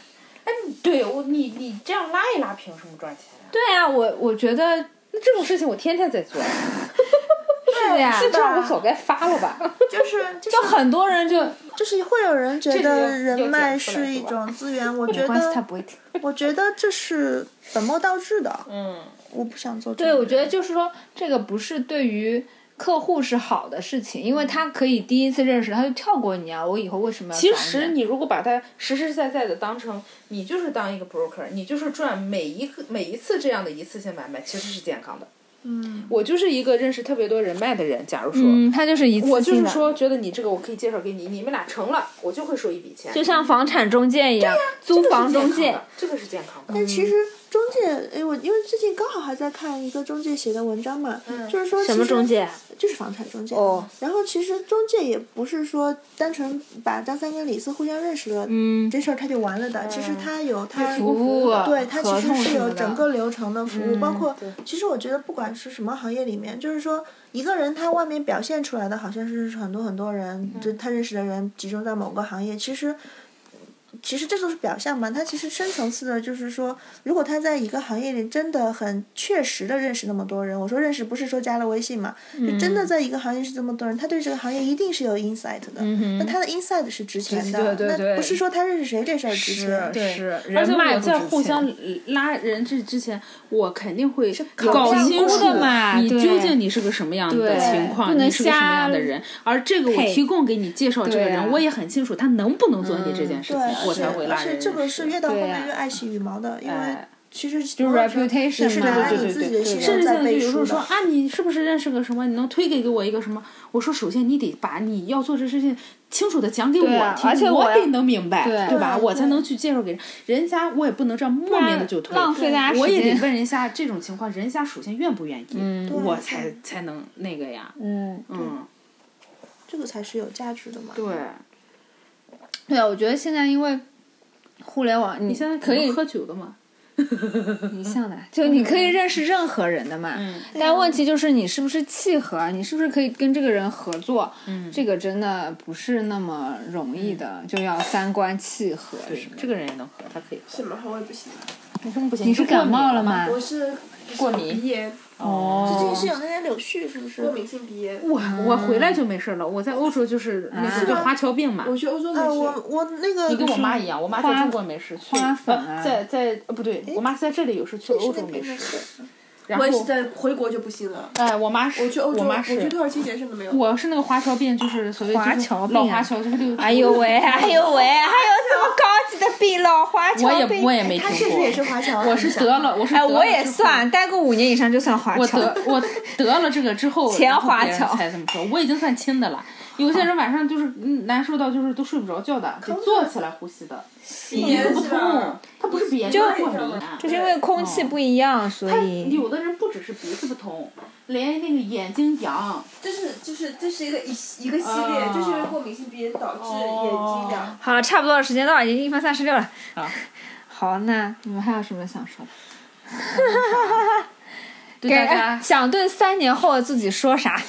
B: 对我你你这样拉一拉，凭什么赚钱呀、
C: 对啊，我我觉得
B: 那这种事情我天天在 做，
C: 是的呀，
B: 是这样我早该发了吧？
D: 就是就是
C: 就很多人就
D: 就是会有人觉
B: 这个要
D: 得人
B: 要
D: 脉
B: 剪出来
D: 是一
B: 是吧
D: 种资源，我觉
C: 没关系，他
D: 得
C: 不会听。
D: 我觉得这是本末倒置的。
B: 嗯，
D: 我不想做这
C: 对，
D: 种
C: 我觉得就是说，这个不是对于客户是好的事情，因为他可以第一次认识，他就跳过你啊，我以后为什么要
B: 其
C: 找
B: 实
C: 你啊
B: 你如果把它实实在在的当成，你就是当一个 broker，你就是赚每一个每一次这样的一次性买卖，其实是健康的。嗯，我就是一个认识特别多人脉的人。假如说，
C: 嗯，他就是一次性
B: 我就是
C: 的
B: 说，觉得你这个我可以介绍给你，你们俩成了，我就会收一笔钱。
C: 就像房产中介一样，租房中介，
B: 这个是健康的，
D: 但其实
C: 嗯
D: 中介，哎，我因为最近刚好还在看一个中介写的文章嘛，就是说
C: 什么中介？啊
D: 就是房产中介。
C: 嗯哦。
D: 然后其实中介也不是说单纯把张三跟李四互相认识了，
C: 嗯，
D: 这事儿他就完了的。其实他有他
C: 服务啊
D: 对他其
C: 合
D: 实
C: 同
D: 是
C: 什么
D: 有
C: 的嗯
D: 整个流程的服务，包括其实我觉得不管是什么行业里面，就是说一个人他外面表现出来的好像是很多很多人，就
C: 嗯
D: 他认识的人集中在某个行业，其实。其实这都是表象嘛，他其实深层次的，就是说，如果他在一个行业里真的很确实的认识那么多人，我说认识不是说加了微信嘛，就真的
C: 嗯
D: 在一个行业是这么多人，他对这个行业一定是有 insight 的，
C: 嗯
D: 那他的 insight 是值钱的，
C: 对对对
D: 那不是说他认识谁这事儿值钱，
B: 对
C: 是
B: 而
C: 人
B: 且
C: 脉
B: 我
C: 不
B: 在
C: 值
B: 互
C: 钱
B: 相拉人质之前，我肯定会
C: 考
B: 搞
C: 虑
B: 清
C: 过
B: 楚
C: 的嘛
B: 你
C: 对
B: 究竟你是个什么样的
C: 对
B: 情
C: 不
B: 况，
C: 能
B: 你是个什么
C: 瞎
B: 样的人。而这个我
C: 配
B: 提供给你介绍这个
C: 对啊
B: 人，我也很清楚他能不能做你这件事情
D: 嗯对，而
B: 我
D: 且
B: 才会拉
D: 而
B: 人
D: 且
B: 质
D: 这个是越到后
C: 对
D: 面
C: 啊
D: 越爱惜羽毛的，因为
B: 哎
D: 其实
C: 是
D: 某种程度
C: reputation
D: 你是
C: 嘛
D: 拿
C: 对
B: 对
C: 对
D: 你自己
B: 对
D: 的信
B: 甚
D: 用
B: 至现
D: 在
B: 在就
D: 背
B: 有时
D: 书
B: 候说
D: 的。
B: 啊，你是不是认识个什么？你能推给给我一个什么？我说，首先你得把你要做这事情清楚的讲给我
C: 对
B: 听，
C: 啊而且
B: 我
C: 我
B: 得
C: 要
B: 能明白，
C: 对
B: 吧？
D: 对
B: 我才
D: 对
B: 能去介绍给人，人家我也不能这样莫名的就推，
C: 浪费大家时间。
B: 我也得问人家这种情况，人家首先愿不愿意，我
D: 对
B: 才
D: 对
B: 才能那个呀。
C: 嗯，
B: 嗯，
D: 这个才是有价值的嘛。
B: 对。
C: 对啊，我觉得现在因为互联网，你
B: 你现在
C: 可以
B: 喝酒的嘛？
C: 一向嗯的，就你可以认识任何人的嘛。但问题就是你是不是契合，啊你是不是可以跟这个人合作？嗯，这个真的不是那么容易的，就要三观契合什么的。
B: 这个人也能喝，他可以喝。
A: 怎么还会不行？
B: 你什么不行？
C: 你是感冒了吗？
A: 我是
B: 过敏
A: 鼻炎，
C: 哦，
D: 最近是有那些柳絮，是不是？
A: 过敏性鼻炎。
B: 我我回来就没事了，我在欧洲就是那
C: 啊
B: 个就华侨病嘛。
A: 我去欧洲的
D: 哎，
A: 时
D: 我
A: 候，
D: 我那个
B: 你跟我妈一样，我妈在中国没事去，
C: 花粉啊
B: 呃在在呃不对，我妈在这里有事去欧洲没事，
A: 嗯
B: 然后
A: 我也是在回国就不行了。
B: 哎我妈是
A: 我去欧洲，
B: 我妈
A: 我去
B: 是
A: 土耳其一什么都没有。
B: 我是那个华侨病，就是所谓就是
C: 华侨病啊
B: 老华侨就是六，
C: 哎呦喂，哎呦喂，还有这么高级的病了，华侨
B: 我也
C: 病
B: 我也没
D: 他
B: 听
D: 是不是
B: 过
D: 也是华侨？
B: 我是得了，我是
C: 哎，
B: 得了
C: 我也
B: 之后
C: 算，待过五年以上就算华
B: 我
C: 侨。
B: 得我得了这个之后，
C: 前
B: 然后
C: 华
B: 别人
C: 侨
B: 才这么说，我已经算轻的了。有些人晚上就是嗯难受到就是都睡不着觉的，得坐起来呼吸的，鼻子不
A: 是吧
B: 通，他不是鼻炎，就是过敏啊。
C: 就是因为空气不一样，所
B: 哦他
C: 以
B: 有的人不只是鼻子不通，连那个眼睛痒，
A: 这是就是这是一个一一个系列，
B: 啊
A: 就是因为过敏性鼻炎导致眼
B: 哦
A: 睛痒。
C: 好了，差不多了，时间到了，已经一分三十六了。
B: 啊
C: 好，那你们还有什么想说的？
B: 对
C: 给
B: 大
C: 哎
B: 家
C: 想对三年后的自己说啥，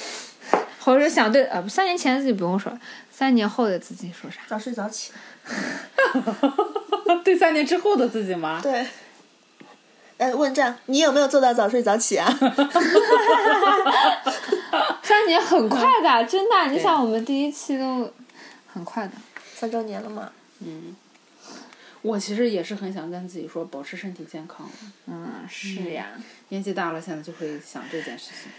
C: 或者是想对呃不三年前的自己不用说，三年后的自己说啥？
D: 早睡早起。
B: 对三年之后的自己吗？
D: 对。哎，问这样，你有没有做到早睡早起 啊？
C: 三年很快的，嗯真的，你想我们第一期都很快的。
D: 三周年了嘛，
B: 我其实也是很想跟自己说，保持身体健康。
C: 嗯，是呀。
B: 年纪大了，现在就会想这件事情。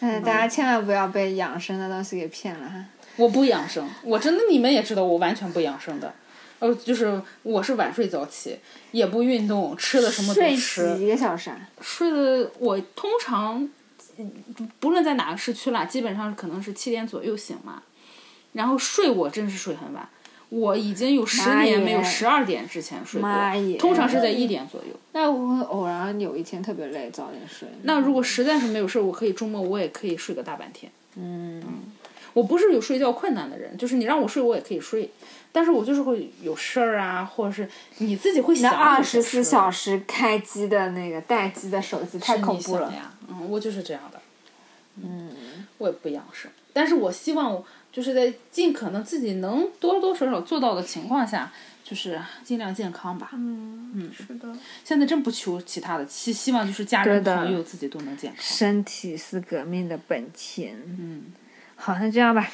C: 但
B: 嗯
C: 是大家千万不要被养生的东西给骗了哈。
B: 我不养生，我真的你们也知道，我完全不养生的。呃，就是我是晚睡早起，也不运动，吃的什么都
C: 睡
B: 吃，
C: 几个小时啊？
B: 睡的我通常，嗯不论在哪个市区啦，基本上可能是七点左右醒嘛。然后睡我真是睡很晚，我已经有十
C: 妈耶
B: 年没有十二点之前睡过
C: 妈耶，
B: 通常是在一点左右。
C: 那我会偶然有一天特别累，早点睡。
B: 那如果实在是没有事儿，我可以周末我也可以睡个大半天。嗯，我不是有睡觉困难的人，就是你让我睡我也可以睡，但是我就是会有事儿啊，或者是你自己会
C: 那
B: 想
C: 二十四小时开机的那个待机的手机太恐怖了。
B: 呀。嗯，我就是这样的。嗯，我也不养生，但是我希望我就是在尽可能自己能多多少少做到的情况下，就是尽量健康吧。
A: 嗯
B: 嗯
A: 是的，
B: 现在真不求其他的，希希望就是家人
C: 对的
B: 朋友自己都能健康。
C: 身体是革命的本钱。
B: 嗯，
C: 好，那这样吧。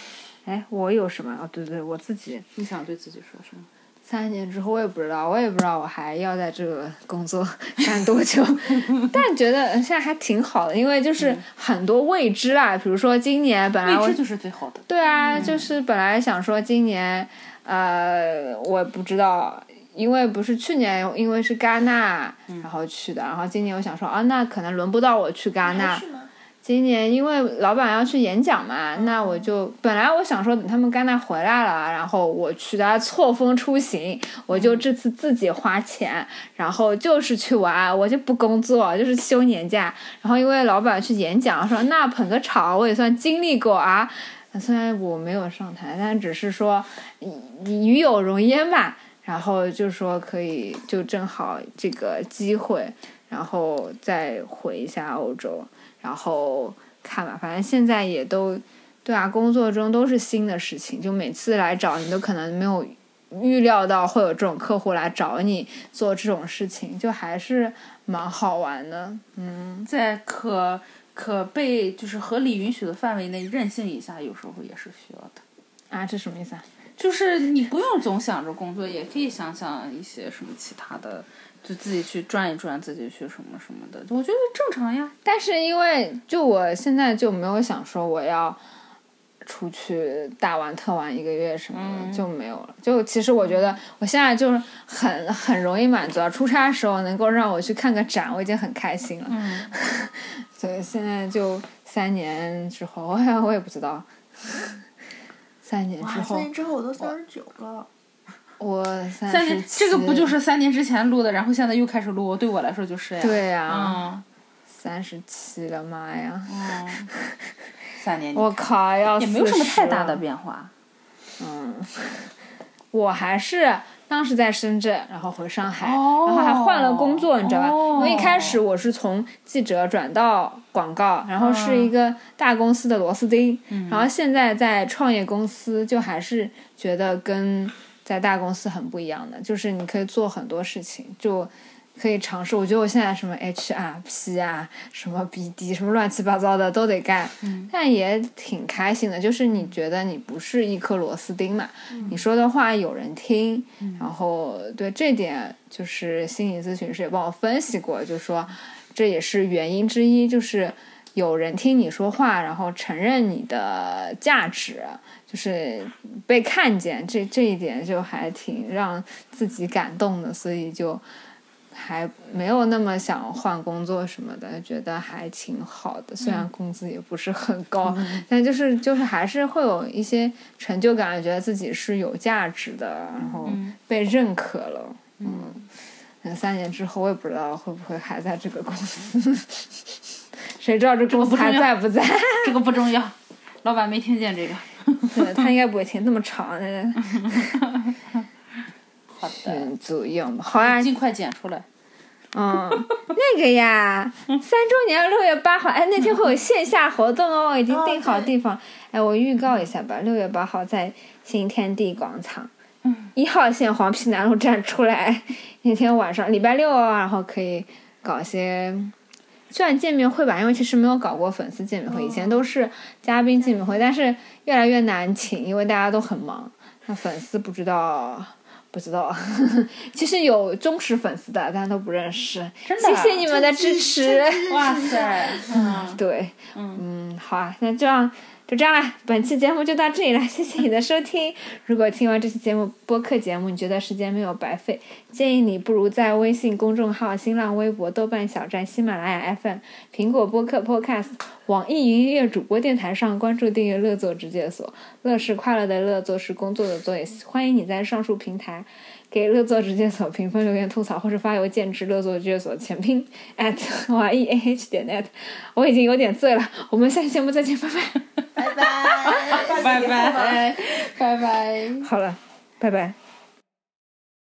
C: 哎，我有什么？哦，对对，我自己
B: 你想对自己说什么？
C: 三年之后我也不知道，我也不知道我还要在这个工作干多久， 嗯但觉得现在还挺好的，因为就是很多未知啊，比如说今年本来我
B: 未知就是最好的。
C: 对啊，就是本来想说今年，呃，我不知道，因为不是去年因为是戛纳、然后去的，然后今年我想说啊，那可能轮不到我去戛纳。今年因为老板要去演讲嘛，那我就本来我想说等他们戛纳回来了，然后我去大家错峰出行，我就这次自己花钱，然后就是去玩，我就不工作，就是休年假。然后因为老板去演讲，说那捧个场，我也算经历过啊。虽然我没有上台，但只是说与与有荣焉吧。然后就说可以，就正好这个机会，然后再回一下欧洲，然后看吧。反正现在也都对啊，工作中都是新的事情，就每次来找你都可能没有预料到会有这种客户来找你做这种事情，就还是蛮好玩的。嗯，
B: 在可可被就是合理允许的范围内任性一下，有时候也是需要的。
C: 啊，这什么意思啊？
B: 就是你不用总想着工作，也可以想想一些什么其他的，就自己去转一转，自己去什么什么的，我觉得正常呀。
C: 但是因为就我现在就没有想说我要出去大玩特玩一个月什么
B: 嗯
C: 的、就没有了。就其实我觉得我现在就是很很容易满足啊，出差的时候能够让我去看个展，我已经很开心了。
B: 嗯，
C: 所以现在就三年之后，我也我也不知道。三年之
E: 哇，三
C: 后
E: 年，之后我都三十九了，
C: 我三
B: 三年这个不就是是三年之前录的，然后现在又开始录，对我来说就是呀。
C: 对呀、
B: 嗯，
C: 三十七了，妈呀！
B: 嗯， 三年
C: 哦我靠，要
B: 也没有什么
C: 40
B: 太大
C: 了
B: 的变化。
C: 嗯， 我还是当时在深圳，然后回上海，
B: 哦
C: 然后还换了工作，你知道吧？
B: 哦
C: 因为一开始我是从记者转到广告，然后是一个大公司的螺丝钉，
B: 嗯
C: 然后现在在创业公司，就还是觉得跟在大公司很不一样的，就是你可以做很多事情，就。可以尝试，我觉得我现在什么 HR、P 啊，什么 BD，什么乱七八糟的都得干，但也挺开心的。就是你觉得你不是一颗螺丝钉嘛，你说的话有人听，然后对这点就是心理咨询师也帮我分析过，就说这也是原因之一，就是有人听你说话，然后承认你的价值，就是被看见，这这一点就还挺让自己感动的，所以就。还没有那么想换工作什么的，觉得还挺好的。
B: 嗯
C: 虽然工资也不是很高， 但就是就是还是会有一些成就感，觉得自己是有价值的，然后
B: 嗯
C: 被认可了。嗯，那三年之后我也不知道会不会还在这个公司， 谁知道这公司
B: 不重
C: 还
B: 要
C: 在 不在？
B: 这个不重要，老板没听见这个。
C: 对他应该不会停那么长，
B: 好的，
C: 嗯，左右吧。好啊，
B: 尽快剪出来。
C: 嗯， 那个呀，三周年六月八号，哎，那天会有线下活动哦，已经定好地方。哎，我预告一下吧，六月八号在新天地广场，一号线黄陂南路站出来。 那天晚上，礼拜六哦、然后可以搞些。虽然见面会吧，因为其实没有搞过粉丝见面会，以前都是嘉宾见面会，但是越来越难请，因为大家都很忙。那粉丝不知道，不知道，其实有忠实粉丝的，但都不认识。
B: 真的
C: 谢
B: 啊
C: 谢你们的支持。
B: 哇塞，嗯，
C: 对，嗯好啊，那这样就这样啦，本期节目就到这里了，谢谢你的收听。如果听完这期节目播客节目，你觉得时间没有白费，建议你不如在微信公众号、新浪微博、豆瓣小站、喜马拉雅 FM、苹果播客 Podcast、网易云音乐主播电台上关注订阅“乐作直介所”，乐是快乐的乐，作是工作的作，也欢迎你在上述平台。给乐作直接所评分、留言、吐槽，或是发邮件至乐作直接所全拼 at y e a h 点 net。我已经有点醉了，我们下期节目再见，拜拜。
E: 拜拜，拜
B: 拜拜。
G: 拜拜。
C: 好了，拜拜。